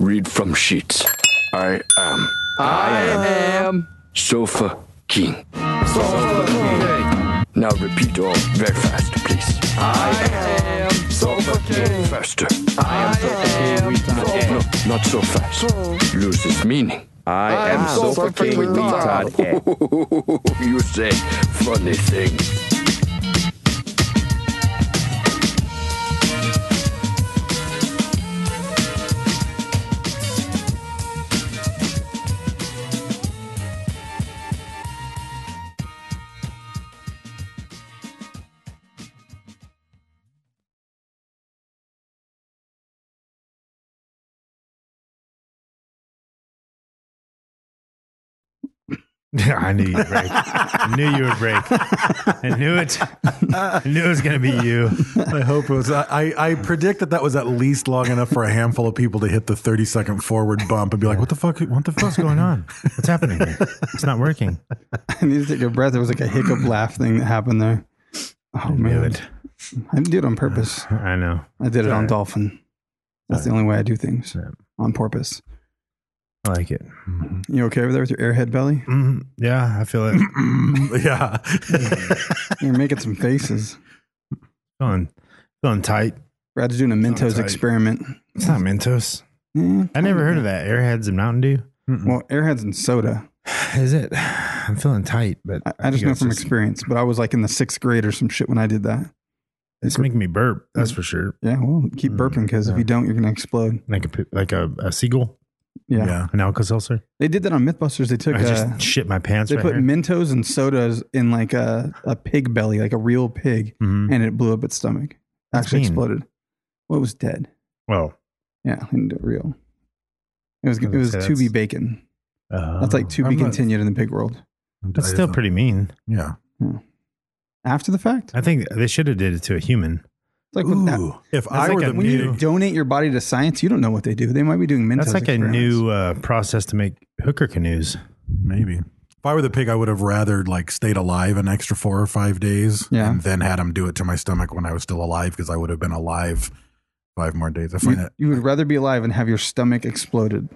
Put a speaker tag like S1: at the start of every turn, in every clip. S1: read from sheets. I am
S2: am
S1: Sofa King. Sofa King. Now repeat all very fast, please. I am Sofa King. Faster. I am Sofa King. No, not so fast. Loses meaning.
S3: I am so fucking retarded.
S1: you say funny thing.
S4: I knew you'd break. I knew you would break. I knew it. I knew it was going to be you.
S5: I hope it was. I, I predict that that was at least long enough for a handful of people to hit the 30 second forward bump and be like, what the fuck? What the fuck's
S4: What's going on? What's happening here? It's not working.
S3: I need to take a breath. It was like a hiccup laugh thing that happened there. Oh man,
S4: it.
S3: I didn't do it on purpose.
S4: I know.
S3: I did it on
S4: Sorry.
S3: dolphin. That's the only way I do things
S4: Sorry.
S3: on purpose.
S4: I like it.
S3: You okay over there with your airhead belly?
S4: Mm, yeah, I feel it.
S5: Yeah.
S3: You're making some faces.
S4: feeling, feeling tight.
S3: Brad's doing a Mentos
S4: tight.
S3: experiment.
S4: It's not Mentos.
S3: Eh,
S4: I never heard of that. Airheads and Mountain Dew.
S3: well, airheads and soda.
S4: Is it? I'm feeling tight, but
S3: I, I just
S4: think
S3: know
S4: it's
S3: from experience, but I was like in the sixth grade or some shit when I did that.
S4: It's making me burp. That's for sure.
S3: Yeah, well,
S4: Mm,
S3: keep burping because if you don't, you're gonna explode.
S4: Like a p- like a, a seagull,
S3: Yeah.
S5: Yeah.
S4: an Alka Seltzer.
S3: they did that on MythBusters. They took
S4: I just
S3: uh,
S4: shit my pants.
S3: they
S4: right
S3: put
S4: here.
S3: Mentos and sodas in like a, a pig belly, like a real pig,
S5: Mm-hmm.
S4: Mhm.
S3: and it blew up its stomach.
S4: That's
S3: Actually
S4: mean.
S3: exploded. Well, it was dead.
S4: Well,
S3: Yeah, and it real. It was
S4: I
S3: it
S4: would
S3: was
S4: say
S3: to be
S4: that's-
S3: bacon.
S4: uh,
S3: That's like to be
S5: Oh, I'm not-
S3: continued in the pig world.
S4: that's still pretty mean.
S5: Yeah.
S3: After the fact,
S4: I think they should have did it to a human.
S3: it's like when,
S5: Ooh, if I
S4: like
S5: were
S4: a
S5: the
S3: when you
S4: new-
S3: donate your body to science, you don't know what they do. They might be doing Mentos.
S4: That's like a
S3: experiments.
S4: new uh, process to make hooker canoes.
S5: Maybe. If I were the pig, I would have rather like stayed alive an extra four or five days,
S3: Yeah.
S5: and then had him do it to my stomach when I was still alive because I would have been alive five more days. I find
S3: You,
S5: that
S3: you would rather be alive and have your stomach exploded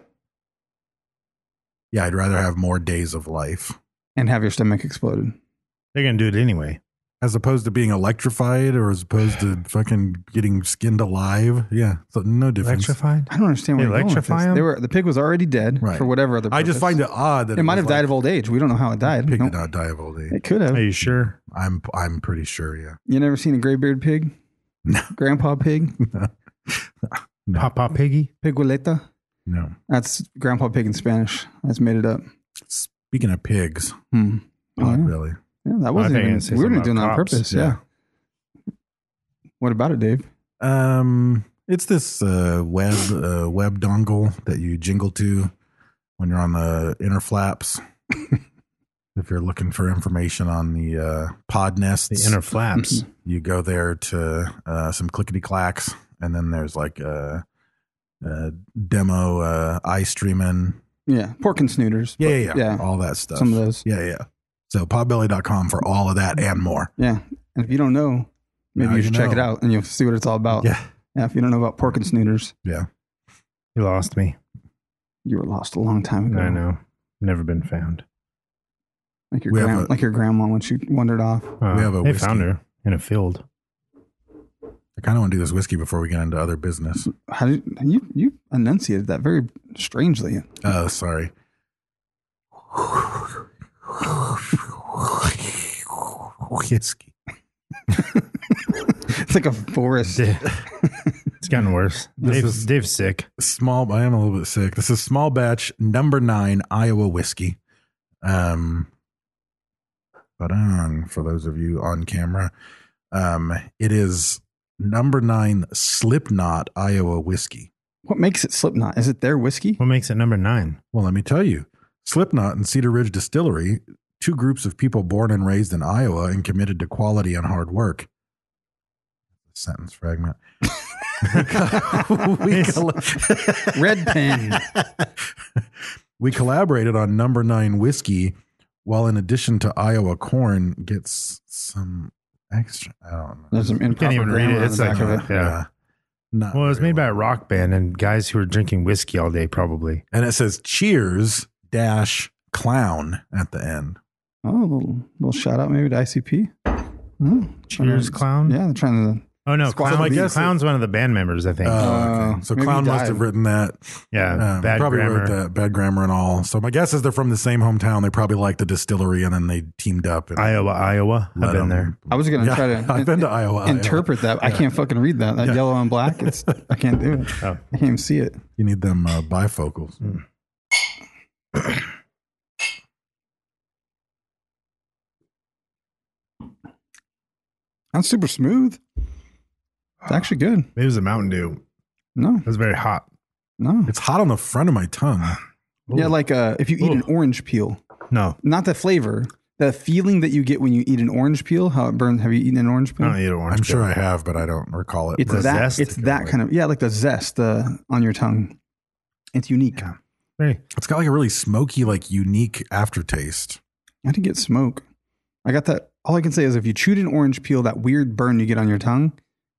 S5: yeah, I'd rather have more days of life
S3: and have your stomach exploded.
S4: They're gonna do it anyway.
S5: as opposed to being electrified or as opposed to fucking getting skinned alive. Yeah, so no difference.
S4: Electrified.
S3: I don't understand where
S4: They
S3: you're going with
S4: electrify
S3: this.
S4: 'em?
S3: They were the pig was already dead
S5: Right.
S3: for whatever other.
S5: I just
S3: purpose.
S5: find it odd that
S3: It might
S5: was
S3: have died
S5: like-
S3: of old age. We don't know how it died.
S5: Pig
S3: Nope.
S5: did not die of old age.
S3: It could have.
S4: Are you sure?
S5: I'm I'm pretty sure. Yeah,
S3: You never seen a graybeard pig?
S5: No.
S3: Grandpa pig?
S5: No.
S4: Pop pop piggy.
S3: Pigueleta?
S5: no.
S3: That's grandpa pig in Spanish. I just made it up.
S5: Speaking of pigs,
S3: Hmm. Oh,
S5: not
S3: yeah.
S5: really.
S3: Yeah, that
S4: I
S3: wasn't
S4: think
S3: even.
S4: it's-
S3: We
S4: it's
S3: weren't
S4: about
S3: doing that on
S4: cops.
S3: purpose. Yeah. What about it, Dave?
S5: Um, it's this uh, web uh, web dongle that you jingle to when you're on the inner flaps. if you're looking for information on the uh, pod nests,
S4: The inner flaps.
S5: you go there to uh, some clickety clacks, and then there's like a, a demo uh, eye streaming.
S3: Yeah, pork and snooters.
S5: Yeah, yeah, yeah,
S3: Yeah.
S5: all that stuff.
S3: Some of those.
S5: Yeah, yeah. So podbelly.com for all of that and more.
S3: Yeah. And if you don't know, maybe
S5: Now
S3: you
S5: you
S3: should check it
S5: know.
S3: out and you'll see what it's all about.
S5: Yeah,
S3: Yeah, If you don't know about pork and snooters,
S5: yeah.
S4: you lost me.
S3: you were lost a long time ago.
S4: I know. Never been found.
S3: Like your
S5: We have
S3: gran-
S5: a-
S3: like your grandma when she wandered off.
S4: Uh,
S5: We have a
S4: they
S5: whiskey.
S4: found her in a field.
S5: I kind of want to do this whiskey before we get into other business.
S3: How did you you enunciated that very strangely?
S5: Oh, sorry. Whiskey.
S3: It's like a forest.
S4: It's gotten worse.
S5: This
S4: Dave's,
S5: is-
S4: Dave's sick.
S5: Small. I am a little bit sick. This is small batch number nine Iowa whiskey. Um, but um, for those of you on camera, um, it is number nine Slipknot Iowa whiskey.
S3: What makes it Slipknot? Is it their whiskey?
S4: What makes it number nine?
S5: Well, let me tell you Slipknot and Cedar Ridge Distillery, two groups of people born and raised in Iowa and committed to quality and hard work. Sentence fragment. we, colla-
S3: Red pen.
S5: we collaborated on number nine whiskey, while in addition to Iowa corn, gets some extra. I don't know.
S3: There's some
S4: Can't
S3: improper
S4: even read
S3: grammar
S4: it.
S3: on
S4: It's
S3: the
S4: like,
S3: back of
S4: yeah.
S3: it.
S5: Not
S4: Well, it was
S5: very
S4: made by
S5: well.
S4: a rock band and guys who were drinking whiskey all day, probably.
S5: and it says cheers dash clown at the end.
S3: Oh, a little, little shout out maybe to ICP. Hmm.
S4: Cheers, clown.
S3: Yeah, they're trying to.
S4: Oh no,
S5: So I
S4: clown,
S5: guess it-
S4: clown's one of the band members, I think.
S5: Oh,
S3: Oh,
S5: okay. So
S3: maybe
S5: clown
S3: he
S5: must
S3: died.
S5: have written that.
S4: yeah,
S5: Um,
S4: bad
S5: probably
S4: grammar.
S5: wrote that bad grammar and all. So my guess is they're from the same hometown. They probably liked the distillery, and then they teamed up. And
S4: Iowa, Iowa. I've
S5: let them-
S4: been there.
S3: I was gonna
S5: Yeah,
S3: try to.
S5: I've been to Iowa, Iowa.
S3: Interpret that. I can't fucking read that. That
S5: Yeah.
S3: yellow and black. It's I can't do it.
S4: Oh.
S3: I can't even see it.
S5: You need them uh, bifocals.
S4: Hmm.
S3: That's super smooth. It's actually good.
S4: It was a Mountain Dew.
S3: No,
S4: It was very hot.
S3: no.
S5: It's hot on the front of my tongue.
S3: Yeah, like uh, if you eat an orange peel,
S4: No,
S3: not the flavor, the feeling that you get when you eat an orange peel, how it burns. Have you eaten an
S4: I
S3: orange
S5: Oh,
S3: peel?
S4: don't eat orange.
S5: I'm sure
S4: peel.
S5: I have, but I don't recall it.
S3: it's
S4: the
S3: that.
S4: zest
S3: It's
S4: to go
S3: that
S4: with
S3: kind of yeah, like the zest uh, on your tongue. It's unique.
S4: Very-
S5: It's got like a really smoky, like unique aftertaste.
S3: I didn't get smoke. I got that. All I can say is if you chewed an orange peel, that weird burn you get on your tongue,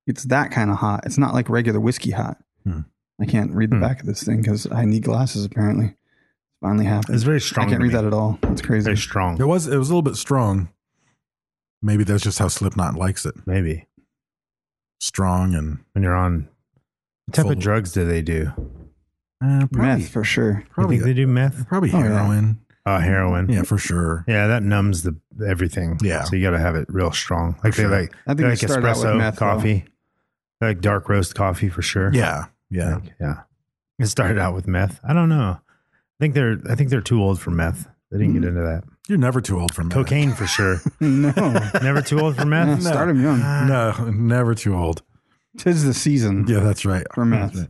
S3: it's that kind of hot. It's not like regular whiskey hot.
S5: Hmm.
S3: I can't read the
S4: Hmm.
S3: back of this thing because I need glasses apparently. Finally happened.
S4: It's very strong
S3: I can't
S4: to
S3: read
S4: me.
S3: that at all. That's crazy.
S4: very strong.
S5: It was it was a little bit strong. Maybe that's just how Slipknot likes it.
S4: Maybe
S5: Strong and
S4: when you're on. What type
S5: Full-
S4: of drugs do they do?
S5: uh, probably,
S3: Meth for sure.
S4: you think they do meth?
S5: probably
S3: Oh, yeah.
S5: heroin.
S4: Oh, heroin.
S5: Yeah, for sure.
S4: Yeah, that numbs the everything.
S5: Yeah.
S4: so you got to have it real strong. Like
S5: sure.
S4: they like,
S3: I think
S4: they
S3: we
S4: like
S3: start out with
S4: espresso
S3: meth, though.
S4: coffee, They like dark roast coffee for sure.
S5: Yeah, yeah.
S4: Like, yeah. It started out with meth. I don't know. I think they're I think they're too old for meth. They didn't
S5: Mm.
S4: get into that.
S5: You're never too old for meth.
S4: Cocaine for sure.
S3: No,
S4: Never too old for meth.
S3: start them young.
S5: No, never too old.
S3: Tis the season
S5: Yeah, that's right.
S3: for meth.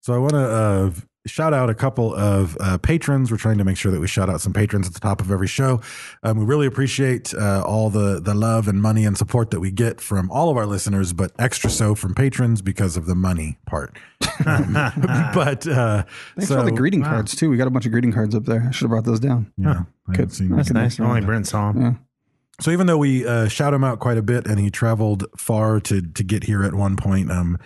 S5: So I want to uh, shout out a couple of uh, patrons. We're trying to make sure that we shout out some patrons at the top of every show. Um, we really appreciate uh, all the the love and money and support that we get from all of our listeners, but extra so from patrons because of the money part. Um, but uh,
S3: Thanks
S5: so,
S3: for all the greeting cards too. We got a bunch of greeting cards up there. I should have brought those down.
S5: Yeah, I haven't
S3: Good.
S5: seen
S4: That's
S5: it.
S4: nice. Only Brent saw him.
S5: So even though we uh, shout him out quite a bit, and he traveled far to to get here at one point, um,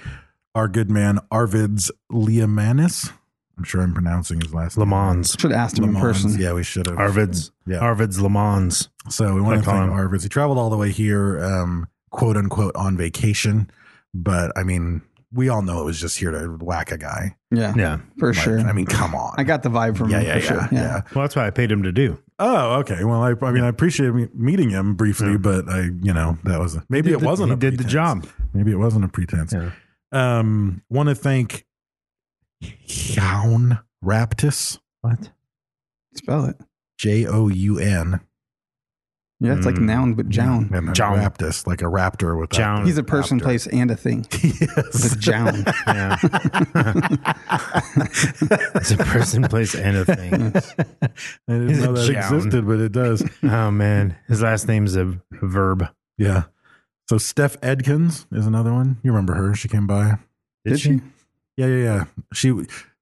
S5: our good man Arvid's Leomanis. I'm sure I'm pronouncing his last
S4: Le
S5: name.
S4: Mans.
S3: Should have asked him
S5: Le
S3: in
S5: Mans.
S3: person.
S5: Yeah, we should have.
S4: Arvid's.
S5: Yeah.
S4: Arvid's Le Mans.
S5: So we want to
S4: Click on
S5: thank
S4: him.
S5: Arvid's. He traveled all the way here, um, quote unquote, on vacation. But I mean, we all know it was just here to whack a guy.
S3: Yeah,
S4: Yeah.
S3: for
S5: Like,
S3: sure.
S5: I mean, come on.
S3: I got the vibe from
S5: yeah,
S3: him
S5: yeah,
S3: for
S5: yeah,
S3: sure.
S5: yeah,
S4: Well, that's what I paid him to do.
S5: Oh, okay. Well, I, I mean, I appreciate me- meeting him briefly, but I, you know, that was maybe
S4: did
S5: it
S4: the-
S5: wasn't.
S4: he
S5: a
S4: did the
S5: pretense.
S4: job.
S5: Maybe it wasn't a pretense. Um, want to thank Joun Raptis,
S4: What?
S3: Spell it.
S5: J O U N,
S3: Yeah, it's like
S4: Mm.
S3: noun, but joun.
S5: and then
S4: Joun.
S5: Raptis, like a raptor with
S4: Joun.
S3: He's a person, place, and a thing.
S5: yes.
S3: The joun.
S4: Yeah. it's a person, place, and a thing.
S5: I didn't
S4: He's a
S5: know that
S4: Joun.
S5: existed, but it does.
S4: Oh man, his last name's a verb.
S5: Yeah. So Steph Edkins is another one. You remember her? She came by.
S3: Did she?
S5: Yeah, yeah, yeah. She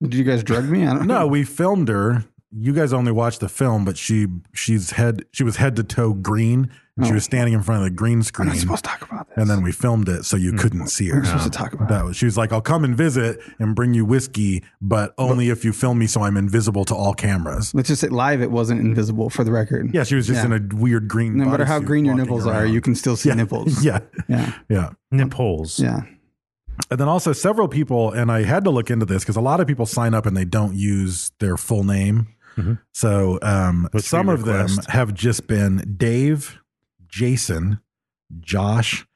S3: Did you guys drug me? I don't
S5: no, we filmed her. You guys only watched the film, but she she's head she was head to toe green, and she
S3: Oh.
S5: was standing in front of the green
S3: We're
S5: screen.
S3: not supposed to talk about this.
S5: and then we filmed it, so you couldn't see her.
S3: we're supposed to talk about
S5: That was, she was like, "I'll come and visit and bring you whiskey, but only if you film me, so I'm invisible to all cameras."
S3: Let's just say live, it wasn't invisible for the record.
S5: Yeah, she was just
S3: Yeah.
S5: in a weird green.
S3: No matter how
S5: bodysuit
S3: green your
S5: walking
S3: nipples are,
S5: around.
S3: you can still see
S5: yeah.
S3: nipples.
S5: Yeah,
S3: Yeah.
S5: yeah.
S4: Nipples.
S3: Yeah.
S5: And then also several people, and I had to look into this because a lot of people sign up and they don't use their full name.
S3: Mm-hmm.
S5: So um,
S4: Which we
S5: some of them
S4: request.
S5: have just been Dave, Jason, Josh,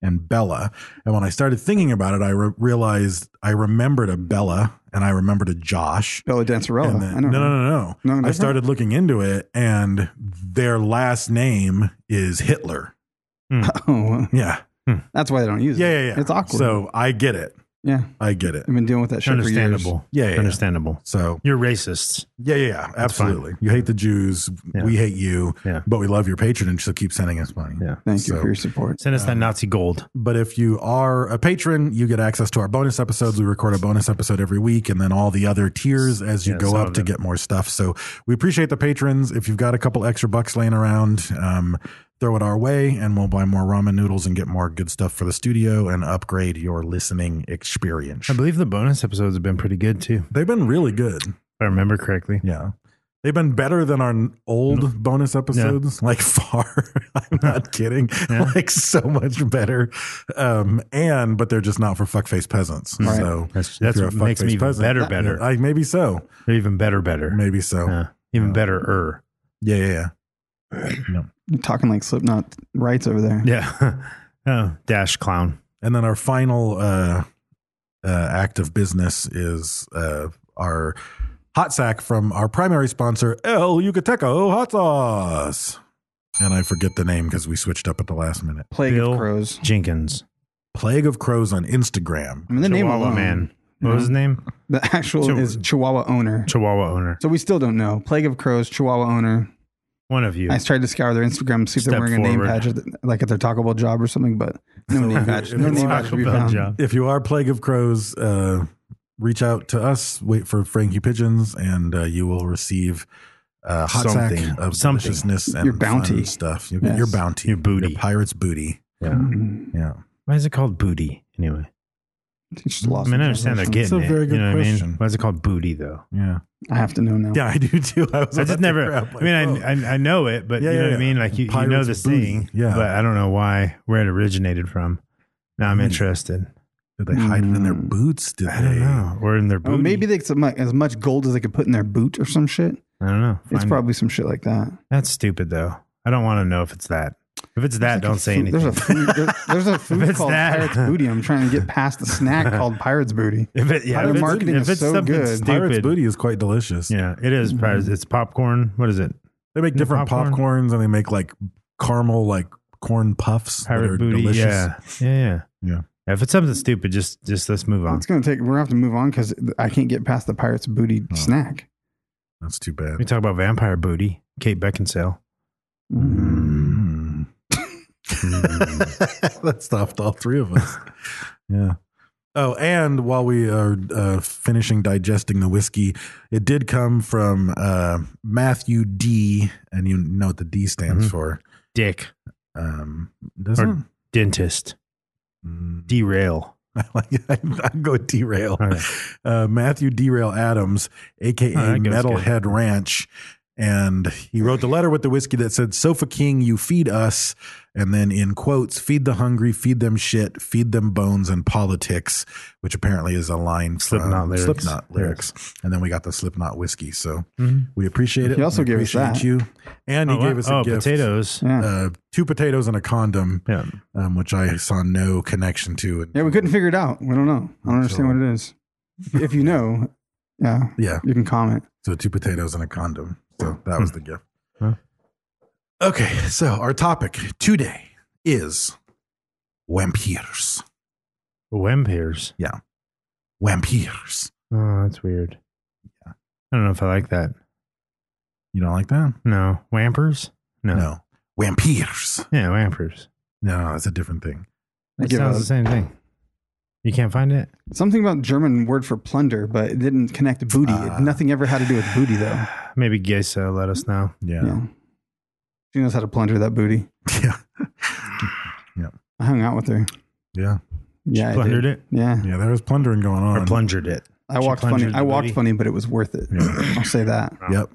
S5: and Bella. And when I started thinking about it, I re- realized I remembered a Bella and I remembered a Josh.
S3: Bella Dancerella.
S5: And then-
S3: Oh, I don't
S5: no,
S3: know.
S5: no, no,
S3: No,
S5: no, I
S3: different?
S5: started looking into it, and their last name is Hitler.
S3: Oh, well,
S5: Yeah.
S3: that's why they don't use
S5: Yeah,
S3: it.
S5: yeah, yeah.
S3: It's awkward.
S5: So I get it.
S3: Yeah.
S5: I get it.
S3: I've been dealing with that shit for years.
S4: Understandable.
S5: Yeah, yeah, yeah.
S4: Understandable.
S5: So
S4: You're racists.
S5: yeah, yeah, yeah, absolutely. You hate the Jews.
S4: Yeah.
S5: We hate you.
S4: Yeah.
S5: But we love your patronage, so keep sending us money.
S4: Yeah.
S3: Thank you
S5: So-
S3: for your support.
S4: Send us that Nazi gold.
S5: But if you are a patron, you get access to our bonus episodes. We record a bonus episode every week and then all the other tiers as you
S4: Yeah,
S5: go
S4: some
S5: up
S4: of
S5: to
S4: them.
S5: get more stuff. So we appreciate the patrons. If you've got a couple extra bucks laying around, um, throw it our way and we'll buy more ramen noodles and get more good stuff for the studio and upgrade your listening experience.
S4: I believe the bonus episodes have been pretty good too, if
S5: They've been really good.
S4: I remember correctly.
S5: Yeah. They've been better than our n- old
S4: Mm.
S5: bonus episodes, like far. I'm not kidding.
S4: Yeah.
S5: Like so much better. Um, and but they're just not for fuckface peasants.
S3: Right.
S5: So
S4: That's-
S5: if
S4: that's
S5: you're
S4: what
S5: a
S4: makes me
S5: fuckface
S4: even better,
S5: yeah,
S4: better.
S5: I, maybe so.
S4: They're even better, better.
S5: Maybe so.
S4: Yeah. even better, er.
S5: Yeah, yeah, yeah.
S3: You're talking like Slipknot rights over there.
S4: Yeah. oh, dash clown.
S5: And then our final uh, uh, act of business is uh, our hot sack from our primary sponsor, El Yucateco Hot Sauce. And I forget the name because we switched up at the last minute.
S3: Plague
S4: Bill
S3: of crows.
S4: Jenkins.
S5: Plague of Crows on Instagram.
S3: I mean, the name
S4: Chihuahua
S3: alone,
S4: man. What was his name?
S3: The actual
S4: Chihu-
S3: is Chihuahua owner.
S4: Chihuahua owner.
S3: so we still don't know. Plague of crows, Chihuahua owner.
S4: One of you.
S3: I tried to scour their Instagram to see if they're
S4: Step
S3: wearing a name
S4: forward.
S3: patch, at the- like at their Taco Bell job or something, but no name patch. No name patch to be
S4: Taco Bell
S3: found.
S4: job.
S5: If you are Plague of Crows, uh, reach out to us. Wait for Frankie Pigeons, and uh, you will receive uh, hot
S4: Something.
S5: sack of
S4: Something.
S5: deliciousness and
S3: Your bounty.
S5: fun stuff. You,
S3: Yes.
S5: Your bounty,
S4: Your booty.
S5: your pirate's booty.
S4: Yeah.
S5: Yeah,
S4: Why is it called booty anyway?
S3: It's just lost
S4: I mean, I
S3: in
S4: understand they're
S3: translation.
S4: getting
S5: That's a
S4: it.
S5: very good
S4: you know what I
S5: question.
S4: mean? Why is it called booty though?
S5: yeah,
S3: I have to know now.
S5: yeah. I do too. I was.
S4: I
S5: on
S4: just
S5: that
S4: never.
S5: crap,
S4: I mean,
S5: like,
S4: I, I I know it, but
S5: Yeah,
S4: you know
S5: yeah,
S4: what I mean.
S5: yeah.
S4: Like you, you know
S5: Pirate's
S4: this
S5: booty.
S4: thing,
S5: Yeah.
S4: But I don't know why where it originated from. Now I'm interested.
S5: oh, did they hide it in their
S3: Hmm.
S5: boots? Did
S4: I don't
S5: they?
S4: know. Or in their
S3: Oh,
S4: booty.
S3: maybe they as much, as much gold as they could put in their boot or some shit.
S4: I don't know.
S3: It's
S4: Find-
S3: probably some shit like that.
S4: that's stupid though. I don't want to know if it's that. If it's that, don't say
S3: Food-
S4: anything.
S3: There's a food, there- there's a food
S4: it's
S3: called
S4: that-
S3: Pirates Booty. I'm trying to get past the snack called Pirates Booty.
S4: if it, yeah,
S3: Their
S4: if it's,
S3: marketing
S4: if
S3: is
S4: it's
S3: so
S4: something
S3: good.
S4: stupid,
S5: Pirate's booty is quite delicious.
S4: Yeah, it is pirates. It's popcorn. What is it?
S5: They make different
S4: Popcorn.
S5: popcorns, and they make like caramel, like corn puffs that are
S4: Pirate booty.
S5: delicious.
S4: Yeah, yeah,
S5: Yeah.
S4: yeah. Yeah, If it's something stupid, just just let's move on.
S3: It's gonna take. We're gonna have to move on because I can't get past the Pirates Booty
S4: Oh.
S3: snack.
S5: that's too bad.
S4: We talk about vampire booty. Kate Beckinsale.
S5: Mm. that stopped all three of us. yeah. Oh, and while we are uh, finishing digesting the whiskey, it did come from uh, Matthew D, and you know what the D stands for.
S4: Dick
S5: Um, doesn't
S4: Or- dentist.
S5: Mm.
S4: Derail.
S5: I like it. I go derail.
S4: Okay.
S5: Uh, Matthew Derail Adams, aka
S4: Oh, that goes
S5: Metalhead Ranch. And he wrote the letter with the whiskey that said, Sofa King, you feed us. And then in quotes, feed the hungry, feed them shit, feed them bones and politics, which apparently is a line from
S4: Slipknot lyrics.
S5: Slipknot lyrics. And then we got the Slipknot whiskey. So we appreciate it.
S3: He also
S5: We
S3: gave us
S5: appreciate
S3: that.
S5: you. And he
S4: wow.
S5: gave us a
S4: Mm-hmm. oh,
S5: gift.
S4: potatoes.
S3: Yeah.
S5: Uh, two potatoes and a condom,
S4: Yeah.
S5: um, which I saw no connection to.
S3: Yeah, we couldn't figure it out. We don't know. I don't understand what it is. If you know, yeah,
S5: Yeah.
S3: you can comment.
S5: So two potatoes and a condom. So that was the gift. Okay, so our topic today is vampires.
S4: Wempiers.
S5: Yeah, vampires.
S4: Oh, that's weird. I don't know if I like that.
S5: You don't like that?
S4: No. Wampers? No.
S5: No, vampires.
S4: Yeah, wampers.
S5: No, no, that's a different thing.
S3: I
S4: It
S3: give
S4: sounds
S3: up.
S4: the same thing. You can't find it?
S3: Something about German word for plunder, but it didn't connect booty.
S5: Ah.
S3: it, nothing ever had to do with booty, though.
S4: Maybe Gesa let us know.
S5: Yeah,
S3: Yeah. She knows how to plunder that booty.
S5: yeah,
S3: I hung out with her.
S5: yeah.
S3: Yeah, I
S4: Plundered
S3: did.
S4: it?
S3: Yeah,
S5: yeah there was plundering going on.
S4: Or plungered it.
S3: I
S4: She
S3: walked funny.
S4: plundered
S3: I
S4: the
S3: walked
S4: booty.
S3: funny, but it was worth it. I'll say that.
S5: Yep,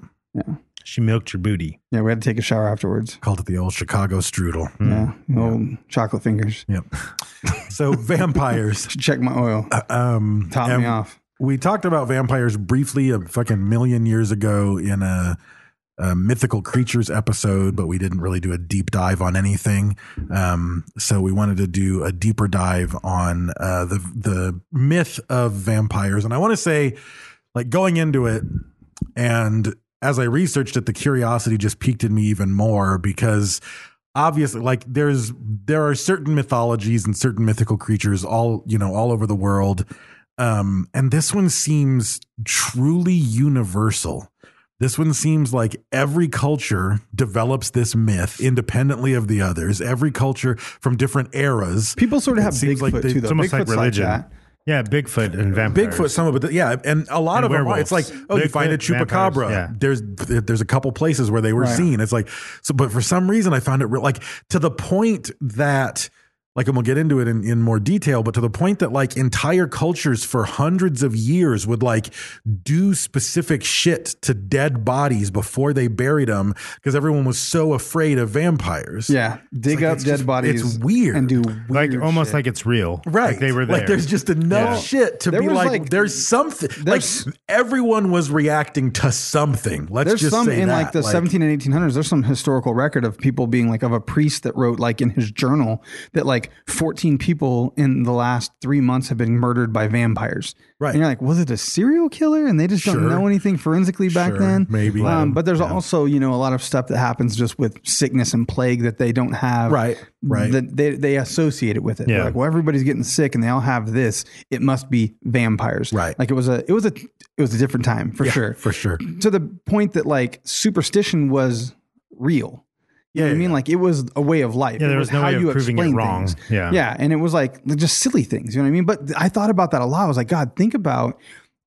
S4: She milked your booty.
S3: Yeah, we had to take a shower afterwards.
S5: called it the old Chicago strudel.
S3: Yeah, the old chocolate fingers.
S5: Yep. so vampires.
S3: Should check my oil.
S5: Um,
S3: Top
S5: and
S3: me off.
S5: we talked about vampires briefly a fucking million years ago in a, a mythical creatures episode, but we didn't really do a deep dive on anything. Um, so we wanted to do a deeper dive on uh, the the myth of vampires, and I want to say, like going into it, and as I researched it, the curiosity just peaked in me even more because obviously like there's there are certain mythologies and certain mythical creatures all you know all over the world um and this one seems truly universal this one seems like every culture develops this myth independently of the others every culture from different eras
S3: People sort of
S5: It
S3: have
S5: seems
S3: Bigfoot
S5: like they-
S3: too, though.
S4: It's almost like
S3: Bigfoot's like
S4: religion.
S3: that.
S4: yeah, Bigfoot and vampires.
S5: Bigfoot, some of it, th- yeah, and a lot
S4: And
S5: of them. are-
S4: werewolves.
S5: It's like, oh, you
S4: Bigfoot,
S5: find a chupacabra.
S4: vampires, yeah.
S5: There's there- there's a couple places where they were
S3: Right.
S5: seen. It's like, so, but for some reason, I found it real, like to the point that, like, and we'll get into it in, in more detail, but to the point that like entire cultures for hundreds of years would like do specific shit to dead bodies before they buried them because everyone was so afraid of vampires.
S3: Yeah, dig
S5: like,
S3: up
S5: it's
S3: dead
S5: just-
S3: bodies.
S5: it's weird.
S3: and do
S4: like
S3: weird
S4: almost
S3: shit.
S4: like it's real.
S5: Right.
S4: Like they were there.
S5: Like there's just enough
S4: Yeah.
S5: shit to
S3: There
S5: be
S3: was,
S5: like,
S3: like-
S5: there's something.
S3: there's-
S5: like everyone was reacting to something. Let's
S3: There's
S5: just
S3: some
S5: say
S3: in
S5: that.
S3: like the 17 and 1800s. There's some historical record of people being like of a priest that wrote like in his journal that like 14 people in the last three months have been murdered by vampires.
S5: Right.
S3: And you're like, was it a serial killer? And they just don't
S5: Sure.
S3: know anything forensically back
S5: Sure,
S3: then.
S5: maybe.
S3: Um, but there's
S5: Yeah.
S3: also you know a lot of stuff that happens just with sickness and plague that they don't have.
S5: Right, right.
S3: That they they associate it with it. They're
S4: Yeah.
S3: Like well, everybody's getting sick and they all have this. It must be vampires.
S5: Right.
S3: Like it was a it was a it was a different time for
S5: Yeah,
S3: sure
S5: for sure.
S3: to the point that like superstition was real. You know
S5: Yeah,
S3: what I
S5: yeah,
S3: mean?
S5: yeah.
S3: Like it was a way of life.
S4: Yeah, there
S3: It
S4: was no
S3: how
S4: way of
S3: you
S4: proving it
S3: explained
S4: wrong.
S3: things.
S4: Yeah.
S3: Yeah. And it was like just silly things. You know what I mean? But th- I thought about that a lot. I was like, God, think about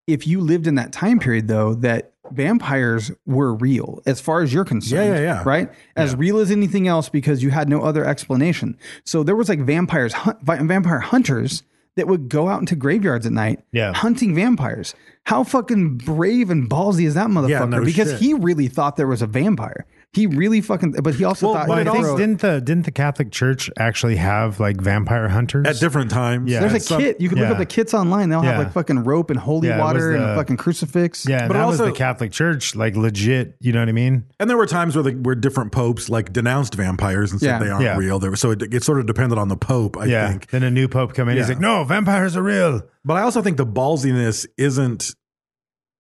S3: if you lived in that time period though, that vampires were real as far as you're concerned.
S5: Yeah, yeah, yeah.
S3: Right? As real as anything else because you had no other explanation. So there was like vampires, hun- vi- vampire hunters that would go out into graveyards at night
S4: Yeah.
S3: hunting vampires. How fucking brave and ballsy is that motherfucker?
S5: Yeah, no
S3: because
S5: shit.
S3: he really thought there was a vampire. He really fucking, but he also
S5: Well,
S3: thought.
S5: but
S4: Well, I
S5: it
S4: think
S5: also-
S4: didn't the didn't the Catholic Church actually have like vampire hunters
S5: At different times.
S4: Yeah.
S3: there's a
S5: Some-
S3: kit. You can look
S4: yeah.
S3: up the kits online. They'll
S4: Yeah.
S3: have like fucking rope and holy
S4: Yeah, it
S3: water
S4: was
S3: and
S4: the-
S3: a fucking crucifix.
S4: Yeah,
S5: But
S4: but that was
S5: also-
S4: the Catholic Church, like legit. You know what I mean?
S5: And there were times where the, where different popes like denounced vampires and said
S3: Yeah.
S5: they aren't
S4: Yeah.
S5: real. There, so it, it sort of depended on the pope, I
S4: yeah.
S5: think.
S4: Then a new pope come in. He's
S5: Yeah.
S4: like, no, vampires are real.
S5: But I also think the ballsiness isn't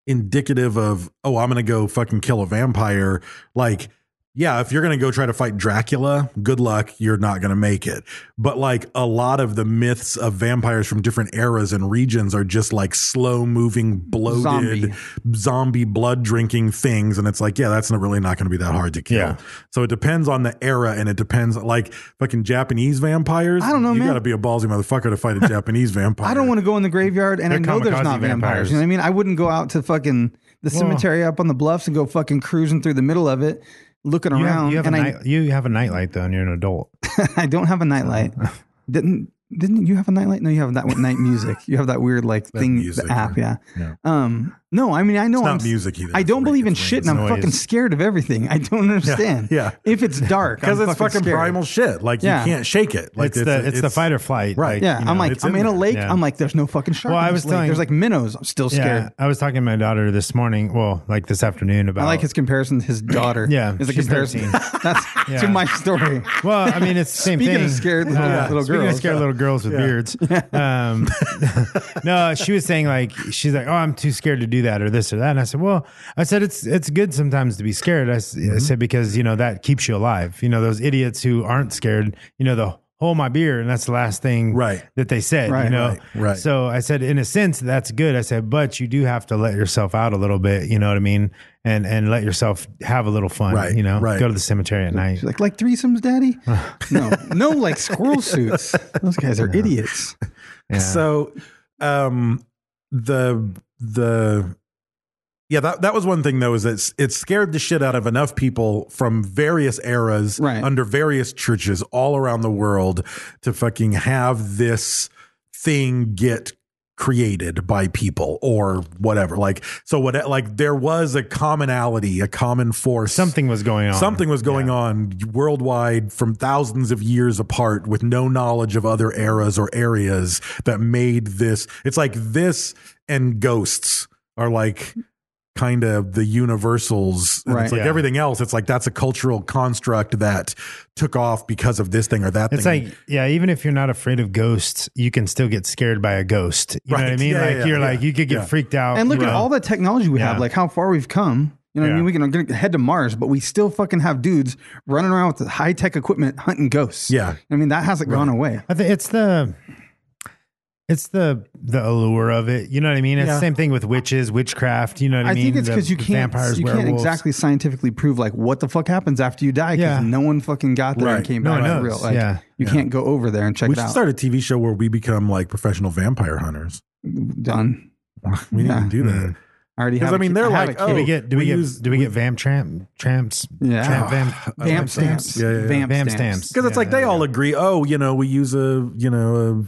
S5: indicative of, oh, I'm going to go fucking kill a vampire. Like, yeah, if you're going to go try to fight Dracula, good luck. You're not going to make it. But like a lot of the myths of vampires from different eras and regions are just like slow moving, bloated, zombie,
S3: Zombie.
S5: blood drinking things. And it's like, yeah, that's not really not going to be that hard to kill.
S4: Yeah.
S5: So it depends on the era and it depends, like fucking Japanese vampires.
S3: I don't know,
S5: You
S3: man.
S5: got to be a ballsy motherfucker to fight a Japanese vampire.
S3: I don't want to go in the graveyard, and I
S4: They're
S3: know there's
S4: kamikaze
S3: not vampires.
S4: vampires.
S3: You know what I mean? I wouldn't go out to fucking the cemetery up on the bluffs and go fucking cruising through the middle of it, looking
S4: You have,
S3: around.
S4: you have a
S3: and I,
S4: night, you have a nightlight though, and you're an adult.
S3: I don't have a nightlight. Didn't didn't you have a nightlight? No, you have that night music. You have that weird like thing
S5: music,
S3: the app.
S5: yeah.
S3: Yeah. Um. No, I mean I know
S5: It's
S3: I'm
S5: not
S3: s-
S5: music either.
S3: I
S5: It's
S3: don't
S5: ring-
S3: believe in
S5: it's ring.
S3: shit, and I'm
S4: It's
S3: fucking
S4: noise.
S3: scared of everything. I don't understand.
S5: yeah.
S3: If it's dark,
S5: because
S3: I'm
S5: it's fucking
S3: scared.
S5: primal shit. Like
S3: Yeah.
S5: you can't shake it. Like
S4: it's, the it's, the fight or flight.
S5: Right.
S4: Like,
S3: Yeah,
S4: you
S3: I'm
S4: know,
S3: like
S5: it's
S3: I'm
S5: in
S3: in, a
S5: there.
S3: lake.
S4: Yeah.
S3: I'm like, there's no fucking shark.
S4: Well,
S3: in
S4: I
S3: this
S4: was
S3: lake.
S4: telling-
S3: there's like minnows. I'm still
S4: Yeah,
S3: scared.
S4: I was talking to my daughter this morning. Well, like this afternoon about
S3: I like his comparison. to His daughter.
S4: Yeah,
S3: is a
S4: she's
S3: comparison.
S4: 13.
S3: That's to
S4: Yeah.
S3: my story.
S4: Well, I mean, it's the same
S3: Speaking of
S4: thing. Uh,
S3: scared little- little
S4: speaking
S3: girls.
S4: of scared little girls with beards. Um, no, she was saying like she's like, oh, I'm too scared to do that or this or that. And I said, well, I said it's it's good sometimes to be scared. I, s- I said because you know that keeps you alive. You know those idiots who aren't scared. You know the hold my beer and that's the last thing
S5: Right.
S4: that they said.
S3: Right,
S4: you know,
S5: right, right.
S4: So I said, in a sense, that's good. I said, but you do have to let yourself out a little bit. You know what I mean? And and let yourself have a little fun.
S5: Right,
S4: You know,
S5: right.
S4: go to the cemetery at night.
S3: She's like, like threesomes, daddy. no, no, like squirrel suits. Those guys are idiots.
S4: Oh, Yeah.
S5: So, um, the the yeah that that was one thing though is it's it scared the shit out of enough people from various eras
S3: Right.
S5: under various churches all around the world to fucking have this thing get created by people or whatever like so what like there was a commonality a common force
S4: Something was going on.
S5: Something was going
S4: Yeah.
S5: on worldwide from thousands of years apart with no knowledge of other eras or areas that made this. It's like this and ghosts are like kind of the universals. And
S3: Right.
S5: It's like
S4: Yeah.
S5: everything else. It's like that's a cultural construct that took off because of this thing or that
S4: It's
S5: thing.
S4: like, yeah, even if you're not afraid of ghosts, you can still get scared by a ghost. You know what I
S5: Right.
S4: mean?
S5: Yeah,
S4: like
S5: yeah,
S4: you're
S5: yeah.
S4: like you could get
S5: Yeah.
S4: freaked out.
S3: And look
S4: you
S3: at
S4: know?
S3: all the technology we
S4: Yeah.
S3: have. Like how far we've come. You know what I
S4: Yeah.
S3: mean? We can gonna head to Mars, but we still fucking have dudes running around with the high tech equipment hunting ghosts.
S5: Yeah.
S3: I mean, that hasn't gone away.
S4: I think it's the it's the the allure of it. You know what I mean? It's
S5: Yeah.
S4: the same thing with witches, witchcraft. You know what I,
S3: I
S4: mean?
S3: think it's
S4: The-
S3: because you
S4: the
S3: can't
S4: vampires,
S3: you can't
S4: werewolves.
S3: exactly scientifically prove like what the fuck happens after you die because
S4: Yeah.
S3: no one fucking got there and
S5: Right.
S3: came
S4: No
S3: back
S4: one
S3: for
S4: knows.
S3: real. Like,
S4: Yeah.
S3: you can't go over there and check
S5: we
S3: it
S5: should
S3: out.
S5: start a TV show where we become like professional vampire hunters.
S3: Done.
S5: We need
S3: Yeah.
S5: to do that.
S4: Mm.
S3: I already
S5: Because
S3: have.
S5: I
S3: a
S5: mean,
S3: kid-
S5: they're
S3: I have
S5: like,
S3: a
S4: Do
S3: kid.
S4: we
S5: Oh,
S4: get do we,
S5: we
S4: get
S5: use-
S4: do we,
S5: we-
S4: get vamp tramp tramps
S3: Yeah.
S4: tramp vamp
S3: vamp stamps.
S5: Yeah, yeah, yeah.
S3: Vamp,
S4: vamp
S3: stamps.
S4: stamps
S5: Because it's
S4: Yeah,
S5: like they
S4: yeah,
S5: all
S4: yeah.
S5: agree. Oh, you know, we use a you know a,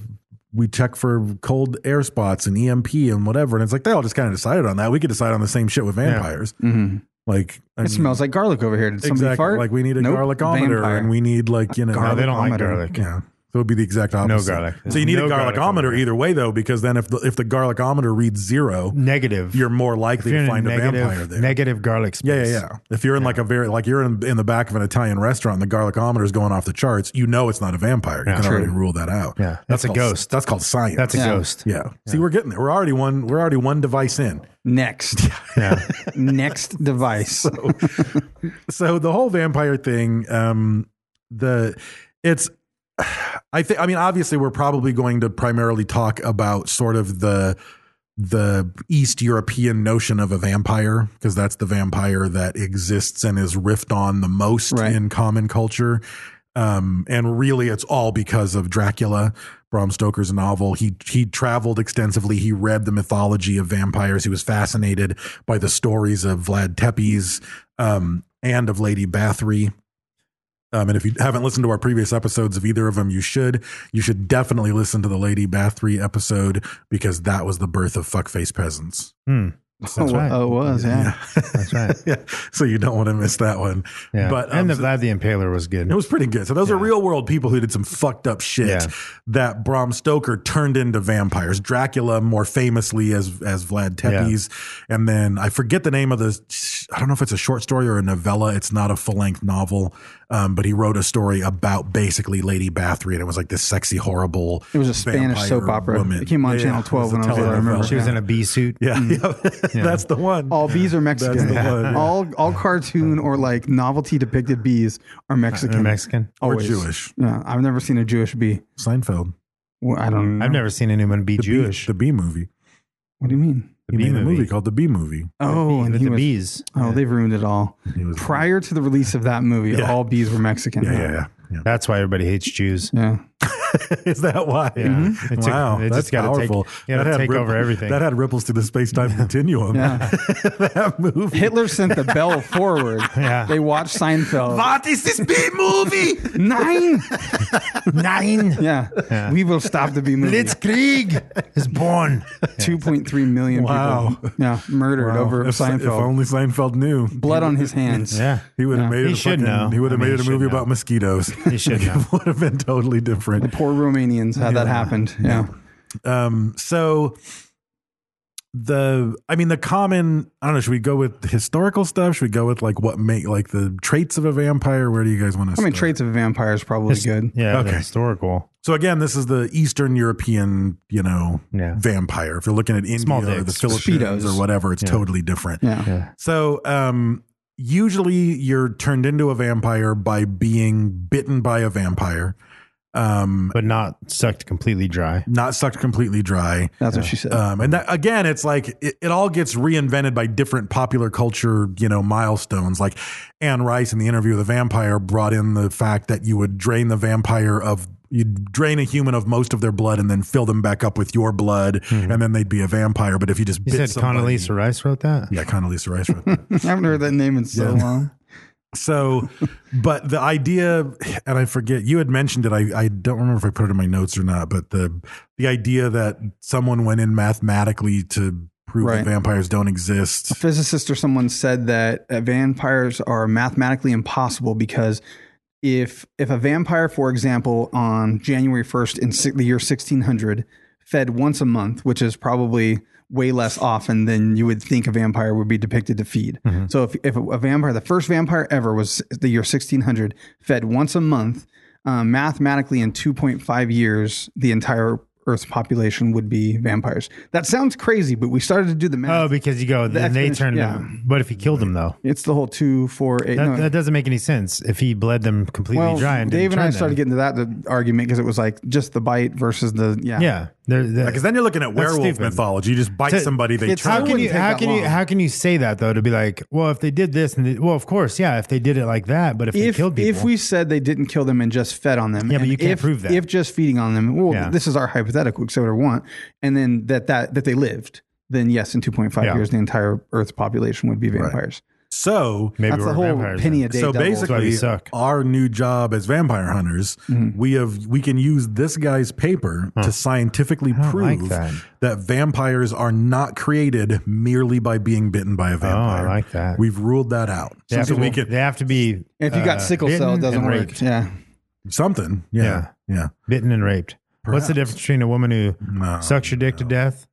S5: we check for cold air spots and EMP and whatever. And it's like they all just kind of decided on that. We could decide on the same shit with vampires. Like I
S3: It
S5: mean,
S3: smells like garlic over here. Did somebody
S5: exactly
S3: fart?
S5: like we need a
S3: Nope.
S5: garlicometer
S3: Vampire.
S5: and we need like you know
S4: No, they don't like
S3: garlicometer.
S4: garlic.
S5: yeah. So it'd be the exact opposite.
S4: garlic.
S5: So you need
S4: No
S5: a garlicometer
S4: garlicometer.
S5: either way though, because then if the if the garlicometer reads zero,
S4: Negative.
S5: you're more
S4: If
S5: likely
S4: you're
S5: to
S4: in
S5: find a,
S4: negative-
S5: vampire there.
S4: Negative garlic
S5: Yeah,
S4: space.
S5: yeah, yeah. If you're in like a very like you're in in the back of an Italian restaurant and the garlicometer is going off the charts, you know it's not a vampire. You
S4: Yeah.
S5: can
S4: True.
S5: already rule that out.
S4: Yeah. That's a
S5: called-
S4: ghost.
S5: That's called science.
S4: That's a
S3: Yeah.
S4: ghost.
S5: yeah. See, we're getting there. We're already one. We're already one device in.
S3: Next,
S4: Yeah.
S3: next device.
S5: So the whole vampire thing, um, the it's. I think. I mean, obviously, we're probably going to primarily talk about sort of the the East European notion of a vampire because that's the vampire that exists and is riffed on the most
S3: Right.
S5: in common culture. Um, and really, it's all because of Dracula, Bram Stoker's novel. He he traveled extensively. He read the mythology of vampires. He was fascinated by the stories of Vlad Tepes um, and of Lady Bathory. Um, and if you haven't listened to our previous episodes of either of them, you should. You should definitely listen to the Lady Bathory episode because that was the birth of fuckface peasants.
S4: Hmm.
S3: oh,
S4: right.
S3: oh, it was yeah.
S4: That's right.
S5: Yeah, so you don't want to miss that one.
S4: Yeah.
S5: But um,
S4: and the
S5: so-
S4: Vlad the Impaler was good.
S5: it was pretty good. So those are real world people who did some fucked up shit
S4: Yeah.
S5: that Bram Stoker turned into vampires. Dracula, more famously as as Vlad Tepes, and then I forget the name of the. I don't know if it's a short story or a novella. It's not a full length novel, um, but he wrote a story about basically Lady Bathory, and it was like this sexy, horrible.
S3: It was a Spanish
S5: vampire
S3: soap opera.
S5: woman.
S3: It came on
S5: Yeah,
S3: Channel
S5: yeah. It
S3: 12
S5: a
S3: when I was there. I remember. Mm.
S5: telenovela.
S4: she was in a bee suit.
S5: Yeah, yeah. that's the one.
S3: All bees are Mexican.
S5: That's the one. yeah.
S3: All all cartoon or like novelty depicted bees are Mexican.
S4: They're Mexican.
S5: or
S3: Always.
S5: Jewish.
S3: Yeah, I've never seen a Jewish bee.
S5: Seinfeld.
S3: Well, I don't.
S4: I've never seen anyone be
S5: The
S4: Jewish.
S5: Bee, the Bee movie.
S3: What do you mean?
S5: he
S4: Bee
S5: made a
S4: Movie.
S5: movie called The Bee Movie.
S3: Oh, and
S4: with
S3: he
S4: the
S3: was.
S4: bees.
S3: Oh, they've ruined it all.
S5: He was-
S3: Prior to the release of that movie,
S5: Yeah.
S3: all bees were Mexican.
S5: Yeah, yeah, yeah. yeah.
S4: That's why everybody hates Jews.
S3: Yeah.
S5: Is that why?
S4: Yeah. Mhm. It took-
S5: wow,
S4: it
S5: that's
S4: just gotta take-
S5: powerful.
S4: you gotta
S5: that had
S4: take over everything.
S5: That had ripples through the space time continuum.
S3: Yeah.
S5: that movie.
S3: Hitler sent the bell forward.
S4: Yeah.
S3: They watched Seinfeld.
S5: What is this bee movie?
S3: Nine.
S4: Nine.
S3: Yeah. We will stop the bee movie.
S4: Blitzkrieg is born.
S3: 2.3 million
S5: Wow.
S3: people. Yeah. Murdered
S5: Wow.
S3: over
S5: if,
S3: Seinfeld.
S5: If only Seinfeld knew.
S3: Blood on his hands.
S4: Yeah.
S5: He would have
S3: Yeah.
S5: made it.
S4: He
S5: a
S4: should
S5: fucking-
S4: know.
S5: He would have
S4: I mean,
S5: made
S4: he
S5: a
S4: should
S5: movie
S4: know.
S5: about mosquitoes. He
S4: should know.
S5: it would have been totally
S3: The
S5: different.
S3: poor Romanians had that happened. Yeah.
S5: Um, so the I mean the common I don't know, should we go with historical stuff? Should we go with like what make like the traits of a vampire? Where do you guys want to
S3: I mean,
S5: start?
S3: traits of a vampire is probably good.
S4: Yeah.
S5: Okay.
S4: Okay. Historical.
S5: So again, this is the Eastern European, you know,
S4: Yeah.
S5: vampire. If you're looking at India
S4: Small
S5: or the
S4: dicks.
S5: Philippines
S3: Speedos.
S5: or whatever, it's
S4: Yeah.
S5: totally different.
S3: Yeah.
S5: So um, usually you're turned into a vampire by being bitten by a vampire, um,
S4: But not sucked completely dry.
S5: not sucked completely dry.
S3: That's what she said.
S5: Um, and that, again, it's like it, it all gets reinvented by different popular culture, you know, milestones. Like Anne Rice in the interview with the vampire brought in the fact that you would drain the vampire of you'd drain a human of most of their blood and then fill them back up with your blood, and then they'd be a vampire. But if you just
S4: Mm-hmm. You
S5: bit
S4: said
S5: somebody-
S4: Condoleezza Rice wrote that?
S5: yeah, Condoleezza Rice wrote that.
S3: I haven't heard that name in so
S5: Yeah.
S3: long.
S5: So, but the idea, and I forget you had mentioned it. I, I don't remember if I put it in my notes or not, but the the idea that someone went in mathematically to prove
S3: Right.
S5: that vampires don't exist.
S3: physicist or someone said that uh, vampires are mathematically impossible because if if a vampire, for example, on January first in si- the year sixteen hundred, fed once a month, which is probably way less often than you would think a vampire would be depicted to feed. So if if a vampire, the first vampire ever was the year sixteen uh, hundred, fed once a month. Um, mathematically, in 2.5 years, the entire Earth's population would be vampires. That sounds crazy, but we started to do the math.
S4: Oh, because you go, then they
S3: explanation-
S4: turn
S3: yeah.
S4: them. But if he killed them, though,
S3: it's the whole two, four, eight.
S4: that,
S3: no.
S4: that doesn't make any sense. If he bled them completely
S3: well,
S4: dry and
S3: Dave
S4: didn't
S3: and I
S4: turn
S3: started
S4: them.
S3: getting to that the argument because it was like just the bite versus the yeah.
S4: yeah. They're, they're,
S5: Because then you're looking at
S4: That's
S5: werewolf
S4: stupid.
S5: mythology. You just bite
S4: So-
S5: somebody, they
S3: It's-
S5: turn.
S4: how
S3: It
S4: can
S3: wouldn't
S4: you
S3: take
S4: how
S3: that
S4: can you
S3: long.
S4: how can you say that though to be like well if they did this and they, well of course yeah if they did it like that but if, they
S3: If,
S4: killed people
S3: if we said they didn't kill them and just fed on them,
S4: Yeah, but
S3: and
S4: you can't
S3: if-
S4: prove that.
S3: If just feeding on them, well,
S4: Yeah.
S3: this is our hypothetical, except whatever we want, and then that that that they lived, then yes, in two point five
S4: Yeah.
S3: years, the entire Earth's population would be vampires.
S5: So
S4: maybe
S3: That's
S4: we're
S3: the whole
S4: vampires
S3: penny
S4: then.
S3: a day.
S5: so
S3: double.
S4: why we
S5: basically,
S4: suck.
S5: our new job as vampire hunters,
S4: Mm-hmm.
S5: we have we can use this guy's paper to scientifically
S4: I don't like
S5: prove
S4: that.
S5: that vampires are not created merely by being bitten by a vampire.
S4: Oh, like that.
S5: We've ruled that out.
S4: they have,
S5: so
S4: to,
S5: we
S4: be-
S5: can
S4: they have to be
S3: If you got
S4: uh,
S3: sickle cell, it
S4: bitten
S3: doesn't
S4: and
S3: work.
S4: raped.
S3: Yeah.
S5: something. Yeah, yeah. Uh,
S4: bitten and raped what's the
S5: Perhaps.
S4: difference between a woman who
S5: No,
S4: sucks your dick to death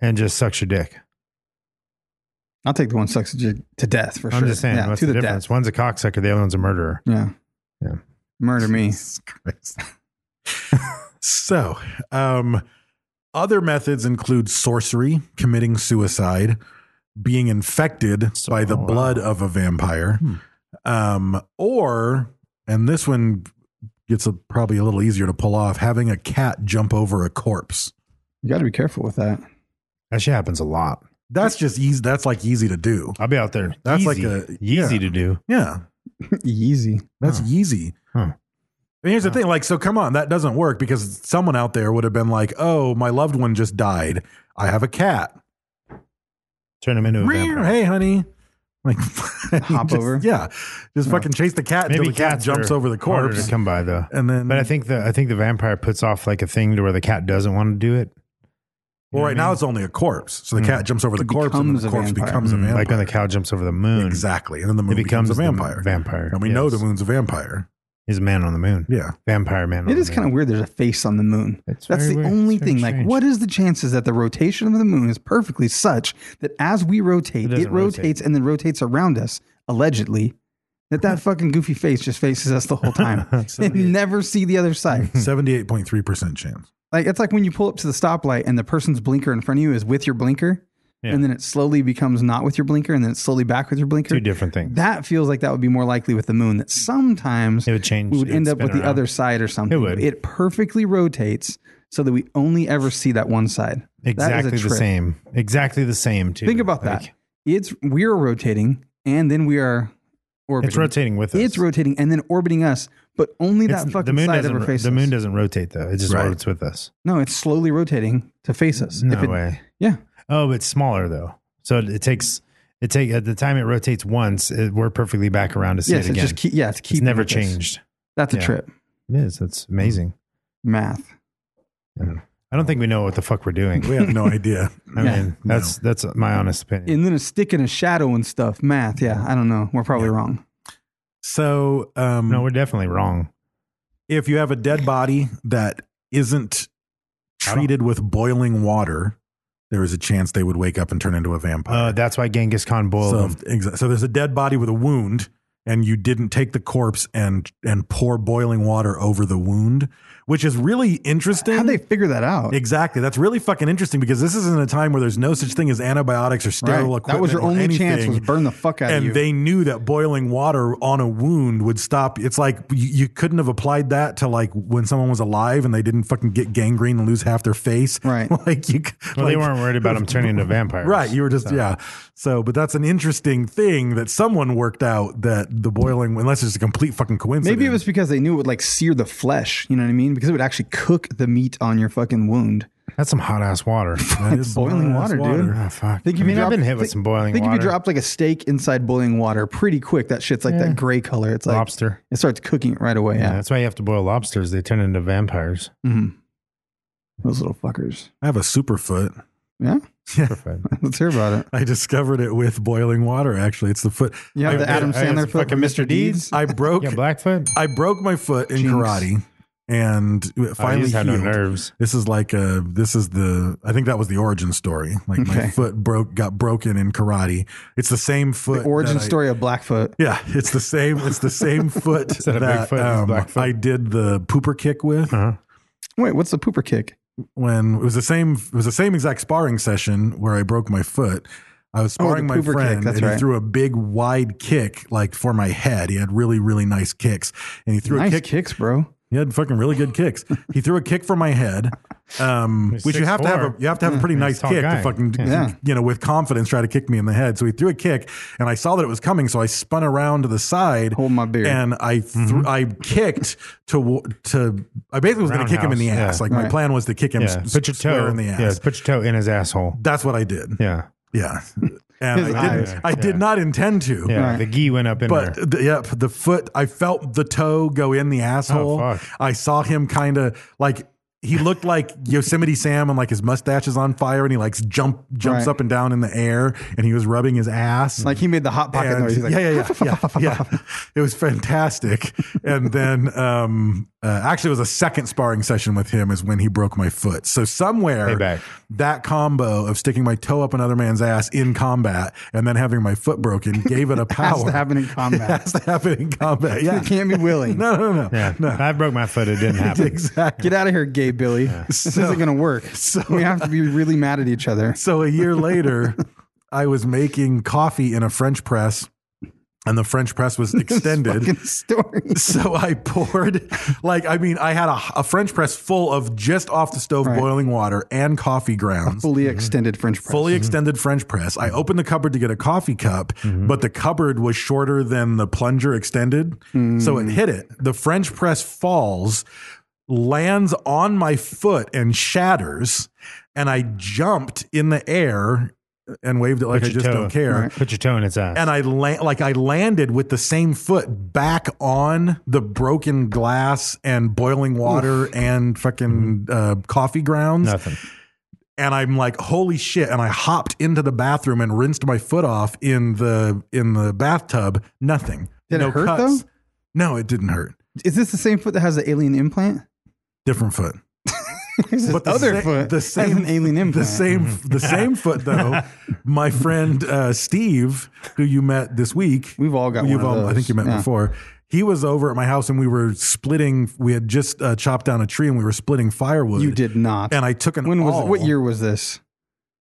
S4: and just sucks your dick
S3: I'll take the one sucks to to death for
S4: I'm
S3: sure.
S4: just saying
S3: yeah,
S4: what's
S3: to
S4: the,
S3: the,
S4: difference
S3: death.
S4: one's a cocksucker the other one's a murderer
S3: Yeah.
S4: Yeah.
S3: Murder me.
S5: So, um, other methods include sorcery, committing suicide, being infected by the
S4: oh, wow. Hmm.
S5: blood of a vampire, um, or, and this one gets a, probably a little easier to pull off, having a cat jump over a corpse.
S3: You got to be careful with that.
S4: that shit happens a lot
S5: That's just easy. That's like easy to do.
S4: I'll be out there
S5: That's like
S4: Yeezy.
S5: a-
S4: Yeezy
S5: yeah.
S4: to do
S5: Yeah,
S3: Easy.
S5: that's easy.
S4: Huh.
S5: And here's the thing, like, so come on, that doesn't work because someone out there would have been like, "Oh, my loved one just died. I have a cat.
S4: turn him into a vampire
S5: Hey, honey. Like
S3: Hop
S5: just-
S3: over.
S5: Yeah. Just fucking chase the cat until
S4: Oh. maybe
S5: the cat
S4: cats
S5: jumps
S4: are
S5: over the
S4: harder
S5: corpse.
S4: to come by though
S5: And then
S4: But I think the I think the vampire puts off like a thing to where the cat doesn't want to do it.
S5: well, right now it's only a corpse. So the
S4: Hmm.
S5: cat jumps over the corpse and
S3: becomes
S5: the
S3: a
S5: corpse
S3: vampire.
S5: becomes a vampire.
S4: Like when the cow jumps over the moon,
S5: Exactly. And then the moon
S4: becomes
S5: becomes,
S4: the
S5: a vampire.
S4: vampire,
S5: And we know
S4: yes.
S5: the moon's a vampire.
S4: he's a man on the moon.
S5: Yeah.
S4: vampire Oh, man. on
S3: It is
S4: the
S3: kind of
S4: moon.
S3: weird. There's a face on the moon.
S4: It's
S3: That's
S4: very
S3: the
S4: weird.
S3: only
S4: It's very
S3: thing. Like,
S4: strange.
S3: what is the chances that the rotation of the moon is perfectly such that as we
S4: It
S3: rotate, it,
S4: doesn't rotate.
S3: rotates and then rotates around us, allegedly, that that fucking goofy face just faces us the whole time. and never see the other side.
S4: Hmm.
S5: 78.3% chance.
S3: Like, it's like when you pull up to the stoplight and the person's blinker in front of you is with your blinker,
S4: Yeah.
S3: and then it slowly becomes not with your blinker, and then it's slowly back with your blinker.
S4: two different things.
S3: That feels like that would be more likely with the moon. That sometimes
S4: It would change.
S3: we would
S4: it'd
S3: end up
S4: spin
S3: with the
S4: around.
S3: other side or something.
S4: It would.
S3: It perfectly rotates so that we only ever see that one side. That is a
S4: Exactly the
S3: trick.
S4: same. Exactly the same too.
S3: Think about
S4: Like,
S3: that. It's we are rotating and then we are orbiting.
S4: It's rotating with us.
S3: It's rotating and then orbiting us, but only
S4: It's-
S3: that fucking
S4: the moon
S3: side
S4: doesn't.
S3: of our face.
S4: the moon doesn't rotate though. It just
S5: Right.
S4: rotates with us.
S3: No, it's slowly rotating to face us.
S4: No
S3: If it-
S4: way.
S3: Yeah.
S4: Oh, it's smaller though. So it, it takes. It take at the time it rotates once. It, we're perfectly back around to see
S3: Yes,
S4: it
S3: it
S4: again.
S3: just keep. Yeah, it's keep.
S4: it's never
S3: with us.
S4: changed.
S3: That's a
S4: Yeah.
S3: trip.
S4: It is. That's amazing.
S3: Math.
S4: I don't think we know what the fuck we're doing.
S5: We have no idea.
S4: I
S3: Yeah.
S4: mean, that's that's my honest opinion.
S3: And then a stick and a shadow and stuff. Math. Yeah, I don't know. We're probably wrong.
S5: So um,
S4: no, we're definitely wrong.
S5: if you have a dead body that isn't treated with boiling water, there is a chance they would wake up and turn into a vampire.
S4: Uh, that's why Genghis Khan boiled
S5: So,
S3: um,
S4: them.
S5: exa- so there's a dead body with a wound, and you didn't take the corpse and and pour boiling water over the wound, which is really interesting.
S3: How'd they figure that out?
S5: Exactly. That's really fucking interesting because this isn't a time where there's no such thing as antibiotics or sterile
S3: Right.
S5: equipment.
S3: That was your
S5: or
S3: only chance
S5: anything.
S3: was burn the fuck out of
S5: and
S3: you.
S5: they knew that boiling water on a wound would stop. It's like you, you couldn't have applied that to like when someone was alive and they didn't fucking get gangrene and lose half their face.
S3: Right.
S5: like you. c-
S4: Well, they
S5: like-
S4: weren't worried about him turning into vampires.
S5: Right. You were just
S4: So,
S5: yeah. So, but that's an interesting thing that someone worked out that the boiling, unless it's a complete fucking coincidence.
S3: Maybe it was because they knew it would like sear the flesh. You know what I mean? Because it would actually cook the meat on your fucking wound.
S4: That's some hot ass water.
S5: That is
S3: It's boiling
S5: some
S3: water,
S5: hot-ass
S3: dude.
S4: Oh, fuck. I
S3: Think if you
S4: mean, I've
S3: dropped-
S4: been hit with
S3: think-
S4: some boiling
S3: Think
S4: water.
S3: if you dropped like a steak inside boiling water, pretty quick that shit's like that gray color. It's like
S4: Lobster.
S3: It starts cooking it right away.
S4: yeah.
S3: Yeah,
S4: that's why you have to boil lobsters. They turn into vampires.
S3: those little fuckers.
S5: I have a superfoot.
S3: Yeah,
S4: Perfect.
S3: let's hear about it.
S5: I discovered it with boiling water. Actually, it's the foot.
S3: You have
S5: I,
S3: the Adam
S4: I- I-
S3: Sandler
S4: it's
S3: foot
S4: fucking
S3: with
S4: Mr. Deeds.
S5: I broke.
S4: Yeah, Blackfoot.
S5: I broke my foot in
S3: Jinx.
S5: karate and it finally
S4: Oh, he's had no
S5: healed.
S4: nerves.
S5: This is like a this is the I think that was the origin story. Like my
S3: Okay.
S5: foot broke got broken in karate. It's the same foot
S3: The origin
S5: that I-
S3: story of Blackfoot.
S5: yeah, it's the same. It's the same foot
S4: that a big
S5: that
S4: foot? Uh-huh. It's a
S5: um,
S4: black foot.
S5: I did the pooper kick with.
S3: Wait, what's the pooper kick?
S5: when it was the same it was the same exact sparring session where I broke my foot. I was
S3: Oh, the
S5: sparring my
S3: Cooper kick,
S5: friend,
S3: that's
S5: and he
S3: right.
S5: threw a big wide kick like for my head. He had really really nice kicks, and he threw
S3: Nice
S5: a kick.
S3: kicks, bro.
S5: He had fucking really good kicks. he threw a kick for my head, um,
S4: He's
S5: which you have to have a
S4: 6'4".
S5: you have to have a pretty
S4: Yeah,
S5: nice
S4: Mm-hmm. he's
S5: kick
S4: a tall guy.
S5: to fucking
S3: Yeah.
S5: you know with confidence try to kick me in the head. So he threw a kick, and I saw that it was coming, so I spun around to the side,
S3: Hold my beer.
S5: and I th-
S4: Mm-hmm.
S5: I kicked to to I basically was going to kick him in the
S4: Roundhouse,
S5: ass.
S4: yeah.
S5: Like my
S3: Right.
S5: plan was to kick him,
S4: Yeah,
S5: s-
S4: put your
S5: square
S4: toe
S5: in the ass.
S4: Yeah, put your toe in his asshole.
S5: That's what I did.
S4: Yeah,
S5: Yeah. And
S3: His
S5: I,
S3: eyes.
S5: didn't, I did
S4: Yeah.
S5: not intend to.
S4: yeah.
S3: Right.
S4: The gi went up in
S5: But
S4: there.
S5: the, yep, the foot. I felt the toe go in the asshole.
S4: Oh, fuck.
S5: I saw him kind of like he looked like Yosemite Sam and like his mustache is on fire and he like jump jumps
S3: Right.
S5: up and down in the air and he was rubbing his ass.
S3: Like he made the hot pocket
S5: And-
S3: noise. He's like,
S5: yeah, yeah, yeah, yeah, yeah. It was fantastic. And then, um, uh, actually, it was a second sparring session with him is when he broke my foot. So somewhere
S4: Payback.
S5: that combo of sticking my toe up another man's ass in combat and then having my foot broken gave it a power.
S3: has to happen in combat.
S5: Has to happen in combat. Yeah.
S3: You can't be willing.
S5: No, no, no.
S4: Yeah,
S5: no.
S4: I broke my foot. It didn't happen.
S5: Exactly.
S3: Get out of here, gay Billy. this
S5: So-
S3: isn't going to work.
S5: so-
S3: we have to be really mad at each other.
S5: So a year later, I was making coffee in a French press, and the French press was extended.
S3: Fucking story.
S5: so I poured, like, I mean, I had a, a French press full of just off the stove
S3: Right.
S5: boiling water and coffee grounds.
S3: Fully extended French press.
S4: Mm-hmm.
S5: Fully extended French press. I opened the cupboard to get a coffee cup,
S4: Mm-hmm.
S5: but the cupboard was shorter than the plunger extended. So
S4: Mm.
S5: it hit it. The French press falls, lands on my foot and shatters. And I jumped in the air and waved it like I
S4: Put your
S5: just
S4: toe-
S5: don't care
S4: Put your toe in its ass.
S5: and I la- like I landed with the same foot back on the broken glass and boiling water and fucking
S3: Mm-hmm.
S5: uh, coffee grounds.
S4: Nothing.
S5: And I'm like, holy shit! And I hopped into the bathroom and rinsed my foot off in the in the bathtub. Nothing.
S3: Did it
S5: no
S3: hurt,
S5: cuts.
S3: though?
S5: No, it didn't hurt.
S3: Is this the same foot that has the alien implant?
S5: Different foot.
S3: It's his
S5: the
S3: other
S5: sa-
S3: foot
S5: the
S3: has
S5: same
S3: an alien implant.
S5: The same, the same foot though. My friend uh, Steve, who you met this week,
S3: We've all got
S5: who you've
S3: one of
S5: I think
S3: those.
S5: you met
S3: Yeah.
S5: before. He was over at my house and we were splitting. We had just uh, chopped down a tree and we were splitting firewood.
S3: You did not.
S5: And I took an.
S3: when was
S5: awl.
S3: what year was this?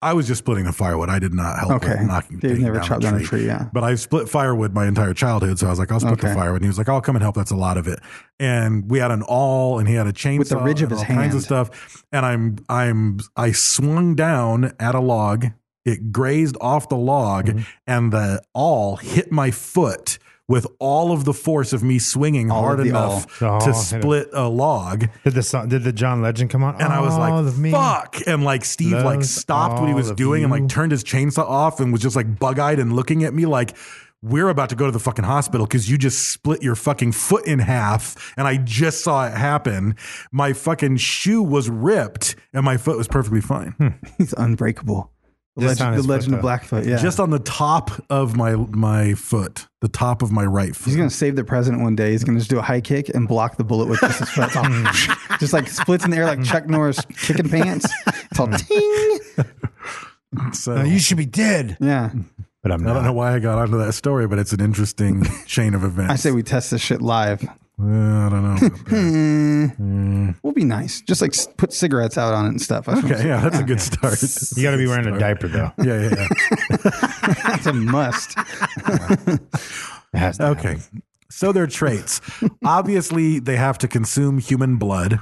S5: I was just splitting the firewood. I did not help.
S3: Okay.
S5: with knocking.
S3: Dave
S5: taking
S3: never
S5: down
S3: chopped
S5: the
S3: down a tree, yeah.
S5: but I split firewood my entire childhood, so I was like, I'll split the
S3: Okay.
S5: firewood. And he was like, I'll come and help. That's a lot of it. And we had an awl, and he had a chainsaw
S3: the ridge of
S5: and
S3: his
S5: all kinds of
S3: hand.
S5: stuff. And I'm I'm I swung down at a log. It grazed off the log,
S3: Mm-hmm.
S5: and the awl hit my foot. With all of the force of me swinging
S3: All
S5: hard
S3: of the
S5: enough
S4: awl. The
S5: to
S4: awl hit him.
S5: split a log,
S4: Did the song, did the John Legend come on?
S5: and I was
S4: All of me.
S5: like, "Fuck!" And like Steve like
S4: loves
S5: stopped what he
S4: all
S5: was
S4: of
S5: doing and
S4: you.
S5: like turned his chainsaw off and was just like bug eyed and looking at me like, "We're about to go to the fucking hospital because you just split your fucking foot in half." And I just saw it happen. My fucking shoe was ripped and my foot was perfectly fine,
S4: Hmm.
S3: He's unbreakable. The
S4: This time
S3: legend, the
S4: it's
S3: legend of
S4: foot,
S3: Blackfoot. Yeah.
S5: just on the top of my my foot, the top of my right foot.
S3: He's gonna save the president one day. He's gonna just do a high kick and block the bullet with just his foot. It's all just like splits in the air like Chuck Norris kicking pants. It's all ting.
S5: so
S4: No, you should be dead.
S3: Yeah.
S4: But I'm
S5: I don't
S4: not.
S5: know why I got onto that story, but it's an interesting chain of events.
S3: I say we test this shit live.
S5: Uh, I don't know.
S3: We'll be nice. Just like s- put cigarettes out on it and stuff. That's what I'm
S5: okay,
S3: saying.
S5: yeah, that's a good start.
S4: You got to be wearing a diaper though.
S5: Yeah, yeah, yeah.
S3: That's a must.
S4: It has to
S5: Okay. So they're traits. Obviously, they have to consume human blood,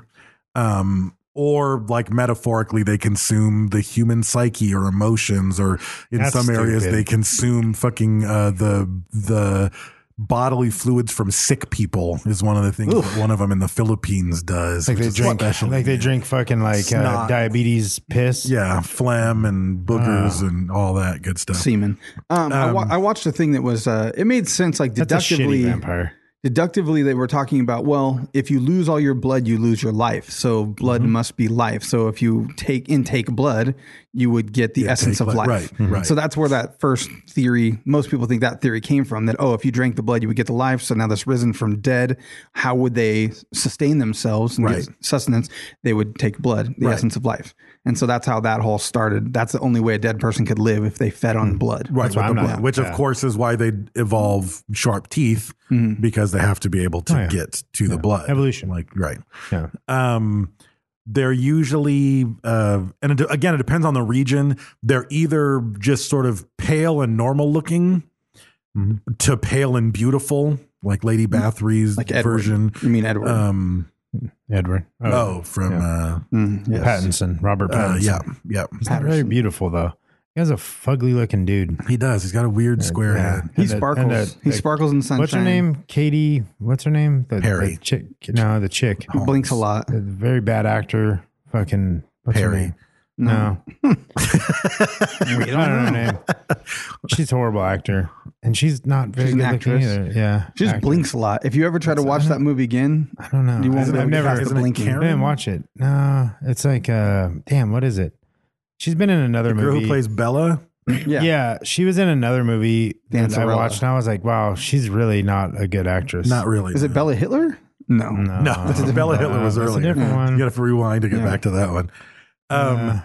S5: um, or like metaphorically, they consume the human psyche or emotions, or in
S4: That's
S5: some areas,
S4: stupid.
S5: they consume fucking uh, the the bodily fluids from sick people is one of the things that one of them in the Philippines does.
S4: Like
S5: which
S4: they
S5: is
S4: drink,
S5: special.
S4: like they drink fucking like uh,
S5: Snot.
S4: diabetes piss.
S5: yeah, phlegm and boogers
S4: Ah.
S5: and all that good stuff.
S3: Semen. Um, I, wa- I watched a thing that was. Uh, it made sense. Like
S4: that's a shitty
S3: deductively,
S4: vampire.
S3: deductively they were talking about well if you lose all your blood you lose your life so blood
S5: Mm-hmm.
S3: must be life so if you take intake blood you would get the essence
S5: take
S3: of
S5: blood.
S3: life Mm-hmm.
S5: Right, Mhm. right.
S3: so that's where that first theory most people think that theory came from that oh if you drank the blood you would get the life so now that's risen from dead how would they sustain themselves and
S5: Right.
S3: get sustenance they would take blood the
S5: Right.
S3: essence of life and so that's how that whole started that's the only way a dead person could live if they fed on blood
S5: Mm-hmm. Right,
S4: That's
S5: with
S4: why I'm
S5: the
S4: not-
S5: blood, which of
S4: yeah.
S5: course is why they evolve sharp teeth because they have to be able to
S4: Mm-hmm. Oh, yeah.
S5: get to the blood.
S4: Evolution.
S5: like right.
S4: Yeah.
S5: Um, they're usually uh, and it, again it depends on the region they're either just sort of pale and normal looking
S4: Mm-hmm.
S5: to pale and beautiful like lady bathory's
S3: Like Edward.
S5: version
S3: You mean Edward.
S5: um
S4: Edward.
S5: oh, from
S4: yeah.
S5: uh,
S3: Mm, yes.
S4: Pattinson, Robert
S5: uh,
S4: Pattinson.
S5: yeah yeah
S4: He's not very beautiful though. He has a fugly looking dude.
S5: he does he's got a weird square
S4: Yeah.
S5: head
S3: He
S4: And a-
S3: sparkles.
S4: and a-
S3: he
S4: a-
S3: sparkles in sunshine.
S4: What's her name? Katie. What's her name? The,
S5: Perry.
S4: The chick. No, the chick.
S5: Oh,
S3: He blinks a
S4: Oh,
S3: lot.
S4: A very bad actor. Fucking. What's her
S5: Perry.
S4: name? No. I don't know her name. She's a horrible actor, and she's not very
S3: She's an
S4: good looking
S3: actress.
S4: either. Yeah,
S3: She just
S4: actor.
S3: blinks a lot. If you ever try to watch that movie again,
S4: I don't know. I've-
S3: you won't be able
S4: I've
S3: to get
S4: never.
S3: past the
S5: isn't it
S3: blinking.
S4: I didn't watch it. No, it's like, uh, damn, what is it? She's been in another
S5: the girl
S4: movie.
S5: who plays bella
S3: Yeah.
S4: Yeah. she was in another movie that I
S3: Dancerella.
S4: watched, and I was like, wow, she's really not a good actress.
S5: not really
S3: Is it Bella Hitler? No.
S5: no
S3: Oh,
S5: bella hitler was
S4: that's a
S5: earlier
S4: different one.
S5: you gotta have to rewind to get
S3: Yeah.
S5: back to that one um
S4: Yeah.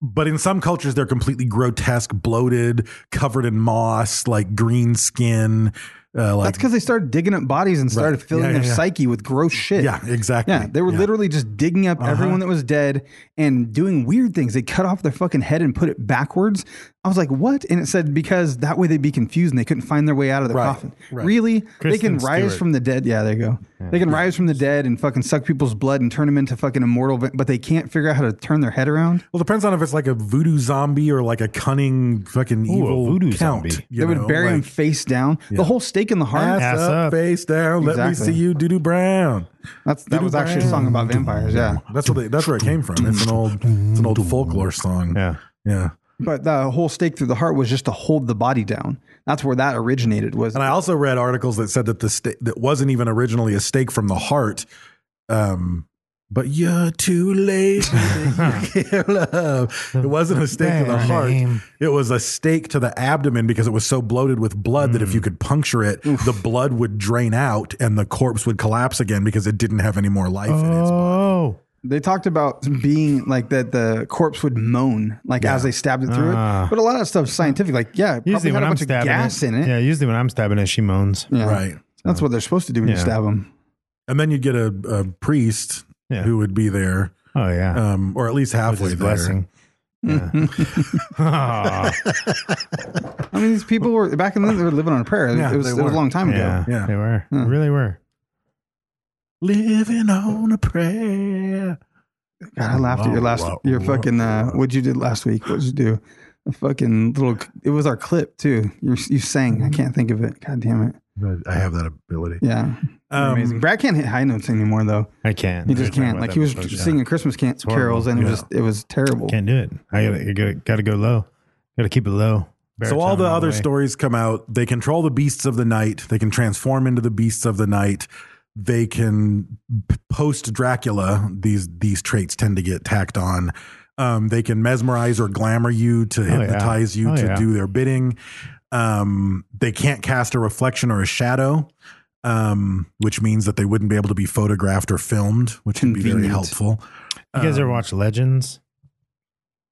S5: but in some cultures they're completely grotesque bloated covered in moss like green skin uh, like
S3: That's because they started digging up bodies and started
S5: Right.
S3: filling
S5: Yeah, yeah,
S3: their
S5: yeah.
S3: psyche with gross shit.
S5: Yeah, exactly.
S3: Yeah, they were
S5: Yeah. Uh-huh.
S3: literally just digging up everyone that was dead and doing weird things. They cut off their fucking head and put it backwards. I was like, what? And it said because that way they'd be confused and they couldn't find their way out of the
S5: Right,
S3: coffin.
S5: right.
S3: Really? they
S4: Kristen
S3: can rise
S4: Stewart.
S3: from the dead. Yeah, there you go. They can rise from the dead and fucking suck people's blood and turn them into fucking immortal, but they can't figure out how to turn their head around.
S5: well, depends on if it's like a voodoo zombie or like a cunning fucking
S4: Ooh, a
S5: evil
S4: voodoo
S5: count.
S4: zombie.
S5: you
S3: they would
S5: know,
S3: bury him
S5: like,
S3: face down. The whole stake in the heart.
S5: ass,
S4: Ass
S5: up,
S4: up.
S5: face down. Let me
S3: Exactly.
S5: see you, doo doo brown.
S3: That's that was actually a song about vampires. Yeah.
S5: That's where they, that's where it came from. It's an old it's an old folklore song.
S4: Yeah.
S5: yeah.
S3: But the whole stake through the heart was just to hold the body down. That's where that originated. Was
S5: And I also read articles that said that the sta- that wasn't even originally a stake from the heart. Um, but you're too late. baby, you can't love. It wasn't a stake to the heart.
S4: Damn.
S5: It was a stake to the abdomen because it was so bloated with blood that if
S4: Mm.
S5: you could puncture it, the blood would drain out and the corpse would collapse again because it didn't have any more life in its body.
S4: Oh,
S3: they talked about being like that the corpse would moan like as they stabbed it through it. But a lot of stuff's scientific. Like yeah, it probably
S4: Ah. usually
S3: had
S4: when
S3: a
S4: I'm
S3: bunch of
S4: stabbing
S3: gas
S4: it,
S3: in it.
S4: Yeah, usually when I'm stabbing it, she moans.
S3: Yeah.
S5: Right.
S3: That's what they're supposed to do when you
S4: Yeah.
S3: stab them.
S5: And then you'd get a, a priest
S4: Yeah.
S5: who would be there,
S4: Oh yeah,
S5: um, or at least
S4: with
S5: halfway
S4: his
S5: there.
S4: blessing. Yeah. Aw,
S3: I mean, these people were back in the they were living on prayer.
S5: Yeah,
S3: it was
S5: they
S3: it was
S5: were.
S3: a long time
S4: yeah,
S3: ago.
S5: Yeah.
S4: they were, They really were.
S5: Living on a prayer.
S3: God, I laughed at your last
S5: Wow,
S3: your
S5: wow,
S3: fucking uh,
S5: wow.
S3: what you did last week. What would you do? A fucking little. It was our clip too. You you sang. I can't think of it. God damn it.
S5: I have that ability.
S3: Yeah.
S4: Um,
S3: amazing. Brad can't hit high notes anymore though.
S4: I can't.
S3: He just
S4: We're talking
S3: can't.
S4: about
S3: Like
S4: that
S3: he was
S4: before. Yeah.
S3: singing Christmas can-
S4: horrible.
S3: carols, and it
S5: Yeah.
S3: was it was terrible.
S4: Can't do it. I gotta, I gotta, gotta go low. Gotta keep it low.
S5: So all
S4: Baritone
S5: the other
S4: way.
S5: stories come out. They control the beasts of the night. They can transform into the beasts of the night. They can post Dracula. These these traits tend to get tacked on. Um, they can mesmerize or glamour you to
S4: yeah.
S5: hypnotize you
S4: Oh,
S5: to
S4: yeah.
S5: do their bidding. Um, they can't cast a reflection or a shadow, um, which means that they wouldn't be able to be photographed or filmed, which would be very
S3: Convenient.
S5: helpful.
S4: You guys
S5: um,
S4: ever watch Legends?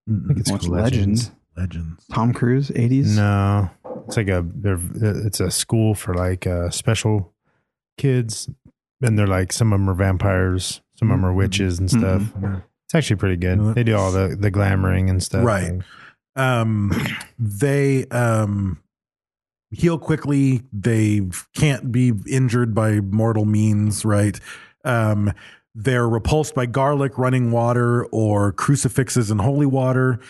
S4: I think it's
S3: Watch
S4: called
S3: Legends.
S5: Legends.
S3: Tom Cruise, eighties.
S4: No, it's like a they're it's a school for like uh, special kids, and they're like some of them are vampires, some of them
S3: Mm-hmm.
S4: are witches and stuff. It's actually pretty good. They do all the the glamoring and stuff,
S5: Right.
S4: And
S5: um they um heal quickly they can't be injured by mortal means right um they're repulsed by garlic running water or crucifixes in holy water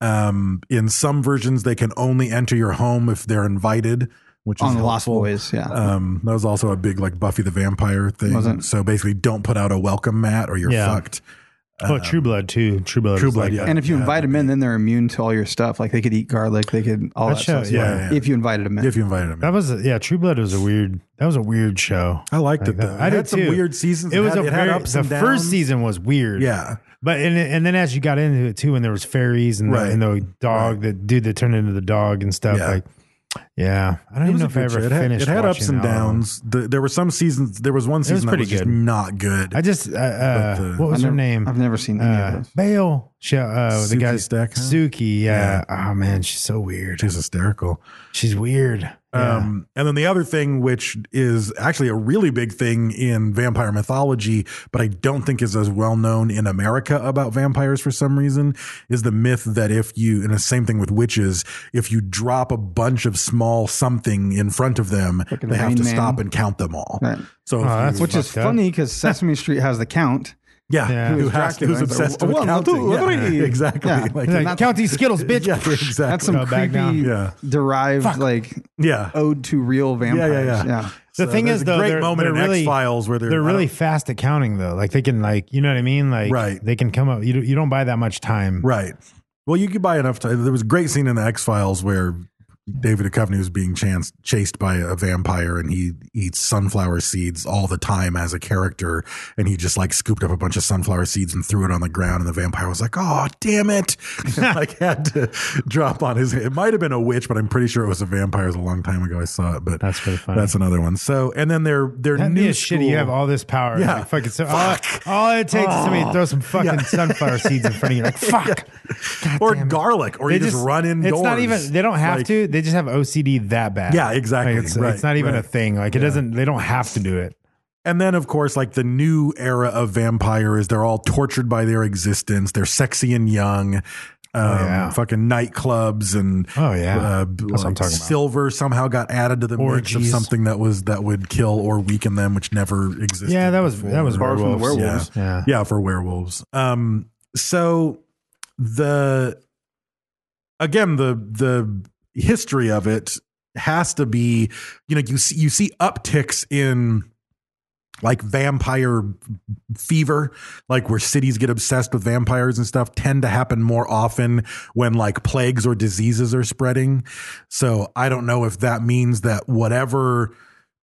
S5: um in some versions they can only enter your home if they're invited which is
S3: on the Lost
S5: helpful.
S3: Boys. Yeah,
S5: um that was also a big like buffy the vampire thing
S3: Was it?
S5: so basically don't put out a welcome mat or you're
S4: Yeah.
S5: fucked
S4: oh, True Blood too. True Blood.
S5: True
S4: is
S5: Blood,
S4: like-
S5: yeah.
S3: and if you
S5: yeah,
S3: invite
S5: that'd
S3: them in,
S5: be-
S3: then they're immune to all your stuff. Like they could eat garlic. They could all
S4: That
S3: that,
S4: show-
S3: stuff.
S4: yeah,
S5: yeah.
S3: If you invited them in,
S5: if you invited them in.
S4: That was a, yeah. True Blood was a weird. That was a weird show.
S5: I liked it, though.
S4: I
S5: It
S4: did
S5: had some
S4: too.
S5: weird seasons.
S4: It,
S5: It
S4: was
S5: had-
S4: a
S5: it had
S4: very,
S5: ups
S4: the
S5: and
S4: first
S5: downs.
S4: season was weird.
S5: Yeah.
S4: But and and then as you got into it too, and there was fairies and
S5: Right.
S4: the, and the dog, the dude that turned into the dog and stuff.
S5: Yeah.
S4: Like, yeah, I don't even know
S5: a
S4: if I
S5: good
S4: ever
S5: show. it had,
S4: finished.
S5: it had ups
S4: watching
S5: and
S4: all of them.
S5: downs. The, there were some seasons. There was one season that
S4: pretty
S5: was just
S4: good.
S5: not good.
S4: I just uh, uh,
S5: But, uh,
S4: what was
S3: I
S4: her
S3: never-
S4: name?
S3: I've never seen any of
S4: uh,
S3: those.
S4: Bale. She, uh, the
S5: Suki
S4: guy
S5: Stackhouse?
S4: Suki. Yeah. Oh man, she's so weird.
S5: She's hysterical.
S4: She's weird.
S5: Um, and then the other thing, which is actually a really big thing in vampire mythology, but I don't think is as well known in America about vampires for some reason, is the myth that if you, and the same thing with witches, if you drop a bunch of small something in front of them,
S3: Like in
S5: they have
S3: Rain
S5: to
S3: Man.
S5: stop and count them all.
S3: Right.
S5: So, if
S4: Oh, that's
S5: you-
S3: Which is
S4: Fucked up.
S3: funny because Sesame Street has the count.
S5: yeah,
S4: Yeah.
S5: who has
S4: Who's
S3: Dracula,
S5: who's
S3: right?
S5: obsessed
S3: Like,
S5: with
S3: one,
S5: counting?
S3: two,
S5: Yeah,
S3: three.
S5: exactly.
S3: Yeah.
S5: Like,
S4: He's like,
S3: Not-
S4: count these Skittles, bitch.
S5: yeah, exactly.
S3: That's some
S4: Go back
S3: creepy
S4: now.
S5: Yeah.
S3: derived like
S5: yeah.
S3: ode to real
S5: yeah,
S3: vampires.
S5: yeah. So
S4: The thing
S5: there's
S4: is,
S5: a
S4: though,
S5: great
S4: they're,
S5: moment
S4: they're
S5: in
S4: really,
S5: X-Files where they're- I
S4: really
S5: don't-
S4: fast at counting, though. Like they can, like you know what I mean? Like
S5: Right.
S4: they can come up. You don't, you don't buy that much time.
S5: Right. Well, you could buy enough time. There was a great scene in the X Files where David Duchovny was being chanced, chased by a vampire, and he eats sunflower seeds all the time as a character. And he just like scooped up a bunch of sunflower seeds and threw it on the ground, and the vampire was like, "Oh, damn it!" And, like had to drop on his. It might have been a witch, but I'm pretty sure it was a vampire. It was a long time ago I saw it, but
S4: That's pretty funny.
S5: That's another one. So, and then they're they're
S4: That'd
S5: new
S4: be a shitty. You
S5: school-
S4: have all this power.
S5: Yeah.
S4: Like, fucking, so all- All, it takes is somebody to throw some fucking sunflower seeds in front of you. Like, fuck. God
S5: or
S4: damn it.
S5: garlic, or
S4: They
S5: you just, run indoors.
S4: It's not even. They don't have
S5: Like-
S4: to. They just have OCD that bad.
S5: Yeah, exactly.
S4: Like, it's,
S5: Right,
S4: it's not even
S5: right.
S4: a thing. Like it doesn't. They don't have to do it.
S5: And then, of course, like the new era of vampire is they're all tortured by their existence. They're sexy and young. Um,
S4: Oh, yeah.
S5: Fucking nightclubs and
S4: Oh, yeah.
S5: uh,
S4: That's what I'm
S5: like
S4: talking about.
S5: silver somehow got added to the mix of
S4: Orgies.
S5: something that was that would kill or weaken them, which never existed.
S4: Yeah, that was
S5: before.
S4: that was
S3: Apart from the
S4: werewolves.
S3: werewolves.
S4: Yeah.
S5: yeah. for werewolves. Um, so the again the the history of it has to be you know you see, you see upticks in like vampire fever, like where cities get obsessed with vampires and stuff, tend to happen more often when like plagues or diseases are spreading. So I don't know if that means that whatever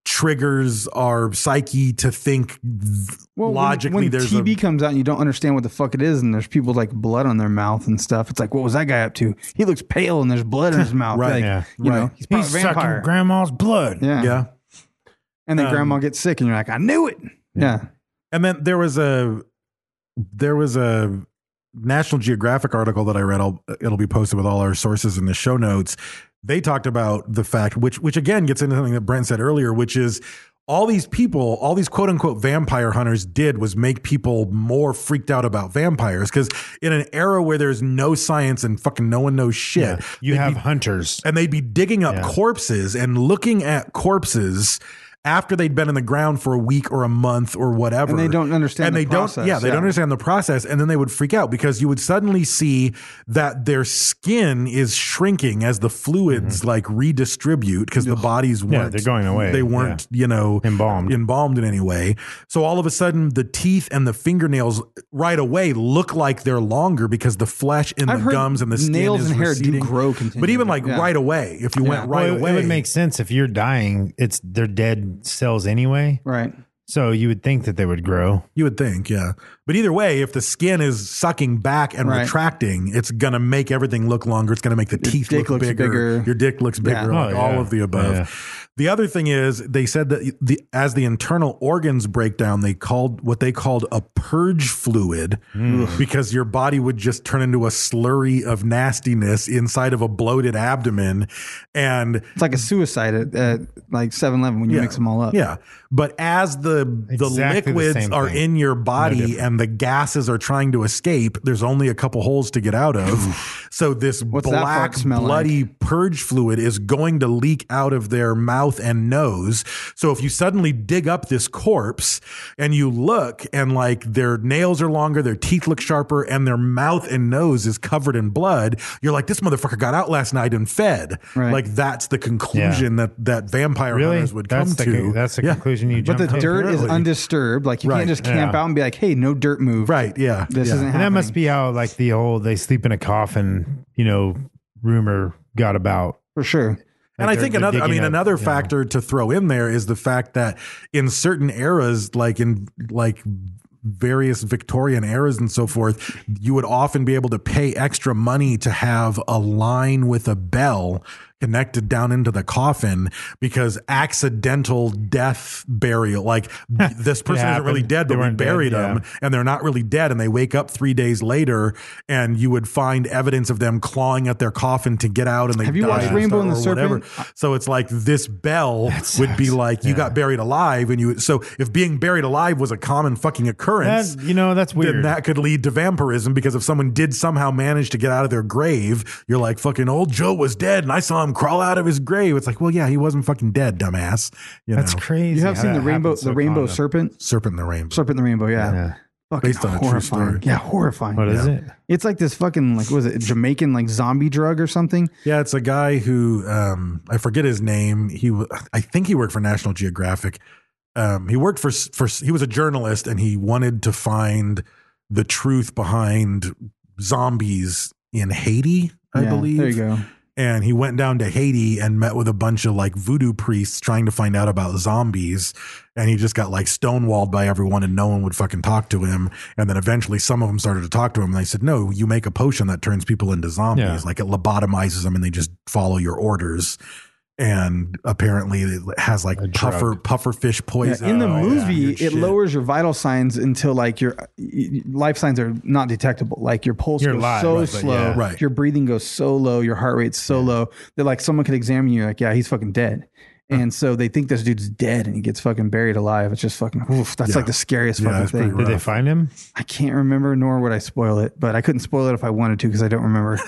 S5: triggers our psyche to think th-
S3: Well, when-
S5: logically
S3: when,
S5: there's
S3: TV
S5: a,
S3: comes out and you don't understand what the fuck it is, and there's people with, like blood on their mouth and stuff. It's like, what was that guy up to? He looks pale and there's blood in his mouth.
S5: Right.
S3: Like,
S4: Yeah.
S3: You know,
S5: Right.
S3: he's probably
S4: He's
S3: a
S4: sucking
S3: vampire.
S4: grandma's blood.
S3: yeah.
S5: yeah.
S3: And then
S5: Um,
S3: grandma gets sick, and you're like, I knew it. Yeah.
S5: And then there was a there was a National Geographic article that I read. I'll, it'll be posted with all our sources in the show notes. They talked about the fact, which which again gets into something that Brent said earlier, which is all these people, all these quote unquote vampire hunters did was make people more freaked out about vampires. Because in an era where there's no science and fucking no one knows shit,
S4: You
S5: they'd
S4: have
S5: be
S4: hunters.
S5: and they'd be digging up
S4: Yeah.
S5: corpses and looking at corpses after they'd been in the ground for a week or a month or whatever.
S3: And they don't understand
S5: And
S3: the
S5: they
S3: process,
S5: don't. Yeah, they
S3: yeah.
S5: don't understand the process, and then they would freak out because you would suddenly see that their skin is shrinking as the fluids like redistribute because the bodies weren't.
S4: Yeah, they're going away.
S5: They weren't, you know,
S4: Embalmed.
S5: embalmed in any way. So all of a sudden, the teeth and the fingernails right away look like they're longer because the flesh in
S3: I've
S5: the
S3: heard
S5: gums and the skin
S3: nails
S5: is
S3: and hair do
S5: receding.
S3: grow
S5: But even
S3: continually.
S5: like
S3: Yeah.
S5: right away, if you
S3: Yeah.
S5: went right
S4: Well, it-
S5: away,
S4: It would make sense if you're dying. It's they're dead cells anyway.
S3: Right.
S4: So you would think that they would grow.
S5: you would think, yeah. But either way, if the skin is sucking back and
S3: Right.
S5: retracting, it's gonna make everything look longer. It's gonna make the teeth
S3: dick
S5: look
S3: looks
S5: bigger.
S3: bigger.
S5: Your dick looks bigger.
S3: Yeah.
S5: Like
S4: Oh, yeah.
S5: All of the above.
S4: Yeah.
S5: The other thing is, they said that the as the internal organs break down, they called what they called a purge fluid
S4: Hmm.
S5: because your body would just turn into a slurry of nastiness inside of a bloated abdomen, and
S3: It's like a suicide at, at like 7 Eleven when you mix them all up.
S5: yeah, but as the the
S4: Exactly the
S5: liquids
S4: same
S5: are
S4: thing.
S5: in your
S4: No
S5: body
S4: different.
S5: and the gases are trying to escape, there's only a couple holes to get out of. so this
S3: What's that
S5: black
S3: fart smell
S5: bloody purge fluid is going to leak out of their mouth and nose. So if you suddenly dig up this corpse and you look and like their nails are longer, their teeth look sharper, and their mouth and nose is covered in blood, you're like, this motherfucker got out last night and fed.
S3: Right.
S5: Like that's the conclusion that that vampire
S4: Really?
S5: hunters would
S4: that's
S5: come
S4: the,
S5: to.
S4: That's the
S5: Yeah.
S4: conclusion you
S3: But
S4: jumped
S3: the
S4: to.
S3: dirt is
S5: Apparently.
S3: undistured. Like you
S5: Right.
S3: can't just camp
S4: Yeah.
S3: out and be like, hey, no dirt move.
S5: Right. Yeah.
S3: This
S5: yeah.
S4: And
S3: isn't happening.
S4: that must be how like the whole they sleep in a coffin, you know, rumor got about.
S3: for sure.
S5: and I
S4: Like,
S5: think
S4: they're- they're
S5: another, I mean,
S4: digging up,
S5: another
S4: you know.
S5: factor to throw in there is the fact that in certain eras, like in like various Victorian eras and so forth, you would often be able to pay extra money to have a line with a bell. connected down into the coffin because accidental death burial, like this person isn't
S4: happened.
S5: really dead,
S4: They
S5: but we
S4: weren't dead,
S5: buried
S4: yeah.
S5: them and they're not really dead and they wake up three days later and you would find evidence of them clawing at their coffin to get out and they
S3: Have you
S5: died
S3: watched
S5: and
S3: Rainbow
S5: stuff
S3: and the
S5: or
S3: Serpent?
S5: whatever. so it's like this bell would be like you got buried alive and you so if being buried alive was a common fucking occurrence
S4: That- you know, that's
S5: then
S4: weird.
S5: that could lead to vampirism because if someone did somehow manage to get out of their grave you're like fucking old Joe was dead and I saw him crawl out of his grave it's like well yeah he wasn't fucking dead dumbass you
S4: That's
S5: know
S4: crazy.
S3: You have
S4: how
S3: seen the
S4: that
S3: rainbow,
S4: happens
S3: the
S4: so
S3: rainbow
S4: common.
S3: serpent,
S5: serpent in the rainbow
S3: serpent in the rainbow. Yeah,
S4: Yeah.
S3: fucking
S5: Based on a true
S3: horrifying.
S5: story.
S3: Yeah, horrifying.
S4: What is
S5: Yeah.
S4: it?
S3: It's like this fucking like was it Jamaican like zombie drug or something?
S5: Yeah, it's a guy who um, I forget his name. He, w- I think he worked for National Geographic. Um, he worked for for he was a journalist and he wanted to find the truth behind zombies in Haiti, I
S3: Yeah,
S5: believe.
S3: There you go.
S5: And he went down to Haiti and met with a bunch of like voodoo priests trying to find out about zombies. And he just got like stonewalled by everyone and no one would fucking talk to him. And then eventually some of them started to talk to him and they said, No, you make a potion that turns people into zombies.
S4: Yeah.
S5: Like it lobotomizes them and they just follow your orders. And apparently it has like puffer puffer fish
S3: Yeah,
S5: poison.
S3: in the
S5: and all that
S3: movie,
S5: weird
S3: it
S5: shit.
S3: lowers your vital signs until like your y- y- life signs are not detectable. Like your pulse
S4: You're
S3: goes
S4: alive,
S3: so
S4: right, but
S3: slow,
S4: yeah.
S5: Right.
S3: Your breathing goes so low, your heart rate's so low that like someone could examine you, like yeah, he's fucking dead. And so they think this dude's dead, and he gets fucking buried alive. It's just fucking. Oof, that's
S5: Yeah.
S3: like the scariest
S5: Yeah,
S3: fucking
S5: it's pretty
S3: thing.
S4: Did they
S5: rough.
S4: find him?
S3: I can't remember, nor would I spoil it, but I couldn't spoil it if I wanted to because I don't remember.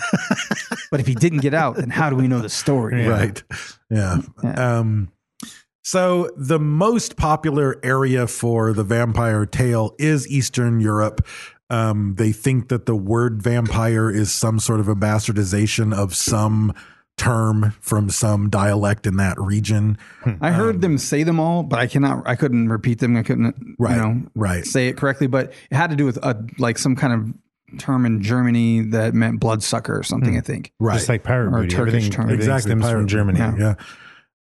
S3: but if he didn't get out, then how do we know the story?
S5: right yeah. um so the most popular area for the vampire tale is eastern europe um they think that the word vampire is some sort of a bastardization of some term from some dialect in that region
S4: Hmm.
S3: I heard
S5: Um,
S3: them say them all, but I cannot. I couldn't repeat them. I couldn't,
S5: Right,
S3: you know,
S5: right.
S3: say it correctly. But it had to do with a like some kind of term in Germany that meant bloodsucker or something. I think.
S5: Hmm. right
S4: Just like pirate
S3: Or
S4: booty.
S3: Turkish
S4: everything,
S3: term.
S4: everything
S5: exactly
S4: stems
S5: pirate
S4: from Germany.
S5: movie, yeah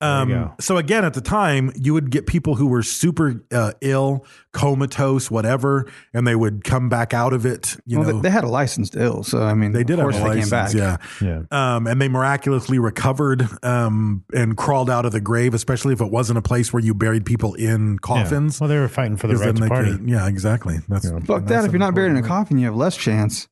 S4: you
S5: um,
S4: go.
S5: so again at the time you would get people who were super uh, ill comatose whatever and they would come back out of it you
S3: well,
S5: know
S3: they, they had a licensed ill, so I mean,
S5: They did
S3: of
S5: have
S3: course
S5: a license, yeah,
S4: Yeah.
S5: Um, and they miraculously recovered um, and crawled out of the grave, especially if it wasn't a place where you buried people in
S4: Yeah.
S5: coffins.
S4: Well, they were fighting for the
S5: 'Cause
S4: right
S5: then
S4: to
S5: they
S4: party.
S5: could- yeah, exactly. That's
S3: Fuck that!
S5: that's
S3: If you're not buried in a
S5: important.
S3: coffin, you have less chance.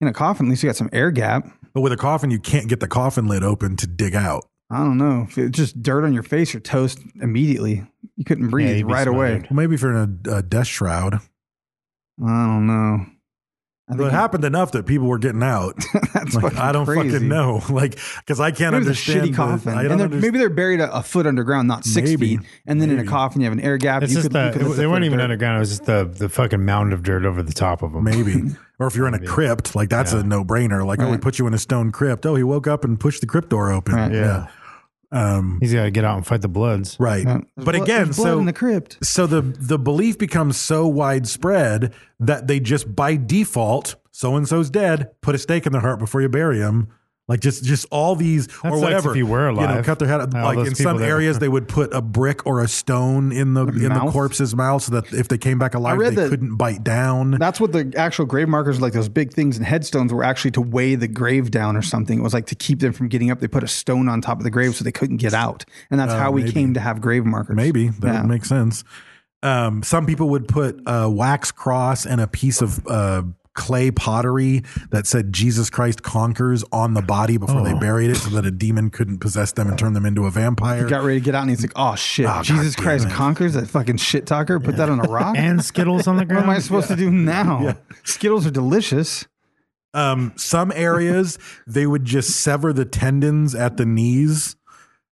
S3: In a coffin, at least you got some air gap.
S5: But with a coffin, you can't get the coffin lid open to dig out.
S3: I don't know. If it's just dirt on your face, you're toast immediately. You couldn't breathe
S4: you'd be
S3: right away.
S4: smothered.
S5: Well, maybe if you're in a, a death shroud.
S3: I don't know. I
S5: But it
S3: you-
S5: happened enough that people were getting out.
S3: That's
S5: Like,
S3: fucking
S5: I don't
S3: crazy.
S5: fucking know. Like, because I can't
S3: Maybe it's a
S5: understand.
S3: shitty
S5: the-
S3: coffin.
S5: I
S3: and
S5: don't
S3: they're,
S5: understand.
S3: maybe they're buried a, a foot underground, not six
S5: Maybe.
S3: feet. And then in a
S5: Maybe.
S3: coffin, you have an air gap.
S4: It's
S3: you
S4: just
S3: could,
S4: the,
S3: you could lift a
S4: they
S3: foot
S4: weren't
S3: of
S4: even
S3: dirt.
S4: underground. It was just the, the fucking mound of dirt over the top of them.
S5: Maybe. Or if you're in a crypt, like that's a no brainer. Like, oh, we
S3: Right.
S5: put you in a stone crypt. Oh, he woke up and pushed the crypt door open.
S3: Right.
S5: Yeah.
S4: He's got to get out and fight the Bloods.
S5: Right.
S3: Yeah. There's
S5: But
S3: blood-
S5: again,
S3: there's blood
S5: so
S3: in the crypt.
S5: so the the belief becomes so widespread that they just by default, so and so's dead. Put a stake in their heart before you bury him. Like just just all these or
S4: sucks
S5: whatever.
S4: if you were
S5: you know,
S4: alive.
S5: cut their head.
S4: All
S5: Like
S4: those
S5: in
S4: people
S5: some
S4: that-
S5: areas, they would put a brick or a stone in the in the
S3: Mouth?
S5: corpse's mouth, so that if they came back alive,
S3: read
S5: they
S3: that-
S5: couldn't bite down.
S3: That's what the actual grave markers, like those big things and headstones, were actually to weigh the grave down or something. It was like to keep them from getting up. They put a stone on top of the grave so they couldn't get out. And that's how we
S5: maybe.
S3: came to have grave markers.
S5: Maybe that
S3: Yeah.
S5: would make sense. Um, some people would put a wax cross and a piece of uh, clay pottery that said "Jesus Christ conquers" on the body before they buried it, so that a demon couldn't possess them and turn them into a vampire.
S3: He got ready to get out and he's like, oh shit,
S5: Oh,
S3: Jesus
S5: God
S3: Christ
S5: damn it.
S3: conquers that fucking shit talker. Put that on a rock.
S4: And Skittles on the
S3: what
S4: ground.
S3: am I supposed to do now? Skittles are delicious.
S5: Um, some areas they would just sever the tendons at the knees,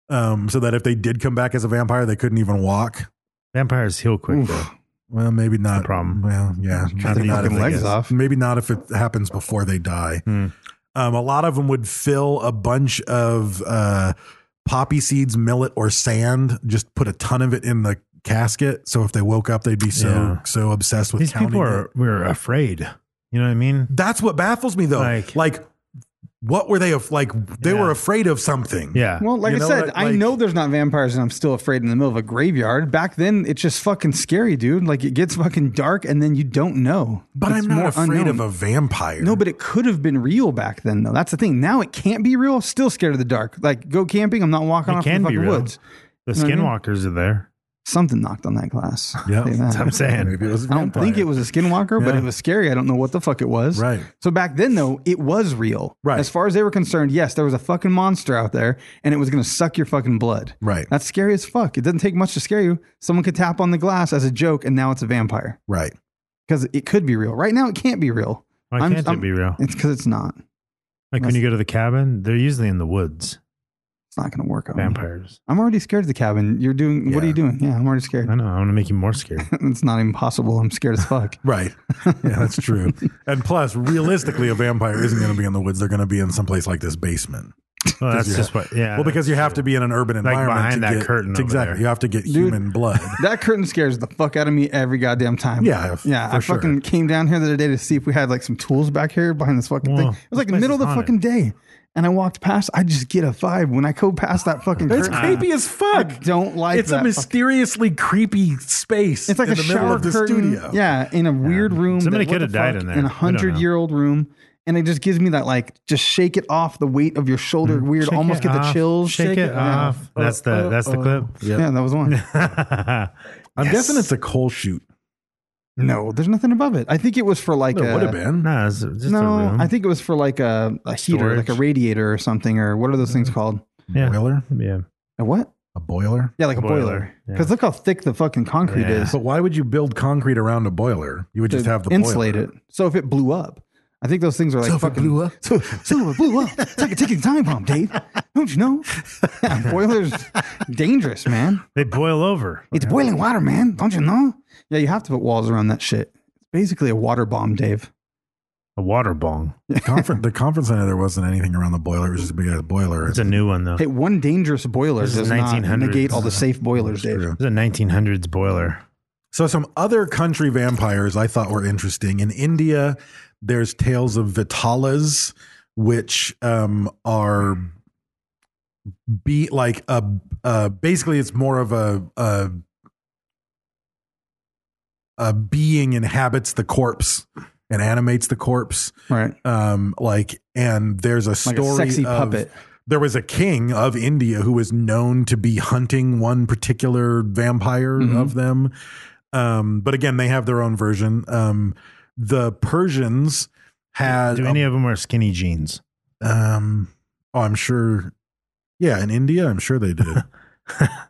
S5: um, so that if they did come back as a vampire, they couldn't even walk.
S4: Vampires heal quick, though.
S5: Well, maybe not.
S4: problem.
S5: Well, yeah,
S3: Cut their
S5: maybe not, if
S3: fucking
S5: they
S3: legs
S5: get-
S3: off.
S5: maybe not if it happens before they die.
S4: Hmm.
S5: Um, a lot of them would fill a bunch of uh, poppy seeds, millet, or sand. Just put a ton of it in the casket. So if they woke up, they'd be so
S4: Yeah.
S5: so obsessed with
S4: These
S5: counting
S4: people
S5: it.
S4: are we're afraid. You know what I mean?
S5: That's what baffles me though. Like,
S4: Like-
S5: what were they of? Like they were afraid of something.
S4: Yeah.
S3: Well, like
S5: You
S3: I
S5: know,
S3: said,
S5: like-
S3: I
S5: like-
S3: know there's not vampires, and I'm still afraid in the middle of a graveyard. Back then, it's just fucking scary, dude. Like it gets fucking dark, and then you don't know.
S5: But
S3: It's
S5: I'm not
S3: more
S5: afraid
S3: unknown.
S5: of a vampire.
S3: No, but it could have been real back then, though. That's the thing. Now it can't be real. Still scared of the dark. Like go camping. I'm not walking
S4: It
S3: off in
S4: can
S3: the
S4: be
S3: fucking
S4: real.
S3: woods.
S4: The
S3: You know what I mean?
S4: skinwalkers are there.
S3: Something knocked on that glass.
S5: Yeah,
S3: Say
S4: That's what I'm
S3: that.
S4: saying.
S5: maybe it was. a
S3: I don't
S5: vampire.
S3: think it was a skinwalker, but
S5: Yeah.
S3: it was scary. I don't know what the fuck it was.
S5: Right.
S3: So back then, though, it was real.
S5: Right.
S3: As far as they were concerned, yes, there was a fucking monster out there, and it was going to suck your fucking blood.
S5: Right.
S3: That's scary as fuck. It doesn't take much to scare you. Someone could tap on the glass as a joke, and now it's a vampire
S5: Right.
S3: because it could be real. Right now, it can't be real.
S4: Why
S3: I'm-
S4: can't
S3: I'm-
S4: it be real?
S3: It's because it's not.
S4: Like when you go to the cabin, they're usually in the woods.
S3: It's not going to work. on me.
S4: Vampires.
S3: I'm already scared of the cabin. You're doing. What are
S5: Yeah.
S3: you doing? Yeah, I'm already scared.
S4: I know. I want to make you more scared.
S3: it's not even possible. I'm scared as fuck.
S5: Right. Yeah, that's true. and plus, realistically, a vampire isn't going to be in the woods. They're going to be in someplace like this basement.
S4: Well, that's
S5: you're-
S4: just what. Yeah.
S5: well, because you have to be in an urban
S4: Like
S5: environment
S4: behind
S5: to
S4: that
S5: get-
S4: curtain
S5: to-
S4: over
S5: exactly.
S4: there.
S5: You have to get human blood.
S3: That curtain scares the fuck out of me every goddamn time.
S5: Yeah, f-
S3: yeah.
S5: for
S3: I
S5: sure.
S3: fucking came down here the other day to see if we had like some tools back here behind this fucking thing.
S4: Whoa,
S3: It was like
S4: this
S3: the
S4: place
S3: middle of
S4: is
S3: the
S4: haunted.
S3: fucking day, and I walked past. I just get a vibe when I go past that fucking.
S5: It's
S4: Uh,
S3: curtain.
S5: creepy as fuck.
S3: I don't like
S5: It's
S3: that
S5: a mysteriously creepy space.
S3: It's like
S5: in
S3: a
S5: the
S3: shower
S5: middle of the
S3: curtain.
S5: studio.
S3: Yeah, in a weird room. that-
S4: Somebody
S3: what
S4: could
S3: the
S4: have died
S3: fuck,
S4: in there.
S3: In
S4: We
S3: a
S4: don't
S3: hundred year old room, and it just gives me that like just shake it off the weight of your shoulder. Weird,
S4: Shake
S3: almost
S4: it
S3: get the
S4: off.
S3: chills.
S4: Shake, it
S3: yeah.
S4: off. That's the that's the clip.
S3: Yeah. that was one.
S5: I'm guessing it's a coal chute.
S3: no, there's nothing above it. I think it was for like
S5: There
S3: a,
S5: would have been.
S4: No, it's just a
S3: No,
S4: room.
S3: I think it was for like a, a heater, like a
S4: Storage.
S3: radiator or something, or what are those things called?
S4: yeah.
S5: Boiler?
S4: Yeah.
S3: A what?
S5: A boiler?
S3: Yeah, like a
S4: Boiler,
S3: boiler.
S4: yeah.
S3: Because look how thick the fucking concrete
S4: Yeah.
S3: is.
S5: But why would you build concrete around a boiler? You would just
S3: To
S5: have the
S3: insulate
S5: boiler.
S3: it. So if it blew up, I think those things are like
S5: So if it
S3: fucking
S5: blew up?
S3: So, so if it blew up. It's like a ticking time bomb, Dave. Don't you know? Yeah, boilers dangerous, man.
S4: They boil over.
S3: It's boiling water, man. Don't you know? Yeah, you have to put walls around that shit. It's basically a water bomb, Dave.
S4: A water bong.
S5: Conference, the conference center, there wasn't anything around the boiler. It was just a big ass boiler.
S4: It's a new one though.
S3: Hey, one dangerous boiler
S4: This is
S3: does not
S4: 1900s.
S3: negate all the safe boilers, Dave.
S5: True.
S4: It's a 1900s boiler.
S5: So some other country vampires I thought were interesting. In India, there's tales of Vitalas, which um, are be like a uh, basically it's more of a, a a being inhabits the corpse and animates the corpse.
S3: Right.
S5: Um, like and there's a
S3: Like
S5: story
S3: a sexy
S5: of-
S3: puppet.
S5: there was a king of India who was known to be hunting one particular vampire
S4: Mm-hmm.
S5: of them. Um, but again, they have their own version. Um, the Persians had
S4: Do any of them wear skinny jeans?
S5: um, oh, I'm sure. Yeah, in India, I'm sure they did.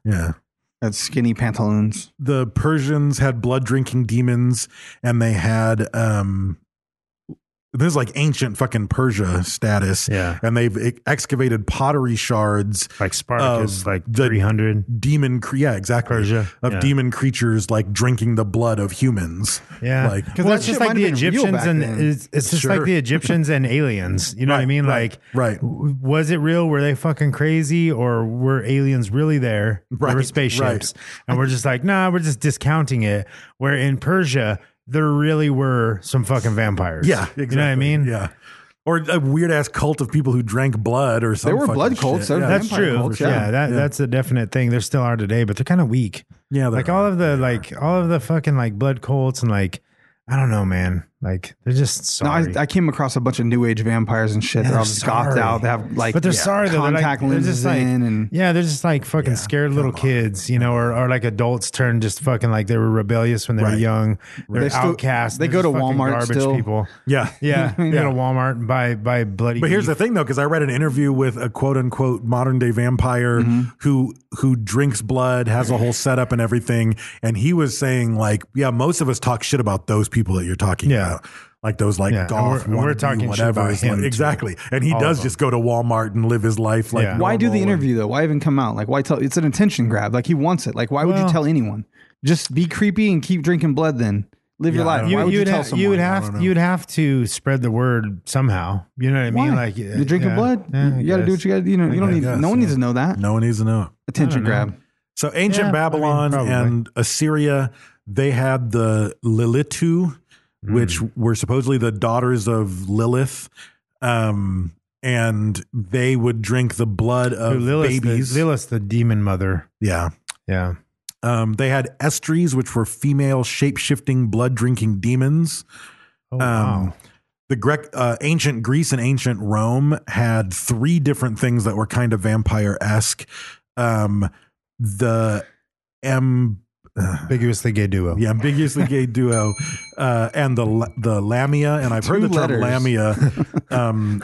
S5: yeah.
S3: That's skinny pantaloons.
S5: the Persians had blood drinking demons and they had um this is like ancient fucking Persia status.
S4: Yeah.
S5: And they've e- excavated pottery shards
S4: Like Spartacus,
S5: of
S4: like
S5: the
S4: 300.
S5: demon cre- yeah, exactly.
S4: Persia,
S5: Of
S4: yeah.
S5: demon creatures like drinking the blood of humans.
S4: Yeah,
S5: Like
S4: well,
S3: that
S4: it's
S3: shit
S4: just
S3: might
S4: like the
S3: have been real
S4: Egyptians
S3: back
S4: and
S3: then.
S4: it's, it's just
S5: Sure.
S4: like the Egyptians and aliens. You know what I
S5: Right,
S4: mean?
S5: right,
S4: like,
S5: right.
S4: w- Was it real? Were they fucking crazy, or were aliens really there?
S5: Right,
S4: There were spaceships, and we're just like, nah, we're just discounting it. Where in Persia, there really were some fucking vampires.
S5: Yeah, exactly.
S4: you know what I mean?
S5: Yeah. Or a weird ass cult of people who drank blood or something.
S3: were blood cults, there were
S5: Yeah.
S4: That's
S3: Vampire
S4: true.
S3: cults,
S4: yeah,
S3: yeah.
S4: that
S5: Yeah.
S4: that's a definite thing. There still are today, but they're kind of weak.
S5: Yeah, they're-
S4: like all of the like all of the fucking like blood cults and like I don't know, man. Like they're just
S3: No,
S4: sorry.
S3: I, I came across a bunch of new age vampires and shit.
S4: Yeah,
S3: they're all
S4: they're
S3: just gothed
S4: sorry.
S3: out. They have like
S4: but they're sorry though. They're, like-
S3: contact
S4: they're
S3: lenses
S4: just like,
S3: in and
S4: yeah, they're just like fucking scared little kids, you know, or, or like adults turned just fucking like they were rebellious when they
S5: Right.
S4: were young. They're
S3: They still-
S4: outcasts.
S3: they
S4: They're
S3: go
S4: just
S3: to
S4: fucking
S3: Walmart
S4: Garbage
S3: still.
S4: people.
S5: Yeah.
S4: Yeah,
S3: Yeah.
S4: you go to Walmart and buy buy bloody.
S5: But here's
S4: beef.
S5: the thing, though, because I read an interview with a quote unquote modern day vampire
S4: Mm-hmm.
S5: who who drinks blood, has a whole setup and everything, and he was saying like, yeah, most of us talk shit about those people that you're talking
S4: Yeah.
S5: about. Like those, like
S4: Yeah, and
S5: goth,
S4: we're- we're
S5: wannabe,
S4: talking shit
S5: whatever.
S4: about
S5: is like-
S4: him, too.
S5: exactly, and he
S4: All
S5: does
S4: of
S5: just go to Walmart and live his life. Like,
S4: Yeah.
S3: why do the
S5: normal.
S3: interview though? Why even come out? Like why tell? It's an attention grab. Like he wants it. Like why would
S4: Well-
S3: you tell anyone? Just be creepy and keep drinking blood. Then live your
S5: Yeah, I
S3: life.
S5: don't
S4: You,
S3: why would you,
S4: would
S3: tell
S4: have,
S3: someone?
S4: you would
S5: don't
S4: have
S5: know.
S4: you would have to spread the word somehow. You know what I mean?
S3: Why?
S4: Like
S3: you drinking
S4: yeah.
S3: blood.
S4: Yeah, I
S3: you got to do
S4: guess.
S3: what you got to. You know. You don't need.
S5: guess,
S3: no one
S5: yeah.
S3: needs to know that.
S5: No one needs to know.
S3: Attention grab.
S5: So ancient
S4: Yeah, I mean,
S5: Babylon
S4: probably.
S5: and Assyria, they had the
S4: Hmm.
S5: Lilitu, which were supposedly the daughters of Lilith. Um, and they would drink the blood of
S4: Lilith, the,
S5: babies.
S4: Lilith, the demon mother.
S5: yeah.
S4: Yeah.
S5: Um, they had estries, which were female shape shifting, blood drinking demons.
S4: Oh,
S5: Um,
S4: wow.
S5: The Grec, uh, ancient Greece and ancient Rome had three different things that were kind of vampire esque. Um, the M,
S4: Ambiguously gay duo.
S5: the ambiguously gay duo, uh, and the la- the lamia, and I've heard
S3: Two
S5: the term
S3: letters.
S5: lamia, um,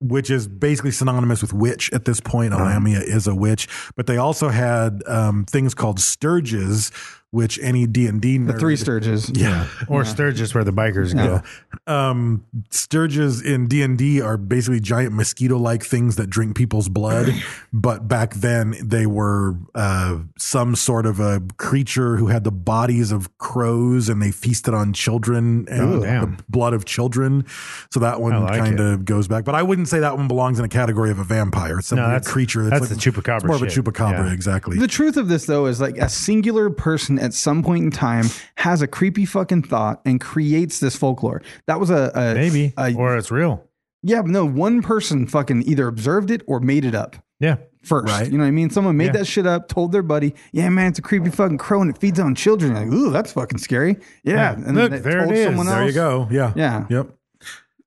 S5: which is basically synonymous with witch at this point. A
S3: Uh-huh.
S5: lamia is a witch, but they also had um, things called sturges, which any D and D
S3: The three Sturges.
S5: yeah.
S4: Or Sturgis, where the bikers go.
S5: Um, sturges in D and D are basically giant mosquito-like things that drink people's blood, but back then they were uh, some sort of a creature who had the bodies of crows, and they feasted on children and
S4: Oh,
S5: the
S4: damn.
S5: blood of children. So that one
S4: I like
S5: kind of goes back, but I wouldn't say that one belongs in a category of a vampire. It's some
S4: No,
S5: weird
S4: that's-
S5: creature.
S4: that's the chupacabra
S5: It's more of a
S4: shit.
S5: chupacabra,
S4: Yeah.
S5: exactly.
S3: The truth of this, though, is like a singular person at some point in time has a creepy fucking thought and creates this folklore. That was a, a
S4: Maybe.
S3: a-
S4: or it's real.
S3: yeah, no, one person fucking either observed it or made it up
S4: Yeah.
S3: first.
S5: Right.
S3: You know what I mean? Someone made
S4: Yeah.
S3: that shit up, told their buddy, "Yeah, man, it's a creepy fucking crow and it feeds on children." Like, ooh, that's fucking scary. Yeah,
S4: Yeah.
S3: and
S4: Look,
S3: they
S4: there it is.
S5: There you go. Yeah.
S3: Yeah.
S5: Yep.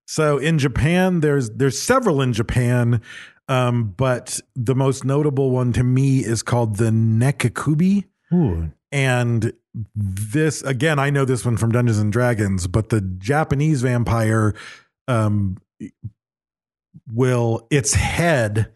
S5: So in Japan, there's there's several in Japan, um, but the most notable one to me is called the Nekakubi.
S4: Ooh.
S5: And this again, I know this one from Dungeons and Dragons, but the Japanese vampire um, will its head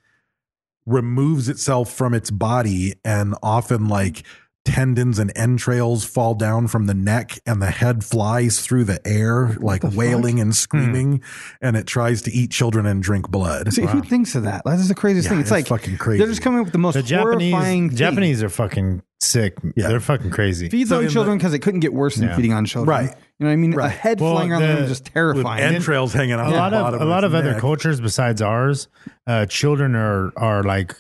S5: removes itself from its body, and often like tendons and entrails fall down from the neck, and the head flies through the air, like wailing
S4: Hmm.
S5: and screaming, and it tries to eat children and drink blood.
S3: See, who thinks of that? That is the craziest
S5: Yeah,
S3: thing.
S5: it's
S3: It's, like
S5: fucking crazy.
S3: They're just coming up with the most
S4: The
S3: horrifying
S4: Japanese
S3: thing.
S4: Japanese are fucking sick.
S5: Yeah.
S4: They're fucking crazy.
S3: feeds
S5: So in
S3: on
S5: the-
S3: children because it couldn't get worse than
S4: Yeah.
S3: feeding on children.
S5: Right.
S3: You know what I mean? A
S5: Right.
S3: head
S4: Well,
S3: flying around
S4: the-
S3: them is just
S5: With
S3: terrifying.
S5: entrails hanging out.
S4: a lot
S5: the
S4: of,
S5: bottom
S4: a lot
S5: its
S4: of other
S5: neck.
S4: cultures besides ours, uh, children are are like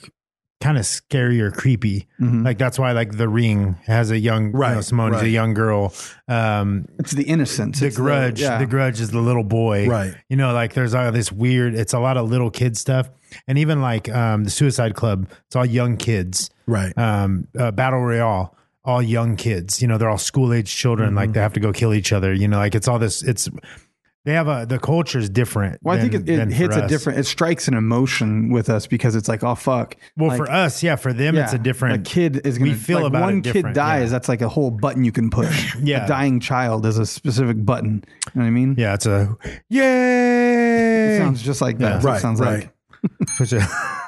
S4: kind of scary or creepy. Like that's why like the ring has a young you know,
S5: Right,
S4: Simone is
S5: right.
S4: a young girl. Um,
S3: it's the innocence.
S4: the
S3: It's
S4: grudge, the,
S3: yeah.
S4: grudge is the little boy,
S5: Right.
S4: You know, like there's all this weird. It's a lot of little kid stuff, and even like um, the Suicide Club, it's all young kids,
S5: Right.
S4: um, uh, battle royale all young kids you know they're all school age children like
S3: Mm-hmm.
S4: they have to go kill each other you know like it's all this it's they have a the culture is different
S3: Well, I think it,
S4: than-
S3: it
S4: than for
S3: hits a
S4: us.
S3: different. It strikes an emotion with us because it's like, oh fuck.
S4: well
S3: Like,
S4: for us yeah for them it's
S3: yeah,
S4: a different
S3: A kid is going
S4: we
S3: to
S4: feel about
S3: one
S4: it
S3: kid
S4: different,
S3: dies.
S4: yeah.
S3: That's like a whole button you can push.
S4: Yeah.
S3: a dying child is a specific button. You know what I mean?
S4: yeah it's a yay oh,
S3: It sounds just like that.
S5: Yeah.
S3: it sounds
S5: Right,
S3: like
S5: right.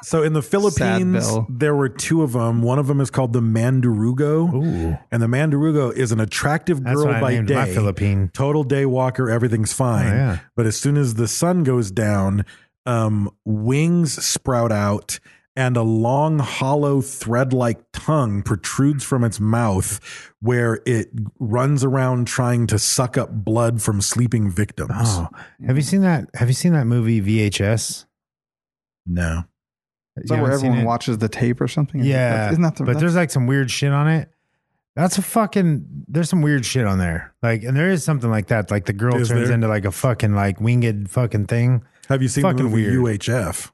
S5: So in the Philippines,
S3: Bill.
S5: there were two of them. One of them is called the Mandarugo,
S4: Ooh.
S5: and the Mandarugo is an attractive
S4: That's
S5: girl
S4: what I
S5: by
S4: named
S5: day,
S4: my Philippine.
S5: total day walker. Everything's fine,
S4: Oh, yeah.
S5: but as soon as the sun goes down, um, wings sprout out, and a long, hollow, thread-like tongue protrudes from its mouth, where it runs around trying to suck up blood from sleeping victims.
S4: oh have you seen that have you seen that movie vhs
S5: No,
S4: You
S3: Is that where
S4: haven't seen
S3: everyone
S4: it?
S3: watches the tape or something?
S4: yeah
S3: isn't that the?
S4: but
S3: that's-
S4: there's like some weird shit on it that's a fucking there's some weird shit on there like and there is something like that like the girl
S5: Is
S4: turns
S5: there?
S4: into like a fucking like winged fucking thing
S5: have you seen the
S4: Fucking
S5: movie
S4: weird.
S5: UHF?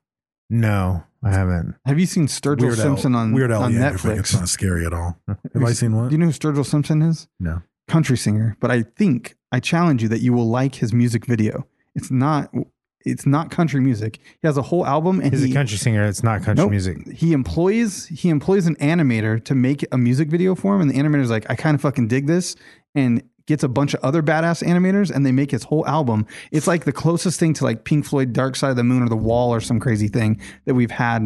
S4: no i haven't
S3: have you seen Sturgill
S5: Weird Al-
S3: Simpson on
S5: Weird Al
S3: on
S5: Yankovic. It's
S3: Netflix?
S5: not scary at all. Have I seen one?
S3: Do you know who Sturgill Simpson is?
S5: no.
S3: Country singer, but I think I challenge you that you will like his music video. It's not it's not country music. He has a whole album and
S4: he's
S3: he-
S4: a country singer it's not country
S3: Nope.
S4: music
S3: He employs he employs an animator to make a music video for him, and the animator's like, I kind of fucking dig this, and gets a bunch of other badass animators, and they make his whole album. It's like the closest thing to like Pink Floyd, Dark Side of the Moon, or The Wall, or some crazy thing that we've had.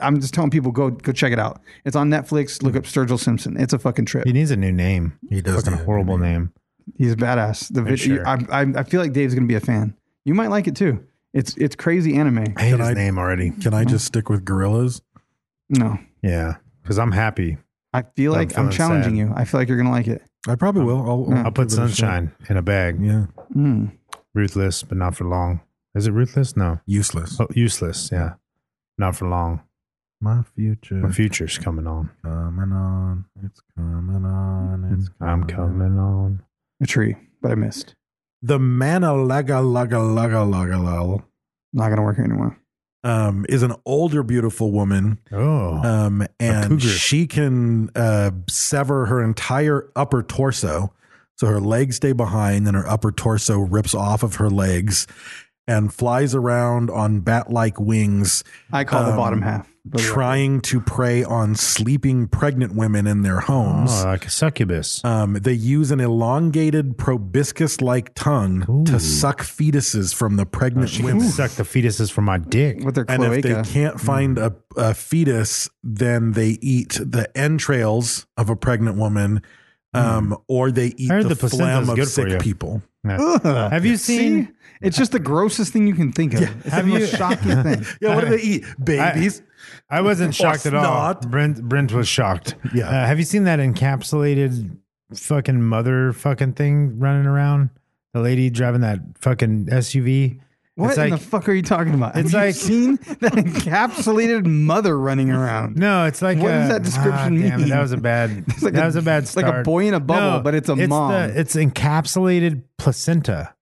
S3: I'm just telling people go go check it out. It's on Netflix. Look up Sturgill Simpson. It's a fucking trip.
S4: he needs a new name
S5: He does
S4: fucking
S5: need a new
S4: horrible name
S3: He's badass. The vid-
S4: sure.
S3: I, I I feel like Dave's gonna be a fan. You might like it too. It's it's crazy anime.
S4: i hate
S5: Can
S4: his
S5: I-
S4: name already
S5: Can I just stick with gorillas?
S3: No,
S4: yeah because i'm happy
S3: I feel
S4: I'm
S3: like I'm,
S4: feeling
S3: challenging
S4: sad.
S3: you. I feel like you're gonna like it.
S5: I probably will. I'll,
S4: i'll put
S5: give it a shot.
S4: sunshine in a bag
S5: Yeah.
S3: Hmm.
S4: ruthless but not for long is it ruthless no
S5: Useless.
S4: oh, useless yeah not for long
S5: My future.
S4: my future's coming on
S5: coming on. It's coming on. It's
S4: i'm coming on
S3: A tree, but I missed.
S5: The manalaga laga laga laga lal.
S3: Not gonna work here anymore.
S5: um, is an older, beautiful woman.
S4: Oh.
S5: um, and
S4: cougar.
S5: she can uh, sever her entire upper torso. So her legs stay behind, and her upper torso rips off of her legs and flies around on bat like wings.
S3: I call the
S5: um,
S3: bottom half. for the record.
S5: Trying to prey on sleeping pregnant women in their homes.
S4: Oh, like a succubus.
S5: Um, they use an elongated proboscis like tongue to suck fetuses from the pregnant
S4: Oh, she can
S5: women.
S4: suck the fetuses from my dick.
S3: with their
S5: And if
S3: cloaca.
S5: they can't find a, a fetus, then they eat the entrails of a pregnant woman, um, or they eat
S4: I heard
S5: the,
S4: the placenta's
S5: phlegm of
S4: good for you.
S5: sick people.
S4: Yeah. Have you seen?
S3: See? It's just the grossest thing you can think of. It's
S4: Have
S3: the most
S4: you-
S3: shocking thing.
S5: Yeah, what do they eat? Babies.
S4: I wasn't shocked at all.
S5: not.
S4: Brent Brent was shocked.
S5: Yeah.
S4: Uh, have you seen that encapsulated fucking mother fucking thing running around? The lady driving that fucking SUV.
S3: What
S4: It's
S3: in
S4: like-
S3: the fuck are you talking about?
S4: it's
S3: Have you
S4: like-
S3: seen that encapsulated mother running around.
S4: No, it's like
S3: What
S4: a,
S3: does that description
S4: Ah, damn it,
S3: mean?
S4: that was a bad.
S3: It's like
S4: that
S3: a-
S4: was a bad
S3: it's like
S4: start.
S3: a boy in a bubble, but it's a mom.
S4: the- it's encapsulated placenta.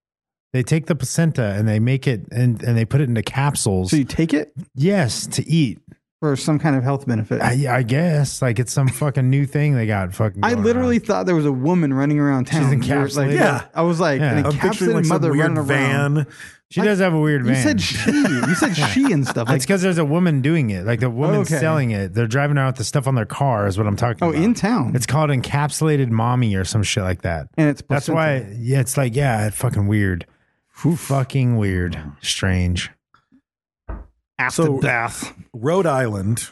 S4: They take the placenta and they make it and, and they put it into capsules.
S3: So you take it
S4: yes, to eat.
S3: for some kind of health benefit. I,
S4: I, I guess like it's some fucking new thing they got fucking. going
S3: literally
S4: around.
S3: thought there was a woman running around town.
S4: She's
S3: You were like-
S4: encapsulated.
S5: Yeah.
S3: I was like,
S4: Yeah.
S3: an
S4: I'm
S5: I'm picturing
S3: encapsulated
S5: like some
S3: mother
S5: weird
S3: running around.
S5: van.
S4: she does have a weird
S3: You
S4: van.
S3: said she. You said she and stuff. Like,
S4: it's because there's a woman doing it. Like the woman
S3: Okay.
S4: selling it. They're driving around with the stuff on their car. Is what I'm talking
S3: Oh,
S4: about.
S3: in town.
S4: It's called encapsulated mommy or some shit like that.
S3: And it's
S4: that's
S3: placenta.
S4: why. Yeah, it's like yeah, it's fucking weird. Fucking weird. Strange.
S3: after
S5: So-
S3: bath.
S5: Rhode Island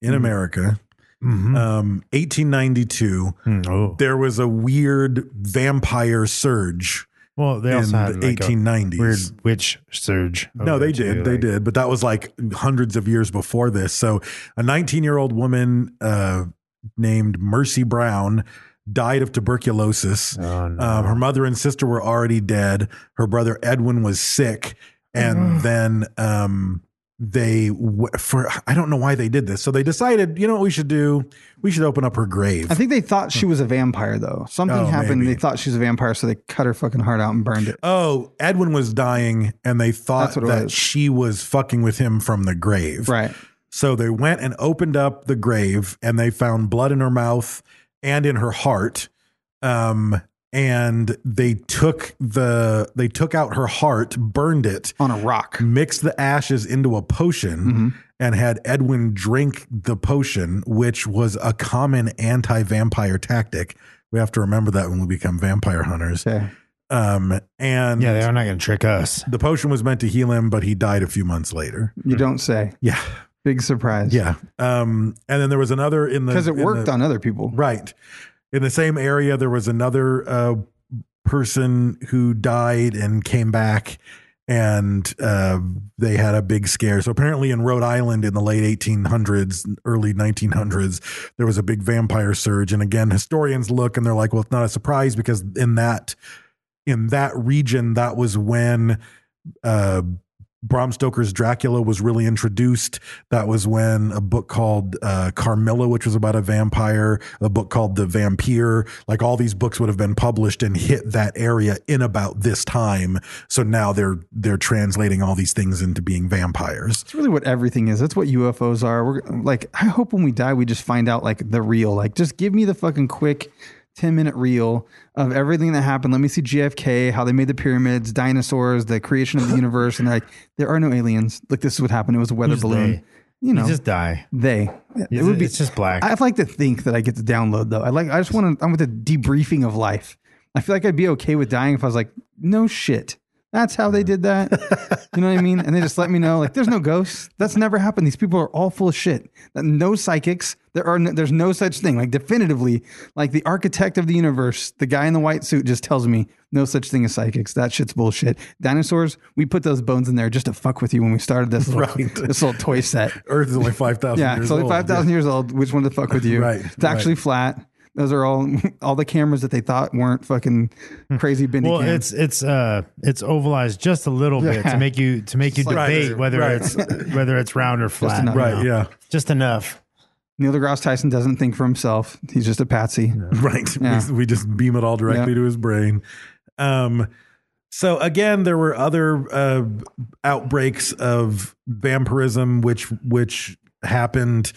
S5: in America,
S4: Mm-hmm.
S5: um, 1892,
S4: Oh.
S5: there was a weird vampire surge.
S4: Well, they
S5: in
S4: also had
S5: the
S4: like a
S5: 1890s.
S4: weird witch surge.
S5: no,
S4: over
S5: they
S4: to,
S5: did. They
S4: like-
S5: did. But that was like hundreds of years before this. So a 19 year old woman uh, named Mercy Brown died of tuberculosis.
S4: Oh, no.
S5: um, her mother and sister were already dead. Her brother Edwin was sick. And then um, they, w- for I don't know why they did this. So they decided, you know what we should do? We should open up her grave.
S3: I think they thought she was a vampire though. Something
S5: Oh,
S3: happened.
S5: maybe.
S3: They thought she was a vampire, so they cut her fucking heart out and burned it.
S5: Oh, Edwin was dying, and they thought
S3: That's what it
S5: that
S3: was.
S5: she was fucking with him from the grave.
S3: Right.
S5: So they went and opened up the grave and they found blood in her mouth and in her heart. Um, and they took the they took out her heart, burned it,
S3: On a rock.
S5: mixed the ashes into a potion, and had Edwin drink the potion, which was a common anti-vampire tactic. We have to remember that when we become vampire hunters.
S3: Okay.
S5: Um, and
S4: Yeah, they're not going to trick us.
S5: the potion was meant to heal him, but he died a few months later.
S3: You don't say.
S5: Yeah.
S3: Big surprise.
S5: Mm-hmm. Yeah. Um, and then there was another in the
S3: Because it
S5: in
S3: worked
S5: the-
S3: on other people.
S5: right in the same area. There was another uh, person who died and came back, and uh, they had a big scare. So apparently, in Rhode Island in the late 1800s, early 1900s, there was a big vampire surge. And again, historians look and they're like, "Well, it's not a surprise because in that in that region, that was when." Uh, Bram Stoker's Dracula was really introduced. That was when a book called uh, Carmilla, which was about a vampire, a book called The Vampire, like all these books would have been published and hit that area in about this time. So now they're they're translating all these things into being vampires.
S3: It's really what everything is. That's what UFOs are. We're like, I hope when we die, we just find out like the real. Like, just give me the fucking quick 10 minute reel of everything that happened. Let me see GFK, how they made the pyramids, dinosaurs, the creation of the universe. And they're like, there are no aliens. Look, this is what happened. It was a weather
S4: Who's
S3: balloon. You
S4: You
S3: know,
S4: just die.
S3: they.
S4: Is it- it's just black.
S3: I'd like to think that I get to download though. I like. I just want to. I'm with the debriefing of life. I feel like I'd be okay with dying if I was like, no shit. That's how they did that. you know what I mean? And they just let me know like, there's no ghosts. That's never happened. These people are all full of shit. No psychics. There are. No, there's no such thing. Like definitively, like the architect of the universe, the guy in the white suit, just tells me no such thing as psychics. That shit's bullshit. Dinosaurs. We put those bones in there just to fuck with you when we started this little,
S5: Right.
S3: this little toy set.
S5: Earth is only five thousand.
S3: Yeah,
S5: years
S3: it's only
S5: old.
S3: five thousand
S5: Yeah.
S3: years old. Which one to fuck with you?
S5: Right,
S3: It's actually
S5: right.
S3: flat. Those are all all the cameras that they thought weren't fucking
S5: Hmm.
S3: crazy bendy
S4: Well, it's
S3: cams.
S4: it's uh it's ovalized just a little bit
S3: Yeah.
S4: to make you to make you
S3: Just like-
S4: debate
S5: Right,
S4: whether
S5: right.
S4: it's whether it's round or flat.
S3: enough.
S5: Right.
S4: you know?
S5: Yeah.
S4: Just enough.
S3: Neil deGrasse Tyson doesn't think for himself. He's just a patsy.
S5: Right.
S3: Yeah.
S5: We, we just beam it all directly
S3: Yeah.
S5: to his brain. Um, So again, there were other uh, outbreaks of vampirism, which which happened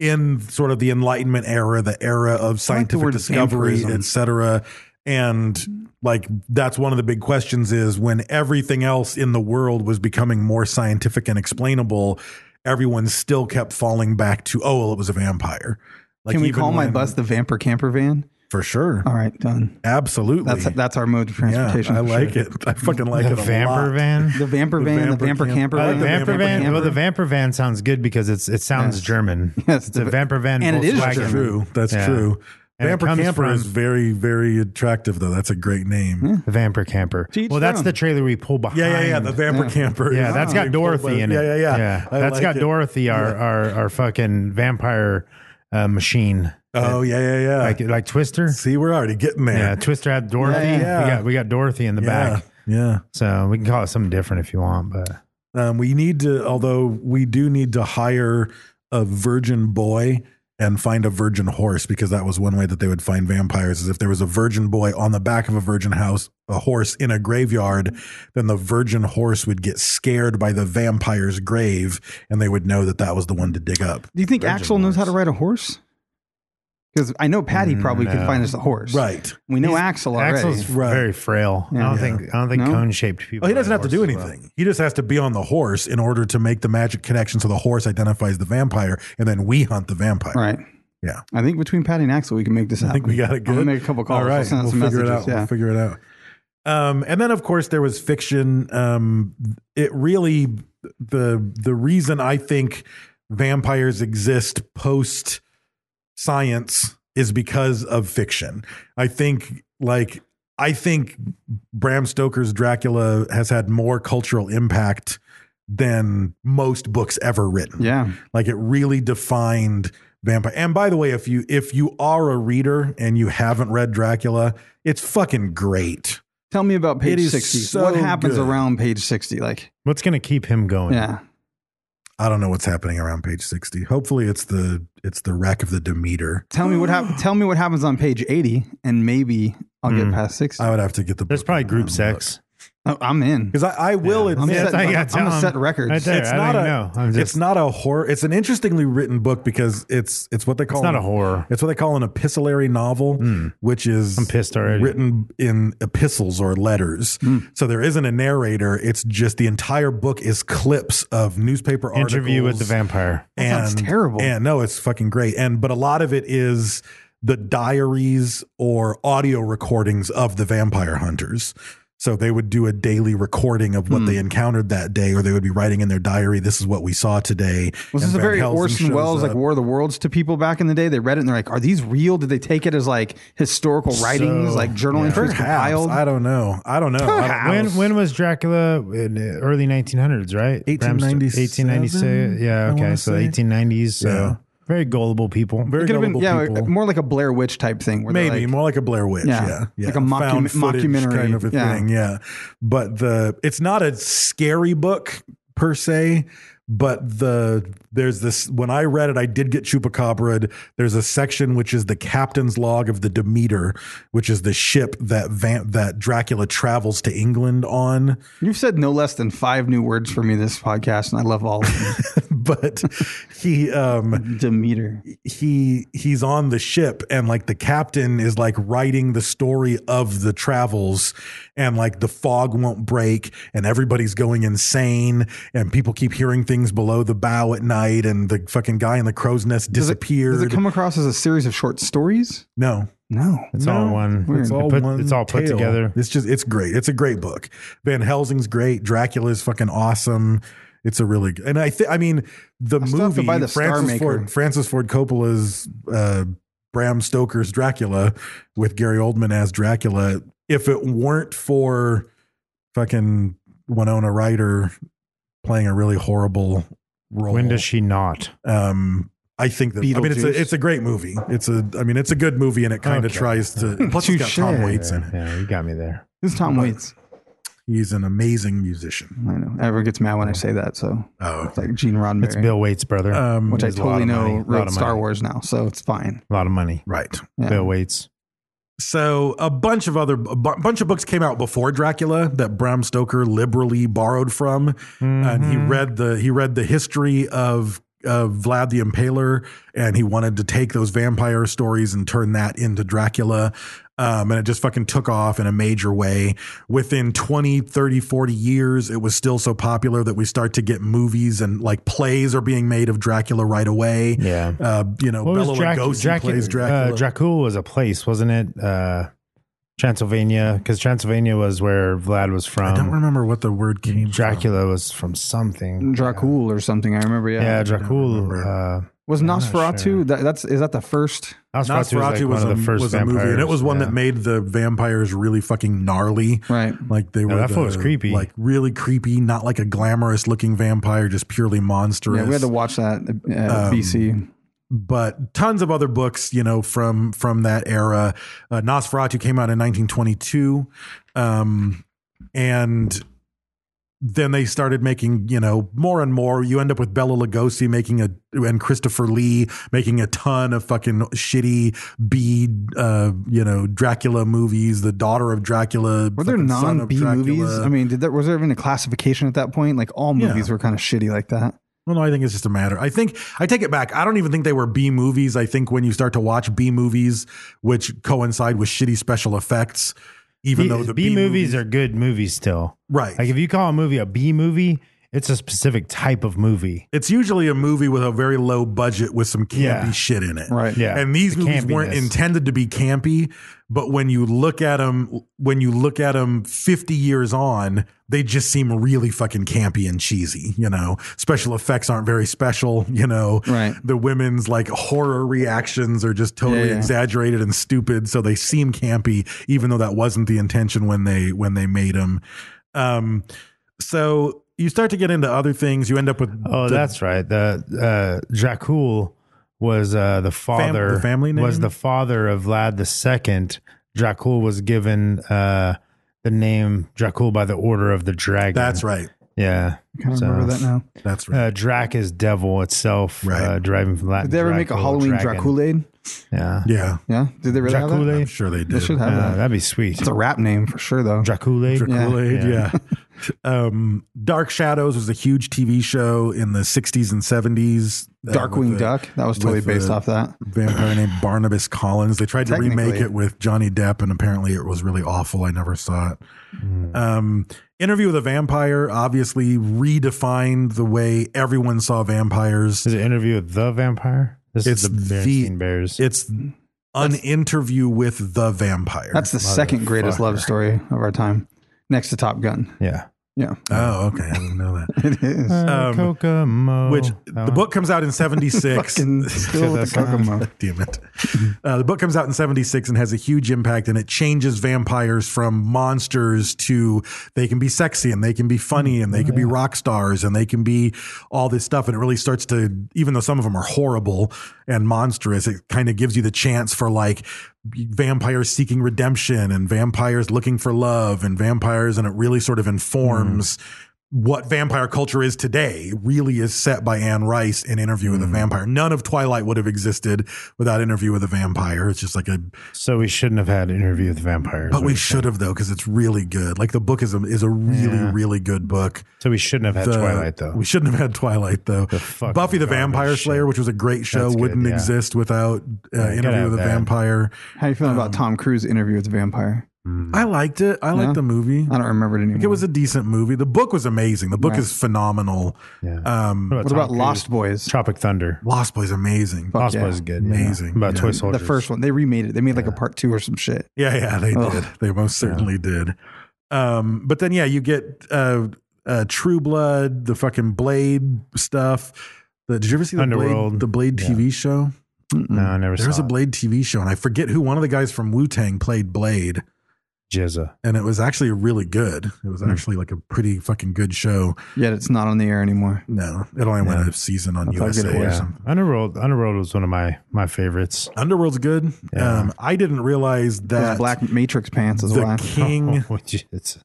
S5: in sort of the Enlightenment era, the era of scientific
S3: word
S5: discovery,
S3: vampirism.
S5: et cetera. And like that's one of the big questions is when everything else in the world was becoming more scientific and explainable, everyone still kept falling back to oh, well, it was a vampire. Like
S3: Can we
S5: even
S3: call my
S5: when-
S3: bus the Vamper Camper Van?
S5: for sure?
S3: All right, done.
S5: Absolutely,
S3: That's that's our mode of transportation.
S5: yeah, I
S3: for
S5: like
S3: sure.
S5: it. I fucking like
S4: the
S5: it a
S4: vamper
S5: lot.
S4: van.
S3: The
S5: The
S3: Vamper Van, the
S5: Vamper
S3: Vamper
S5: Camper.
S3: Camper
S4: Oh,
S3: Van.
S4: the vamper van.
S3: Camper
S4: Well, the vamper van sounds good because it's it sounds
S3: Yes.
S4: German.
S3: Yes,
S4: it's
S3: the
S4: a
S3: va-
S4: vamper van.
S3: and it is
S4: Volkswagen.
S3: German.
S5: True. That's
S4: Yeah.
S5: true.
S4: And it
S5: Vamper
S4: comes
S5: Camper
S4: from-
S5: is very, very attractive, though. That's a great name. Yeah,
S4: The vamper camper.
S3: To each
S4: Well, that's
S3: their
S4: the
S3: own.
S4: trailer we pull behind.
S5: yeah, yeah. The Vamper
S3: Yeah.
S5: Camper.
S4: Yeah,
S5: is-
S4: that's got Dorothy in it.
S5: Yeah, yeah, yeah. I
S4: That's
S5: like
S4: got
S5: it.
S4: Dorothy, our, our our fucking vampire uh, machine.
S5: Oh, yeah, yeah, yeah.
S4: Like like Twister.
S5: See, we're already getting
S4: Yeah,
S5: there.
S4: Twister had Dorothy.
S5: Yeah, yeah.
S4: We got we got Dorothy in the
S5: yeah.
S4: back.
S5: yeah.
S4: So we can call it something different if you want, but
S5: Um, we need to, although we do need to hire a virgin boy and find a virgin horse because that was one way that they would find vampires is if there was a virgin boy on the back of a virgin house, a horse in a graveyard, then the virgin horse would get scared by the vampire's grave and they would know that that was the one to dig up.
S3: Do you think
S4: Virgin
S3: Axel knows how to
S4: horse.
S3: ride a horse? Because I know Patty probably could
S4: No.
S3: find us a horse.
S5: Right.
S3: We know Axel already.
S4: Axel's
S5: Right.
S4: very frail. I don't
S3: Yeah.
S4: think I don't think
S3: No?
S4: cone shaped people.
S5: Well, he doesn't
S4: ride
S5: have to do
S4: horses well.
S5: anything. He just has to be on the horse in order to make the magic connection so the horse identifies the vampire and then we hunt the vampire.
S3: right.
S5: Yeah.
S3: I think between Patty and Axel, we can make this happen.
S5: I think we got it good.
S3: I'm gonna make a couple calls.
S5: All
S3: I'll
S5: right,
S3: send out
S5: we'll
S3: some
S5: figure it out.
S3: messages,
S5: We'll
S3: yeah.
S5: figure it out. Um, and then, of course, there was fiction. Um, it really the the reason I think vampires exist post science is because of fiction. I think like I think Bram Stoker's Dracula has had more cultural impact than most books ever written
S3: Yeah.
S5: like it really defined vampire and by the way if you if you are a reader and you haven't read dracula it's fucking great
S3: Tell me about
S5: It
S3: page
S5: is
S3: 60.
S5: so
S3: what happens
S5: good.
S3: around page 60? Like,
S4: What's gonna keep him going?
S3: yeah.
S5: i don't know what's happening around page 60 hopefully it's the it's the wreck of the demeter
S3: Tell me what hap- tell me what happens on page 80 and maybe I'll get past 60.
S5: Hmm. i would have to get the
S4: There's probably
S5: Um,
S4: group sex.
S3: Oh, I'm in.
S5: because I, I will
S3: I'm
S5: admit
S3: set-
S4: I gotta
S3: I'm
S4: tell
S3: gonna
S4: him.
S3: set records.
S4: Right there.
S5: it's
S4: I
S5: not
S4: don't
S5: a
S4: know. I'm just,
S5: it's not a horror it's an interestingly written book because it's it's what they call
S4: not
S5: an-
S4: a horror. Hmm.
S5: it's what they call an epistolary novel which is
S4: I'm pissed already.
S5: written in epistles or letters so there isn't a narrator it's just the entire book is clips of newspaper
S4: interview with
S5: articles
S4: the vampire.
S3: That sounds terrible.
S5: and no it's fucking great and but a lot of it is the diaries or audio recordings of the vampire hunters so they would do a daily recording of what
S3: Hmm.
S5: they encountered that day or they would be writing in their diary this is what we saw today
S3: Was
S5: And
S3: this a
S5: Van
S3: very
S5: Helsing
S3: Orson
S5: shows
S3: Welles like
S5: up.
S3: War of the Worlds to people back in the day? They read it and they're like, "Are these real? Did they take it as like historical writings, like journal
S4: yeah.
S3: entries
S5: Perhaps.
S3: compiled?"
S5: I don't know. I don't know. I don't-
S4: When when was Dracula in the early 1900s? Right, Bram Stoker-
S5: 1897,
S4: 1896.
S5: I
S4: Yeah, okay,
S5: wanna
S4: so
S5: say.
S4: 1890s. So
S5: Yeah.
S4: very gullible people.
S5: Very
S3: it could have been
S5: gullible
S3: yeah,
S5: people.
S3: more like a Blair Witch type thing. Where they're
S5: Maybe
S3: like,
S5: more like a Blair Witch, yeah,
S3: Yeah.
S5: yeah,
S3: Like a mockum-
S5: Found footage
S3: mockumentary,
S5: kind of a
S3: yeah.
S5: thing, yeah. But the it's not a scary book per se, but the there's this. When I read it, I did get chupacabra. There's a section which is the captain's log of the Demeter, which is the ship that Van, that Dracula travels to England on.
S3: You've said no less than five new words for me this podcast, and I love all of them.
S5: But he um
S3: Demeter.
S5: he he's on the ship and like the captain is like writing the story of the travels and like the fog won't break and everybody's going insane and people keep hearing things below the bow at night and the fucking guy in the crow's nest
S3: Does it,
S5: disappeared
S3: does it come across as a series of short stories?
S5: no
S3: No.
S4: It's all one.
S5: it's all,
S4: put,
S5: one
S4: It's all put
S5: tale.
S4: together.
S5: It's just it's great. It's a great book. Van Helsing's great. Dracula's fucking awesome. It's a really good, and I think I mean the
S3: I still have to
S5: movie
S3: buy the Star
S5: Francis
S3: Maker.
S5: Ford Francis Ford Coppola's uh, Bram Stoker's Dracula with Gary Oldman as Dracula. If it weren't for fucking Winona Ryder playing a really horrible role,
S4: When does she not?
S5: um, I think that I mean it's
S3: Beetlejuice.
S5: a it's a great movie. It's a I mean it's a good movie and it kind of
S4: Okay.
S5: tries to plus it's got
S3: Touche.
S5: Tom Waits in it.
S4: Yeah, you got me there.
S3: Who's Tom Waits?
S5: He's an amazing musician.
S3: I know. Everyone gets mad when I say that, so
S5: Oh,
S3: it's like Gene Roddenberry,
S4: It's Bill Waits' brother.
S5: Um,
S3: which I
S4: He's a lot
S3: totally
S4: of
S3: know
S4: money, lot
S3: wrote
S4: of
S3: Star
S4: money.
S3: Wars now, so it's fine.
S4: A lot of money.
S5: right.
S3: Yeah.
S4: Bill Waits.
S5: So a bunch of other a bu- bunch of books came out before Dracula that Bram Stoker liberally borrowed from, and he read the he read the history of of Vlad the Impaler, and he wanted to take those vampire stories and turn that into Dracula. Um, and it just fucking took off in a major way. Within 20, 30, 40 years, it was still so popular that we start to get movies and like plays are being made of Dracula right away.
S4: Yeah.
S5: Uh, you know, Bela
S4: Drac-
S5: Lugosi
S4: Dracu-
S5: plays Dracula.
S4: Uh, Dracul was a place, wasn't it? Uh, Transylvania, because Transylvania was where Vlad was from.
S5: I don't remember what the word came
S4: Dracula was from something.
S3: Dracul or something. I remember. Yeah.
S4: yeah,
S5: remember.
S4: Dracul. Uh,
S3: Was
S4: I'm not
S3: Nosferatu?
S4: sure.
S3: That, that's is that the first?
S5: from. Nosferatu was, a, was a movie, and it was one that made the vampires really fucking gnarly.
S3: Right.
S5: Like they were.
S4: that fool
S5: the-
S4: was creepy.
S5: Like really creepy, not like a glamorous looking vampire, just purely monstrous.
S3: Yeah, we had to watch that at
S4: Um,
S3: BC.
S5: but tons of other books, you know, from from that era. Uh, Nosferatu came out in 1922, um, and then they started making, you know, more and more. You end up with Bella Lugosi making a and Christopher Lee making a ton of fucking shitty B, uh, you know, Dracula movies. The daughter of Dracula.
S3: Were there
S5: fucking son
S3: non
S5: of
S3: B movies?
S5: Dracula.
S3: I mean, did that was there even a classification at that point? Like all
S5: Yeah.
S3: movies were kind of shitty like that.
S5: Well, no, I think it's just a matter. I think I take it back. I don't even think they were B movies. I think when you start to watch B movies, which coincide with shitty special effects, even though the
S4: B movies are good movies still.
S5: Right.
S4: Like if you call a movie a B movie, it's a specific type of movie.
S5: it's usually a movie with a very low budget with some campy
S4: Yeah.
S5: shit in it.
S3: Right.
S4: Yeah.
S5: And these
S4: The
S5: movies weren't
S4: campiness.
S5: intended to be campy, but when you look at them, when you look at them 50 years on, they just seem really fucking campy and cheesy. You know, special effects aren't very special. You know,
S3: Right.
S5: The women's like horror reactions are just totally
S3: Yeah, yeah.
S5: exaggerated and stupid, so they seem campy, even though that wasn't the intention when they when they made them. Um, so. You start to get into other things. You end up with
S4: Oh,
S5: the-
S4: that's right. The uh, Dracul was uh, the father.
S5: the family name?
S4: was the father of Vlad the Second. Dracul was given uh, the name Dracul by the order of the dragon.
S5: That's right.
S4: Yeah.
S3: I don't remember that now.
S5: That's right.
S4: Uh, Drac is devil itself,
S5: Right.
S4: uh, deriving from Latin.
S3: Did they ever make a
S4: Dracul,
S3: Halloween
S4: dragon.
S3: Draculade?
S4: Yeah.
S5: yeah.
S3: Yeah. Did they really have that?
S4: Draculade?
S5: I'm sure they
S3: They
S5: did.
S3: should have
S4: Yeah,
S3: that.
S4: that'd be sweet.
S3: It's a rap name for sure, though.
S4: Draculade.
S5: Kool-Aid,
S4: Yeah.
S5: yeah. um, Dark Shadows was a huge TV show in the 60s and 70s. uh,
S3: Darkwing
S5: with a-
S3: Duck. That was totally
S5: with
S3: based
S5: a
S3: off that.
S5: Vampire named Barnabas Collins. They tried to remake
S3: Technically.
S5: it with Johnny Depp, and apparently it was really awful. I never saw it.
S3: Hmm.
S5: Um, Interview with a Vampire obviously redefined the way everyone saw vampires.
S4: Is it interview with the vampire? This
S5: It's
S4: is the
S5: the-
S4: Berenstein Bears.
S5: It's an interview with the vampire.
S3: That's the second greatest love story of our time, next to Top Gun.
S4: yeah.
S3: Yeah,
S5: oh, okay. I didn't know that.
S3: it is.
S5: Um,
S4: Kokomo.
S5: which
S4: Oh, That
S5: the
S4: one?
S5: book comes out in 76
S3: Fucking still with the Kokomo.
S5: damn it uh, the book comes out in 76 and has a huge impact and it changes vampires from monsters to they can be sexy and they can be funny and they can be rock stars and they can be all this stuff and it really starts to even though some of them are horrible and monstrous it kind of gives you the chance for like vampires seeking redemption and vampires looking for love and vampires and it really sort
S4: Hmm.
S5: of informs what vampire culture is today really is set by Anne Rice in Interview
S4: Hmm.
S5: with a Vampire. None of Twilight would have existed without Interview with a Vampire. It's just like a,
S4: So we shouldn't have had interview with vampires.
S5: but we should have though because it's really good. Like the book is a is a really
S4: Yeah.
S5: really good book.
S4: So we shouldn't have had
S5: The-
S4: Twilight though.
S5: We shouldn't have had Twilight though.
S4: fucking
S5: Buffy the
S4: garbage
S5: Vampire
S4: shit.
S5: Slayer, which was a great show,
S4: That's good,
S5: wouldn't
S4: yeah.
S5: exist without uh,
S4: gotta
S5: Interview
S4: have
S5: with a
S4: that.
S5: Vampire.
S3: How you feeling about Tom Cruise interview with the vampire?
S4: Hmm.
S5: I liked it. I liked
S3: Yeah.
S5: the movie.
S3: I don't remember it anymore.
S5: Like, it was a decent movie. The book was amazing. The book
S3: Right.
S5: is phenomenal.
S4: Yeah.
S5: Um,
S3: what
S4: Tom
S3: about
S4: Cruise?
S3: Lost Boys?
S4: Tropic Thunder.
S5: Lost Boy's amazing.
S3: Fuck
S4: Lost
S3: yeah.
S4: Boys is good.
S5: Amazing.
S4: About
S5: Yeah.
S4: toy
S5: The
S4: soldiers.
S3: The first one they remade it. They made like a part two or some shit.
S5: Yeah, yeah, they
S3: Ugh.
S5: did. They most certainly did. Um, but then, yeah, you get uh, uh, True Blood, the fucking Blade stuff. The, did you ever see the Blade,
S4: Underworld.
S5: the Blade
S4: Yeah.
S5: TV show?
S4: No, I never
S5: There was
S4: saw
S5: a Blade TV show, and I forget who one of the guys from Wu Tang played Blade,
S4: it. Jizza.
S5: and it was actually really good. It
S3: Hmm.
S5: was actually like a pretty fucking good show.
S3: Yet it's not on the air anymore.
S5: No, it only went a season on
S3: That's how good
S5: USA
S3: it
S5: or
S3: was.
S5: something.
S4: Underworld. Underworld was one of my my favorites.
S5: Underworld's good.
S4: Yeah.
S5: Um, I didn't realize
S3: Those
S5: that
S3: black Matrix pants is
S5: the
S3: why.
S5: king
S4: it's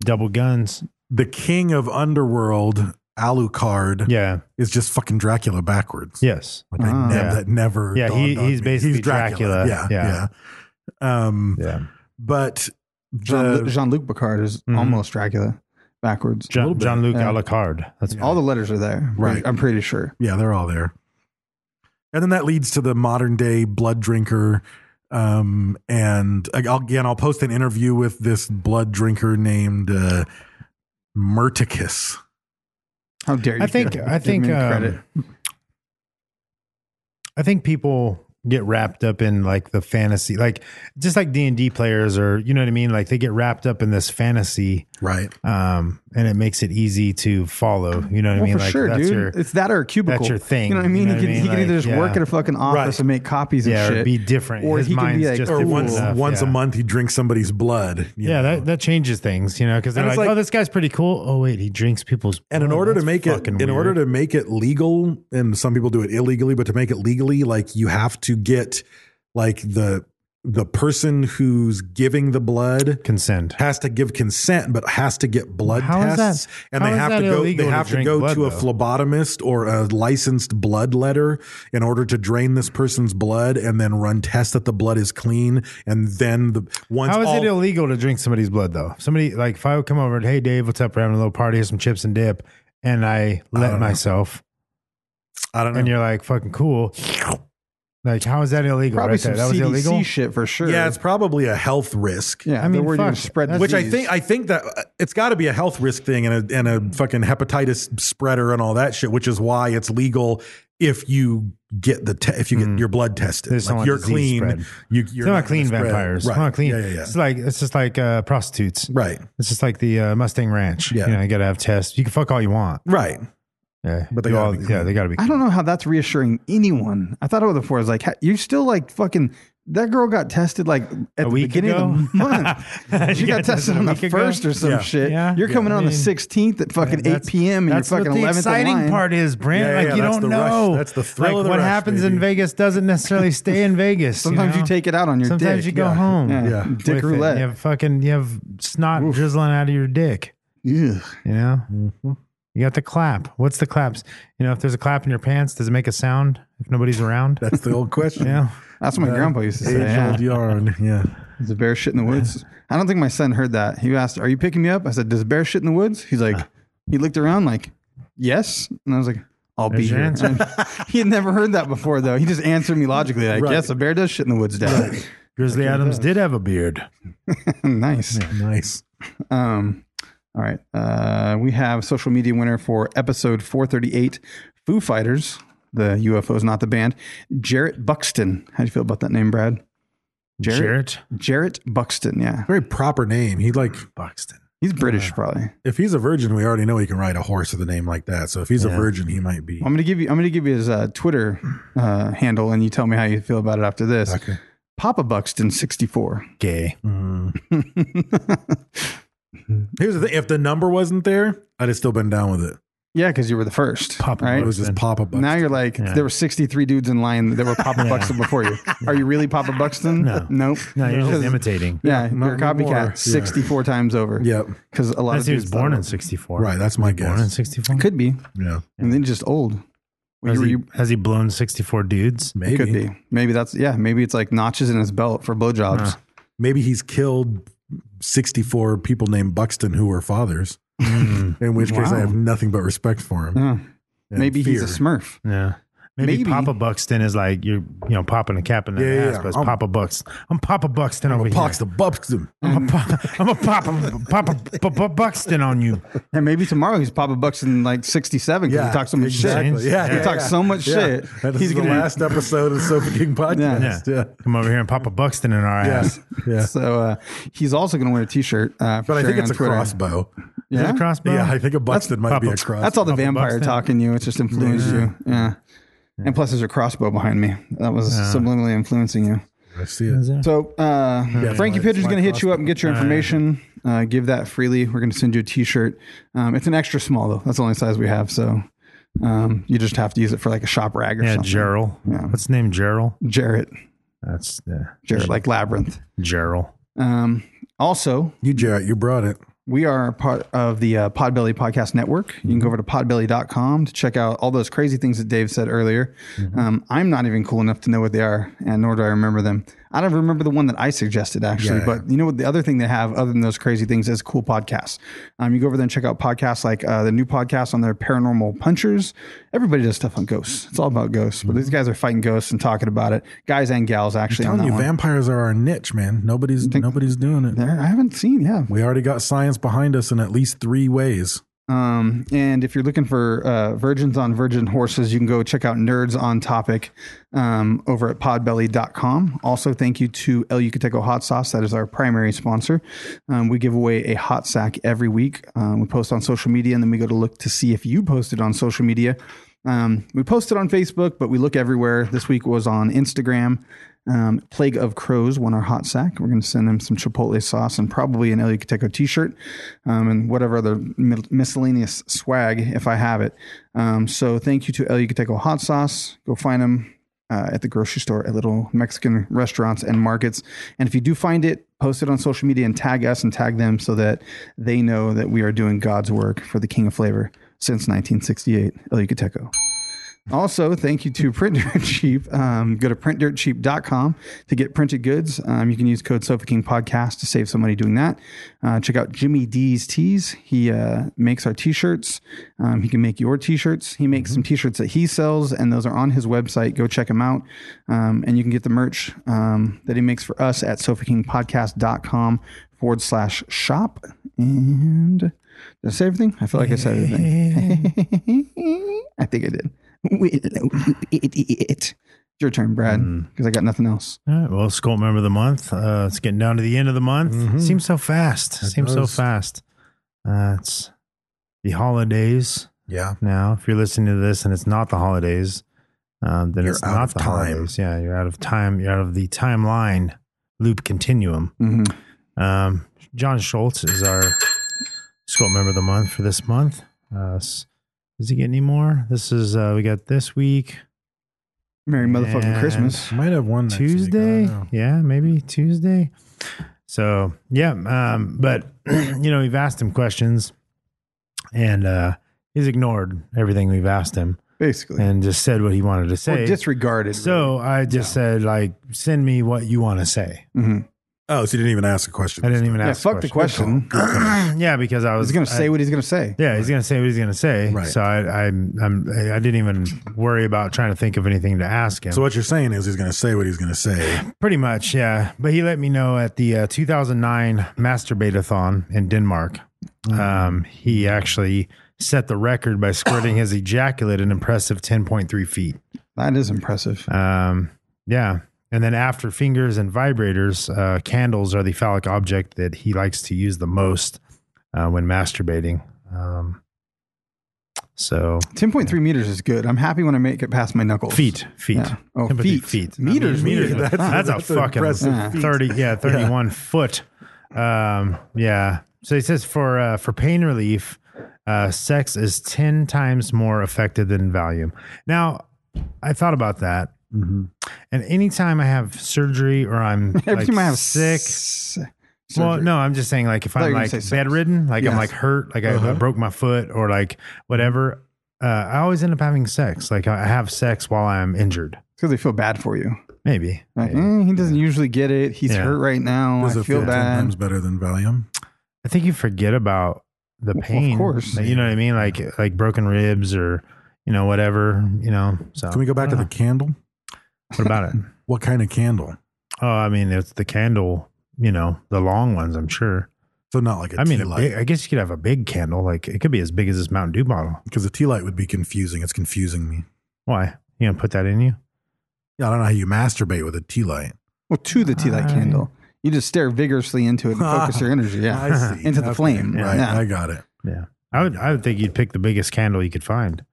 S4: double guns.
S5: the king of underworld alucard
S4: Yeah.
S5: is just fucking dracula backwards
S4: Yes.
S5: like I nev-
S4: Yeah.
S5: that never
S4: Yeah, he-
S5: dawned on
S4: he's
S5: me.
S4: basically
S5: he's dracula, yeah
S4: Dracula.
S5: yeah,
S4: Yeah.
S5: Um,
S6: Yeah.
S5: But
S3: Jean-
S5: the,
S3: Jean-Luc Picard is almost Dracula backwards. A little
S4: John,
S3: bit.
S4: John Luke
S3: Yeah.
S4: a la carte. That's
S3: All the letters are there.
S5: Right.
S3: I'm pretty sure.
S5: yeah, they're all there. And then that leads to the modern day blood drinker. Um, and ag- I'll, again, I'll post an interview with this blood drinker named uh, Myrticus.
S3: How dare you?
S4: I think- I
S3: give
S4: think,
S3: me
S4: um,
S3: credit.
S4: I think people get wrapped up in like the fantasy, like just like D and D players, or you know what I mean. Like they get wrapped up in this fantasy,
S5: Right.
S4: um, and it makes it easy to follow. You know what
S3: Well,
S4: I mean?
S3: for
S4: like
S3: sure, dude. it's that or a cubicle.
S4: That's your thing.
S3: You know what I mean? he
S4: what
S3: could, he could
S4: Like,
S3: either just
S4: yeah.
S3: work at a fucking office
S5: Right.
S3: and make copies and
S4: Yeah, or
S3: shit,
S4: be different.
S3: or
S4: His
S3: he can
S4: mind's
S3: be like,
S4: just
S5: Or
S4: different
S5: once
S4: enough,
S5: once
S4: yeah.
S5: a month, he drinks somebody's blood. you
S4: Yeah,
S5: know.
S4: that, that changes things, you know, because they're
S5: And it's
S4: like,
S5: like-
S4: oh, this guy's pretty cool. Oh, wait, he drinks people's.
S5: And in
S4: blood.
S5: order to
S4: Oh, That's
S5: make it,
S4: fucking
S5: in
S4: weird.
S5: order to make it legal, and some people do it illegally, but to make it legally, like you have to get like the the person who's giving the blood
S4: consent,
S5: has to give consent, but has to get blood
S4: How is that-
S5: tests, and
S4: how
S5: they
S4: is
S5: have
S4: that
S5: to go. They
S4: illegal to
S5: have to,
S4: drink
S5: go
S4: blood,
S5: to a
S4: though?
S5: phlebotomist or a licensed blood letter in order to drain this person's blood, and then run tests that the blood is clean, and then the once
S4: How is
S5: all,
S4: it illegal to drink somebody's blood though? If Somebody like if I would come over and hey Dave, what's up? We're having a little party, here's some chips and dip, and I let
S5: don't know.
S4: myself,
S5: I don't know.
S4: and you're like fucking cool. Like how is that illegal?
S3: probably
S4: right
S3: some
S4: there? That was
S3: CDC
S4: illegal.
S3: shit for sure.
S5: yeah, it's probably a health risk.
S3: yeah.
S4: I
S3: I mean,
S4: mean,
S3: we're going
S4: fuck,
S3: to spread
S4: that's-
S5: Which I
S3: disease.
S5: think I think that uh, it's got to be a health risk thing and a and a fucking hepatitis spreader and all that shit, which is why it's legal if you get the te- if you get your blood tested,
S4: Mm. They just
S5: like
S4: don't want
S5: you're
S4: disease
S5: clean.
S4: spread.
S5: You, you're
S4: They're not,
S5: gonna
S4: clean
S5: spread.
S4: vampires.
S5: Right.
S4: They're not clean.
S5: Yeah, yeah, yeah.
S4: It's like it's just like uh, prostitutes.
S5: right,
S4: It's just like the uh, Mustang Ranch.
S5: Yeah.
S4: you know, you gotta have tests. You can fuck all you want.
S5: right.
S4: Yeah,
S5: But they
S4: You
S5: gotta
S4: all-
S5: be clean.
S4: yeah, they gotta be.
S3: I don't know how that's reassuring anyone. I thought it was before. I was like, ha- you still like fucking. That girl got tested like at
S4: A
S3: the
S4: week
S3: beginning
S4: ago?
S3: of the month.
S4: She
S3: she
S4: got
S3: got tested
S4: tested a
S3: on the
S4: week ago?
S3: first or some
S5: Yeah.
S3: shit.
S4: Yeah.
S3: You're
S4: Yeah.
S3: coming
S4: I
S3: on the
S4: mean,
S3: 16th at fucking
S4: Yeah,
S3: 8 p.m. and
S4: that's
S3: you're
S4: what
S3: fucking
S4: the
S3: 11th
S4: exciting
S3: in line.
S4: part is, Brand.
S5: Yeah, yeah,
S4: like you
S5: that's
S4: don't
S5: the rush.
S4: know.
S5: That's the thrill
S4: Like
S5: of the
S4: what
S5: rush,
S4: happens in
S5: baby.
S4: Vegas doesn't necessarily stay in Vegas.
S3: Sometimes you
S4: know?
S3: take it out on your
S4: Sometimes
S3: dick.
S4: you go
S3: Yeah.
S4: home.
S3: Yeah.
S5: Yeah.
S4: with
S3: Dick
S4: it.
S3: roulette.
S4: You have fucking you have snot drizzling out of your dick.
S3: Ugh.
S4: You know.
S3: Mm-hmm.
S4: You got the clap. What's the claps? You know, if there's a clap in your pants, does it make a sound if nobody's around?
S5: That's the old question.
S4: yeah.
S3: That's what my grandpa used to say.
S5: Age
S3: yeah.
S5: old yarn. Yeah.
S3: Does a bear shit in the woods? I don't think my son heard that. He asked, Are you picking me up? I said, Does a bear shit in the woods? He's like, He looked around like, Yes. And I was like, I'll be
S4: There's your
S3: here.
S4: answer.
S3: And he had never heard that before, though. He just answered me logically, like,
S5: Right.
S3: Yes, a bear does shit in the woods, Dad.
S4: Grizzly Adams did have a beard.
S3: nice.
S5: Nice.
S3: Um, all right. Uh, we have social media winner for episode 438 Foo Fighters. The UFOs, not the band. Jarrett Buxton. How do you feel about that name, Brad?
S4: Jarrett
S3: Jarrett Buxton. Yeah.
S5: Very proper name. He like
S4: Buxton.
S3: He's British, probably.
S5: if he's a virgin, we already know he can ride a horse with a name like that. So if he's a virgin, he might be.
S3: I'm gonna give you. I'm gonna give you his uh, Twitter uh, handle, and you tell me how you feel about it after this.
S5: Okay.
S3: Papa Buxton 64.
S4: Gay.
S5: Here's the thing: if the number wasn't there, I'd have still been down with it.
S3: Yeah, because you were the first.
S4: Papa
S3: right?
S5: It was just Papa Buxton.
S3: Now you're like there were 63 dudes in line that were Papa Buxton before you. Are you really Papa Buxton?
S4: No.
S3: Nope.
S4: No, you're just
S3: Because-
S4: imitating.
S3: Yeah,
S5: not
S3: you're a copycat
S5: anymore. Yeah.
S3: 64 times over.
S5: Yep.
S3: because a lot
S4: Unless
S3: of
S4: he was
S3: dudes
S4: born
S3: thought-
S4: in '64.
S5: Right, that's my
S4: Born in
S5: guess.
S4: '64.
S3: Could be,
S5: Yeah.
S3: and then just old. Were
S4: Has,
S3: you- were
S4: he,
S3: you-
S4: has he blown 64 dudes?
S5: Maybe.
S3: could be. Maybe that's yeah. Maybe it's like notches in his belt for blowjobs.
S5: Maybe he's killed 64 people named Buxton who were fathers, in which case I have nothing but respect for him.
S3: Yeah.
S5: and
S3: Maybe he's a
S5: fear.
S3: Smurf.
S4: Yeah. Maybe,
S3: Maybe.
S4: Papa Buxton is like you're, you know, popping a cap in the
S5: Yeah, yeah,
S4: ass,
S5: yeah.
S4: but it's
S5: I'm-
S4: Papa Buxton. I'm Papa Buxton over
S5: Pox
S4: here.
S5: the Buxton.
S4: I'm a, pa- I'm a Papa Papa Bu- Bu- Buxton on you.
S3: And maybe tomorrow he's Papa Buxton like 67 because
S5: Yeah,
S3: he talks so much
S5: exactly. Yeah,
S3: shit. he
S5: yeah,
S3: talking talks
S5: yeah.
S3: so much
S5: Yeah.
S3: shit.
S5: That is
S3: he's
S5: the
S3: gonna
S5: last episode of Sofa King
S4: Yeah.
S5: podcast. Yeah.
S4: Come over here and Papa Buxton in our
S5: Yeah.
S4: ass.
S5: Yeah.
S3: So uh, he's also gonna wear a T-shirt. Uh, for
S5: But I think
S3: sharing
S5: it's
S3: on
S5: a
S3: Twitter.
S5: crossbow.
S3: Yeah?
S4: The crossbow.
S5: Yeah, I think a Buxton might be a
S4: Papa-
S5: crossbow.
S3: That's all the
S4: Papa
S3: vampire
S4: Buxton.
S3: talking you. It's just influenced you. Yeah. And plus, there's a crossbow behind me. That was subliminally influencing you.
S5: I see it.
S3: So, uh, Frankie
S5: it's
S3: Pigeon's
S5: my
S3: going to hit you
S5: crossbow.
S3: up and get your information. Uh, give that freely. We're going to send you a T-shirt. Um, it's an extra small though. That's the only size we have. So, um, you just have to use it for like a shop rag or
S4: Yeah,
S3: something.
S4: Gerald. What's his name? Gerald.
S3: Jarrett.
S4: That's yeah.
S3: Jarrett, like labyrinth.
S4: Gerald.
S3: Um, also,
S5: You, Jarrett, you brought it.
S3: we are part of the uh, Podbelly Podcast Network. You can go over to podbelly.com to check out all those
S5: Mm-hmm.
S3: crazy things that Dave said earlier. Um, I'm not even cool enough to know what they are, and nor do I remember them. I I don't remember the one that I suggested actually,
S5: Yeah.
S3: but you know what? The other thing they have, other than those crazy things, is cool podcasts. Um, you go over there and check out podcasts like uh, the new podcast on their paranormal punchers. Everybody does stuff on ghosts. It's all about ghosts,
S5: Mm-hmm.
S3: but these guys are fighting ghosts and talking about it, guys and gals actually
S5: telling
S3: on that
S5: you,
S3: one.
S5: vampires are our niche, man. Nobody's nobody's doing it.
S3: There, I haven't seen. Yeah,
S5: We already got science behind us in at least three ways.
S3: Um, and if you're looking for uh, virgins on virgin horses, you can go check out Nerds on Topic um, over at podbelly.com. Also, thank you to El Yucateco Hot Sauce. That is our primary sponsor. Um, we give away a hot sack every week. Um, we post on social media and then we go to look to see if you posted on social media. Um, we posted on Facebook, but we look everywhere. This week was on Instagram. Um, Plague of Crows won our hot sack. We're going to send them some Chipotle sauce and probably an El Yucateco t shirt um, and whatever other mi- miscellaneous swag if I have it. Um, so thank you to El Yucateco Hot Sauce. Go find them uh, at the grocery store, at little Mexican restaurants and markets. And if you do find it, post it on social media and tag us and tag them so that they know that we are doing God's work for the King of Flavor since 1968, El Yucateco. Also, thank you to Print Dirt Cheap. Um, go to printdirtcheap.com to get printed goods. Um, you can use code Sofa King Podcast to save some money doing that. Uh, check out Jimmy D's Tees. He uh, makes our t shirts. Um, he can make your t shirts. He makes some t shirts that he sells, and those are on his website. Go check him out. Um, and you can get the merch um, that he makes for us at sofakingpodcast.com forward slash shop. And did I say everything? I feel like I said everything. I think I did. Will it. Your turn, Brad,
S4: Mm.
S3: because I got nothing else.
S4: All right, well, Skull Member of the Month. Uh, it's getting down to the end of the month. Seems so fast.
S5: Mm-hmm. It
S4: Seems so
S5: does.
S4: fast. Uh, it's the holidays
S5: Yeah.
S4: now. If you're listening to this and it's not the holidays, um, then
S5: You're
S4: it's
S5: out
S4: not
S5: of
S4: the
S5: time.
S4: holidays. Yeah, you're out of time. You're out of the timeline loop continuum.
S3: Mhm.
S4: Um, John Schultz is our Skull Member of the Month for this month. Uh, s- does he get any more? This is uh, we got this week.
S3: Merry motherfucking
S4: And-
S3: Christmas.
S5: Might have one next week. I don't
S4: Tuesday.
S5: know.
S4: Yeah, maybe Tuesday. So yeah, um, but you know we've asked him questions, and uh, he's ignored everything we've asked him
S3: Basically.
S4: and just said what he wanted to say.
S3: or disregarded.
S4: so I just said like, send me what you want to say.
S5: Oh, so you didn't even ask a question.
S4: I didn't even
S3: yeah,
S4: ask.
S3: fuck the question.
S4: question. yeah, because I was
S3: He's going to say
S4: I-
S3: what he's going to say.
S4: yeah, he's gonna say what he's gonna say.
S5: Right.
S4: So I, I'm, I'm, I didn't even worry about trying to think of anything to ask him.
S5: So what you're saying is he's going to say what he's going to say.
S4: Pretty much, yeah. But he let me know at the uh, 2009 Masturbatathon in Denmark.
S3: Uh-huh.
S4: Um, he actually set the record by squirting his ejaculate an impressive 10.3 feet.
S3: That is impressive.
S4: Um, yeah. And then after fingers and vibrators, uh, candles are the phallic object that he likes to use the most uh, when masturbating. Um, so
S3: 10.3 meters is good. I'm happy when I make it past my knuckles.
S4: feet, feet,
S3: Yeah. Oh,
S4: Empathy,
S3: feet.
S4: feet,
S3: Meters,
S4: I mean,
S3: meters.
S4: That's,
S3: That's-
S4: that's,
S5: that's
S4: a
S5: an
S4: fucking
S5: impressive
S3: feet.
S4: thirty, yeah, thirty-one foot. Um, yeah. So he says for uh, for pain relief, uh, sex is ten times more effective than Valium. Now, I thought about that, and anytime I have surgery or I'm
S3: Every
S4: like
S3: time Mm-hmm. I have
S4: sick,
S3: s-
S4: well,
S3: surgery.
S4: no, I'm just saying like if
S3: thought you
S4: I'm
S3: were gonna
S4: like
S3: say sex.
S4: bedridden, like
S3: Yes.
S4: I'm like hurt, like I- I,
S5: Uh-huh.
S4: broke my foot or like whatever. Uh, I always end up having sex. Like I I have sex while I'm injured.
S3: It's because they feel bad for you.
S4: Maybe.
S3: Like, eh, he doesn't usually get it. He's
S4: Yeah.
S3: hurt right now.
S5: Does
S3: I
S5: it feel
S3: feel
S5: ten
S3: bad.
S5: times better than Valium?
S4: I think you forget about the
S3: Well, of
S4: pain.
S3: course.
S4: Like, you know what I mean? Like like broken ribs or you know whatever. You know. So
S5: Can we go back
S3: Ah.
S5: to the candle?
S4: what about it?
S5: What kind of candle?
S4: Oh, I mean it's the candle. You know the long ones. I'm sure.
S5: So not like a
S4: I mean,
S5: tea
S4: a
S5: light.
S4: big, I guess you could have a big candle. Like it could be as big as this Mountain Dew bottle.
S5: because a tea light would be confusing. It's confusing me.
S4: Why? You gonna put that in you?
S5: Yeah, I don't know how you masturbate with a tea light.
S3: Well, to the tea light
S4: I-
S3: candle. You just stare vigorously into it and focus your energy. Yeah.
S5: I see.
S3: Into the flame.
S5: Right,
S3: Yeah.
S5: I got it.
S4: Yeah. I would. I would think you'd pick the biggest candle you could find.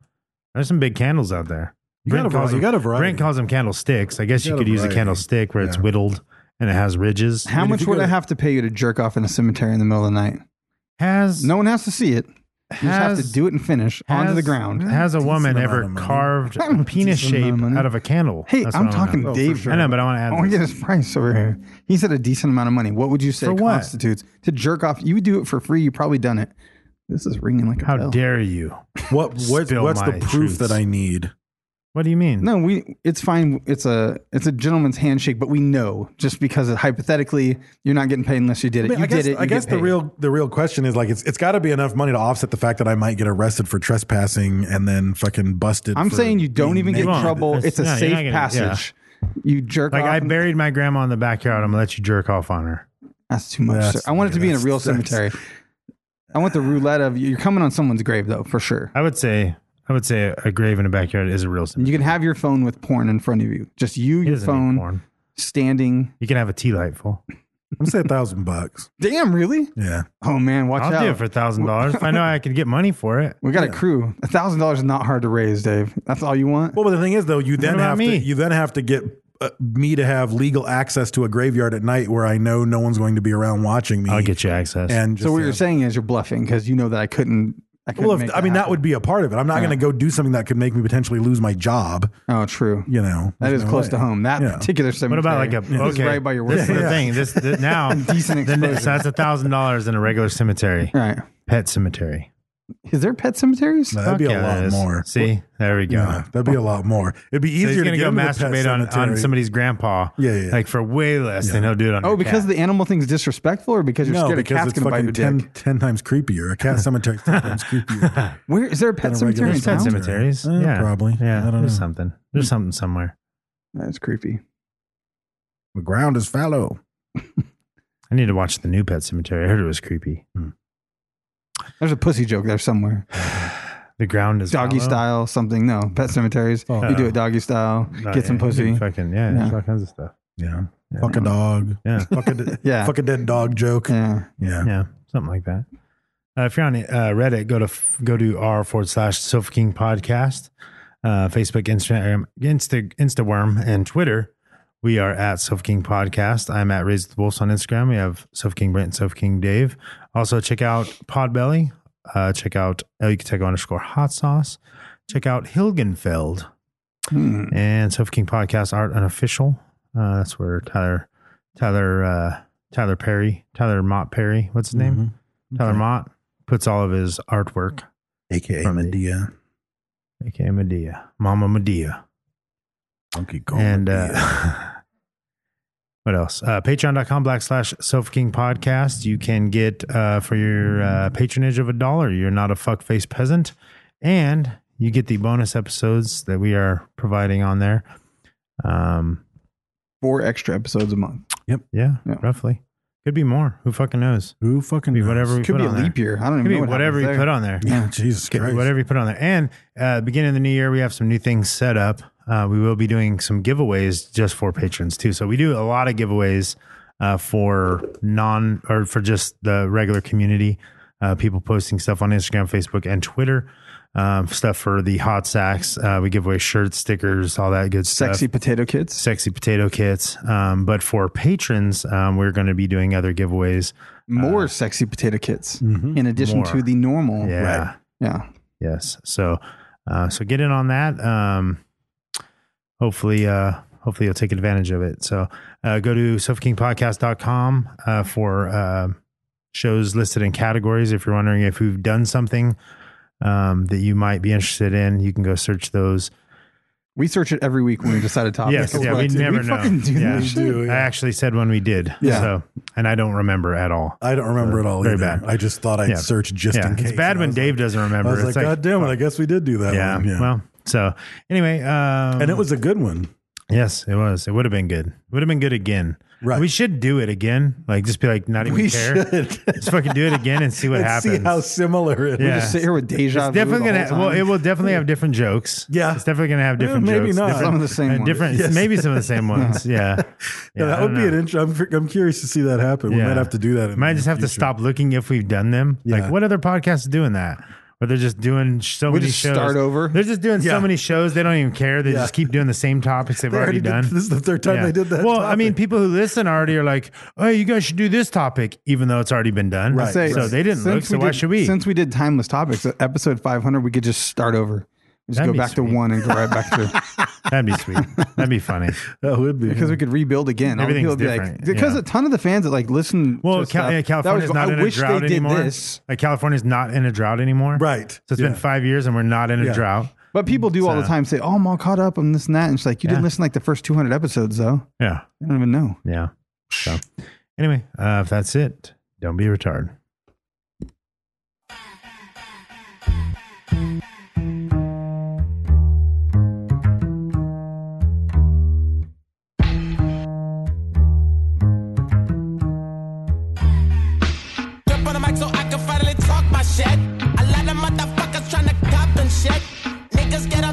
S4: There's some big candles out there.
S5: You got a vari- you
S4: them,
S5: got a variety.
S4: Brent calls them candlesticks. I guess
S5: You
S4: you,
S5: got a
S4: could use a
S5: variety.
S4: candlestick where it's
S5: Yeah.
S4: whittled and it has ridges.
S3: How
S5: mean, if
S3: much
S5: you
S3: would
S5: go
S3: I
S5: to-
S3: have to pay you to jerk off in a cemetery in the middle of the night?
S4: Has
S3: No one has to see it. You just have to
S4: Has-
S3: do it and finish onto the ground.
S4: Has a woman
S5: amount
S4: ever
S5: of money.
S4: carved
S3: I don't
S4: a
S3: have a
S4: penis
S3: decent amount
S4: shape
S3: of money.
S4: out of a candle?
S3: Hey,
S4: That's
S3: I'm
S4: what wanna
S3: talking
S4: know. Oh,
S3: to Dave.
S4: I know, but I want to
S3: I
S4: add.
S3: want to
S4: this.
S3: get his price over here. He said a decent amount of money. What would you say
S4: For what?
S3: constitutes to jerk off? You would do it for free. You probably done it. This is ringing like a
S4: How
S3: bell.
S4: dare you?
S5: What, what
S4: Spill
S5: what's the
S4: my
S5: proof
S4: truths.
S5: that I need?
S4: What do you mean?
S3: No, we. It's fine. It's a it's a gentleman's handshake, but we know just because it, hypothetically you're not getting paid unless you did
S5: I,
S3: it.
S5: mean,
S3: you
S5: I guess,
S3: did it.
S5: I
S3: you get
S5: guess the
S3: paid.
S5: real the real question is like it's it's got to be enough money to offset the fact that I might get arrested for trespassing and then fucking busted.
S3: I'm
S5: for
S3: saying you don't
S5: being
S3: even get
S5: naked.
S3: in trouble.
S4: It's-
S3: It's a
S4: no, you're
S3: safe
S4: not gonna-
S3: passage. You jerk
S4: Like
S3: off.
S4: I
S3: and-
S4: buried my grandma in the backyard. I'm gonna let you jerk off on her.
S3: That's too much.
S5: That's-
S3: sir. I want it to be in a
S5: that's-
S3: real
S5: that's-
S3: cemetery. I want the roulette of you're coming on someone's grave though for sure.
S4: I would say I would say a grave in a backyard is a real sin.
S3: You can have your phone with porn in front of you. Just you,
S4: It
S3: your
S4: doesn't need
S3: phone,
S4: porn.
S3: standing.
S4: You can have a tea light full.
S5: I'm saying a thousand bucks.
S3: Damn, really?
S5: Yeah,
S3: Oh man, watch
S4: I'll
S3: out.
S4: do it for thousand dollars. If I know I could get money for it.
S3: we got a crew. A thousand dollars is not hard to raise, Dave. That's all you want.
S5: Well, but the thing is, though, you then
S4: about
S5: have
S4: me?
S5: to you then have to get uh, me to have legal access to a graveyard at night where I know no one's going to be around watching me.
S4: I'll get you access.
S5: And just,
S3: so what you're
S5: yeah.
S3: saying is you're bluffing because you know that I couldn't. I couldn't
S5: Well, if,
S3: make
S5: I mean, that would be a part of it. I'm not going to go do something that could make me potentially lose my job.
S3: happen. Oh, true.
S5: You know,
S3: That
S5: There's
S3: is
S5: no
S3: close
S5: way.
S3: to home. That
S5: Yeah.
S3: particular
S4: what
S3: cemetery.
S4: about like a
S3: is
S4: okay?
S3: right by your
S4: this is the
S3: workplace.
S4: thing. This, th- now
S3: Decent
S4: then
S3: exposure.
S4: so that's a thousand dollars in a regular cemetery,
S3: All right.
S4: pet cemetery.
S3: Is there pet cemeteries?
S5: No, that'd be a
S4: Fuck yeah,
S5: lot
S4: that is.
S5: more.
S4: See, there we go.
S5: Yeah, that'd be a lot more. It'd be
S4: So he's
S5: easier
S4: gonna
S5: to
S4: go
S5: get into the pet
S4: masturbate on, on
S5: cemetery.
S4: somebody's grandpa,
S5: Yeah, yeah, yeah.
S4: like for way less than he'll do it on.
S3: Oh,
S4: your
S3: because
S4: cat.
S3: the animal thing's disrespectful, or because you're
S5: No,
S3: scared a
S5: because
S3: cat's
S5: it's
S3: going to bite
S5: fucking
S3: your
S5: 10,
S3: dick?
S5: 10 times creepier. A cat cemetery is 10 times creepier.
S3: Where is there a pet
S5: Than a regular
S3: cemetery in
S4: there's pet
S3: town?
S5: cemetery.
S4: cemeteries,
S5: Eh,
S4: yeah,
S5: probably.
S4: yeah.
S5: I don't
S4: there's
S5: know.
S4: something. There's something somewhere.
S3: That's creepy.
S5: The ground is fallow.
S4: I need to watch the new Pet Cemetery. I heard it was creepy.
S5: Hmm.
S3: There's a pussy joke there somewhere.
S4: The ground is
S3: Doggy
S4: hollow.
S3: style, something. No, pet cemeteries. you do it doggy style.
S4: No,
S3: get some
S4: yeah, you
S3: pussy.
S4: can Fucking yeah, there's
S3: Yeah.
S4: all kinds of stuff.
S5: Yeah. Fuck a dog.
S4: Yeah,
S5: Fuck a, de-
S3: Yeah.
S5: fuck a dead dog joke. Yeah.
S3: Yeah.
S4: yeah, something like that. Uh, if you're on uh, Reddit, go to go to r forward slash Sofa King podcast, uh, Facebook, Instagram, Insta, Instaworm, and Twitter. We are at Sofa King Podcast. I'm at Raise the Wolves on Instagram. We have Sofa King Brent and Sofa King Dave. Also, check out Podbelly. Uh, check out El Yucateco underscore hot sauce. Check out Hilgenfeld and Sofa King Podcast Art Unofficial. Uh, that's where Tyler, Tyler, uh, Tyler Perry, Tyler Mott Perry, what's his name? Tyler Mott puts all of his artwork,
S5: AKA
S4: From
S5: Medea.
S4: aka Medea, Mama Medea,
S5: Donkey Kong.
S4: and
S5: Medea.
S4: uh, what else? Uh, Patreon.com backslash Sofa King Podcast. You can get uh, for your uh, patronage of a dollar. You're not a fuckface peasant, and you get the bonus episodes that we are providing on there. Um,
S3: Four extra episodes a month.
S4: Yeah,
S3: Yeah.
S4: roughly. Could be more. Who fucking knows?
S5: who fucking
S4: Could be
S5: knows?
S4: whatever we
S3: Could
S4: put
S3: be a
S4: on there.
S3: leap year. I don't even
S4: Could be
S3: know what
S4: whatever you
S3: happens
S4: put
S3: there.
S4: on there.
S5: Yeah, Jesus
S4: Could-
S5: Christ.
S4: Whatever you put on there. And uh, beginning of the new year, we have some new things set up. Uh, we will be doing some giveaways just for patrons too. So we do a lot of giveaways uh, for non or for just the regular community. Uh, people posting stuff on Instagram, Facebook, and Twitter. Um, stuff for the hot sacks. Uh, we give away shirts, stickers, all that good stuff
S3: Sexy potato kids.
S4: sexy potato kits. Um, but for patrons, um, we're going to be doing other giveaways.
S3: More sexy potato kits in addition
S4: More.
S3: to the normal.
S4: Yeah.
S3: Yeah.
S4: Yes. So, uh, so get in on that. Um, hopefully, uh, hopefully you'll take advantage of it. So, uh, go to suffokingpodcast.com, uh, for, uh, shows listed in categories. If you're wondering if we've done something, um, that you might be interested in, you can go search those.
S3: We search it every week when we decide a topic.
S4: Yes, yeah,
S3: We're
S4: we
S3: like, "Did
S4: never
S3: we
S4: know.
S3: fucking do
S4: yeah.
S3: this shit?"
S4: I actually said when we did.
S3: Yeah.
S4: So, and I don't remember at all.
S5: I don't remember it all
S4: Very
S5: either.
S4: bad.
S5: I just thought I'd
S4: Yeah.
S5: search just
S4: Yeah.
S5: in
S4: It's
S5: case.
S4: bad
S5: And I
S4: when
S5: was
S4: Dave
S5: like-
S4: doesn't remember.
S5: I was
S4: It's
S5: like,
S4: like-
S5: God damn it. I guess we did do that
S4: yeah.
S5: one.
S4: Well, so anyway, um,
S5: and it was a good one.
S4: yes, it was. It would have been good. It would have been good again.
S5: Right.
S4: We should do it again. Like just be like, not even
S5: We
S4: care.
S5: should.
S4: Just fucking do it again and see what
S5: And
S4: happens.
S5: See how similar it is.
S4: Yeah.
S3: Just sit here with deja
S4: it's
S3: vu.
S4: definitely
S3: the
S4: gonna.
S3: whole
S4: Well, it
S3: time.
S4: will definitely have different jokes.
S5: Yeah.
S4: it's definitely gonna have
S5: Yeah,
S4: different
S5: maybe
S4: jokes.
S5: not.
S4: Different,
S3: Some of the same
S4: uh,
S3: ones.
S4: Different,
S5: Yes.
S4: maybe some of the same ones. Yeah,
S5: Yeah,
S4: Yeah, I
S5: that would
S4: don't
S5: be an
S4: know.
S5: intro. I'm, I'm curious to see that happen. We
S4: Yeah.
S5: might have to do that. in
S4: might
S5: the
S4: just have to
S5: future.
S4: stop looking if we've done them.
S5: Yeah.
S4: Like what other podcasts is doing that? Where they're just doing so
S3: We
S4: many
S3: just
S4: shows.
S3: start over?
S4: They're just doing
S5: Yeah.
S4: so many shows. They don't even care. They
S5: Yeah.
S4: just keep doing the same topics they've
S5: They
S4: already,
S5: did-
S4: done.
S5: This is the third time
S4: Yeah.
S5: they did that.
S4: Well, I
S5: topic.
S4: mean, people who listen already are like, "Oh, you guys should do this topic," even though it's already been done.
S5: Right.
S3: Say,
S4: So they didn't
S3: since
S4: look. So
S3: we
S4: why
S3: did-
S4: should we?
S3: Since we did timeless topics, at episode 500, we could just start over. Just
S4: That'd
S3: go
S4: be
S3: back to
S4: sweet.
S3: one and go right back to
S4: That'd be sweet. That'd be funny.
S5: that would be
S3: because
S5: yeah.
S3: we could rebuild again. All the
S4: Everything's
S3: people would be like
S4: different,
S3: because
S4: yeah.
S3: a ton of the fans that like listen.
S4: Well,
S3: to
S4: Cal-
S3: stuff,
S4: yeah,
S3: that
S4: California's
S3: was,
S4: not
S3: I
S4: in a
S3: wish
S4: drought
S3: they did
S4: anymore.
S3: this.
S4: Like California's not in a drought anymore.
S5: Right.
S4: So it's been
S5: Yeah.
S4: five years and we're not in a
S5: Yeah.
S4: drought.
S3: But people do all the
S4: So-
S3: time say, "Oh, I'm all caught up on this and that," and it's like you didn't
S4: Yeah.
S3: listen to, like the first 200 episodes though.
S4: Yeah.
S3: I don't even know.
S4: Yeah. So, anyway, uh, if that's it, don't be a retard.
S6: Jump on the mic so I can finally talk my shit. A lot of motherfuckers tryna cop and shit. Niggas get a Oh,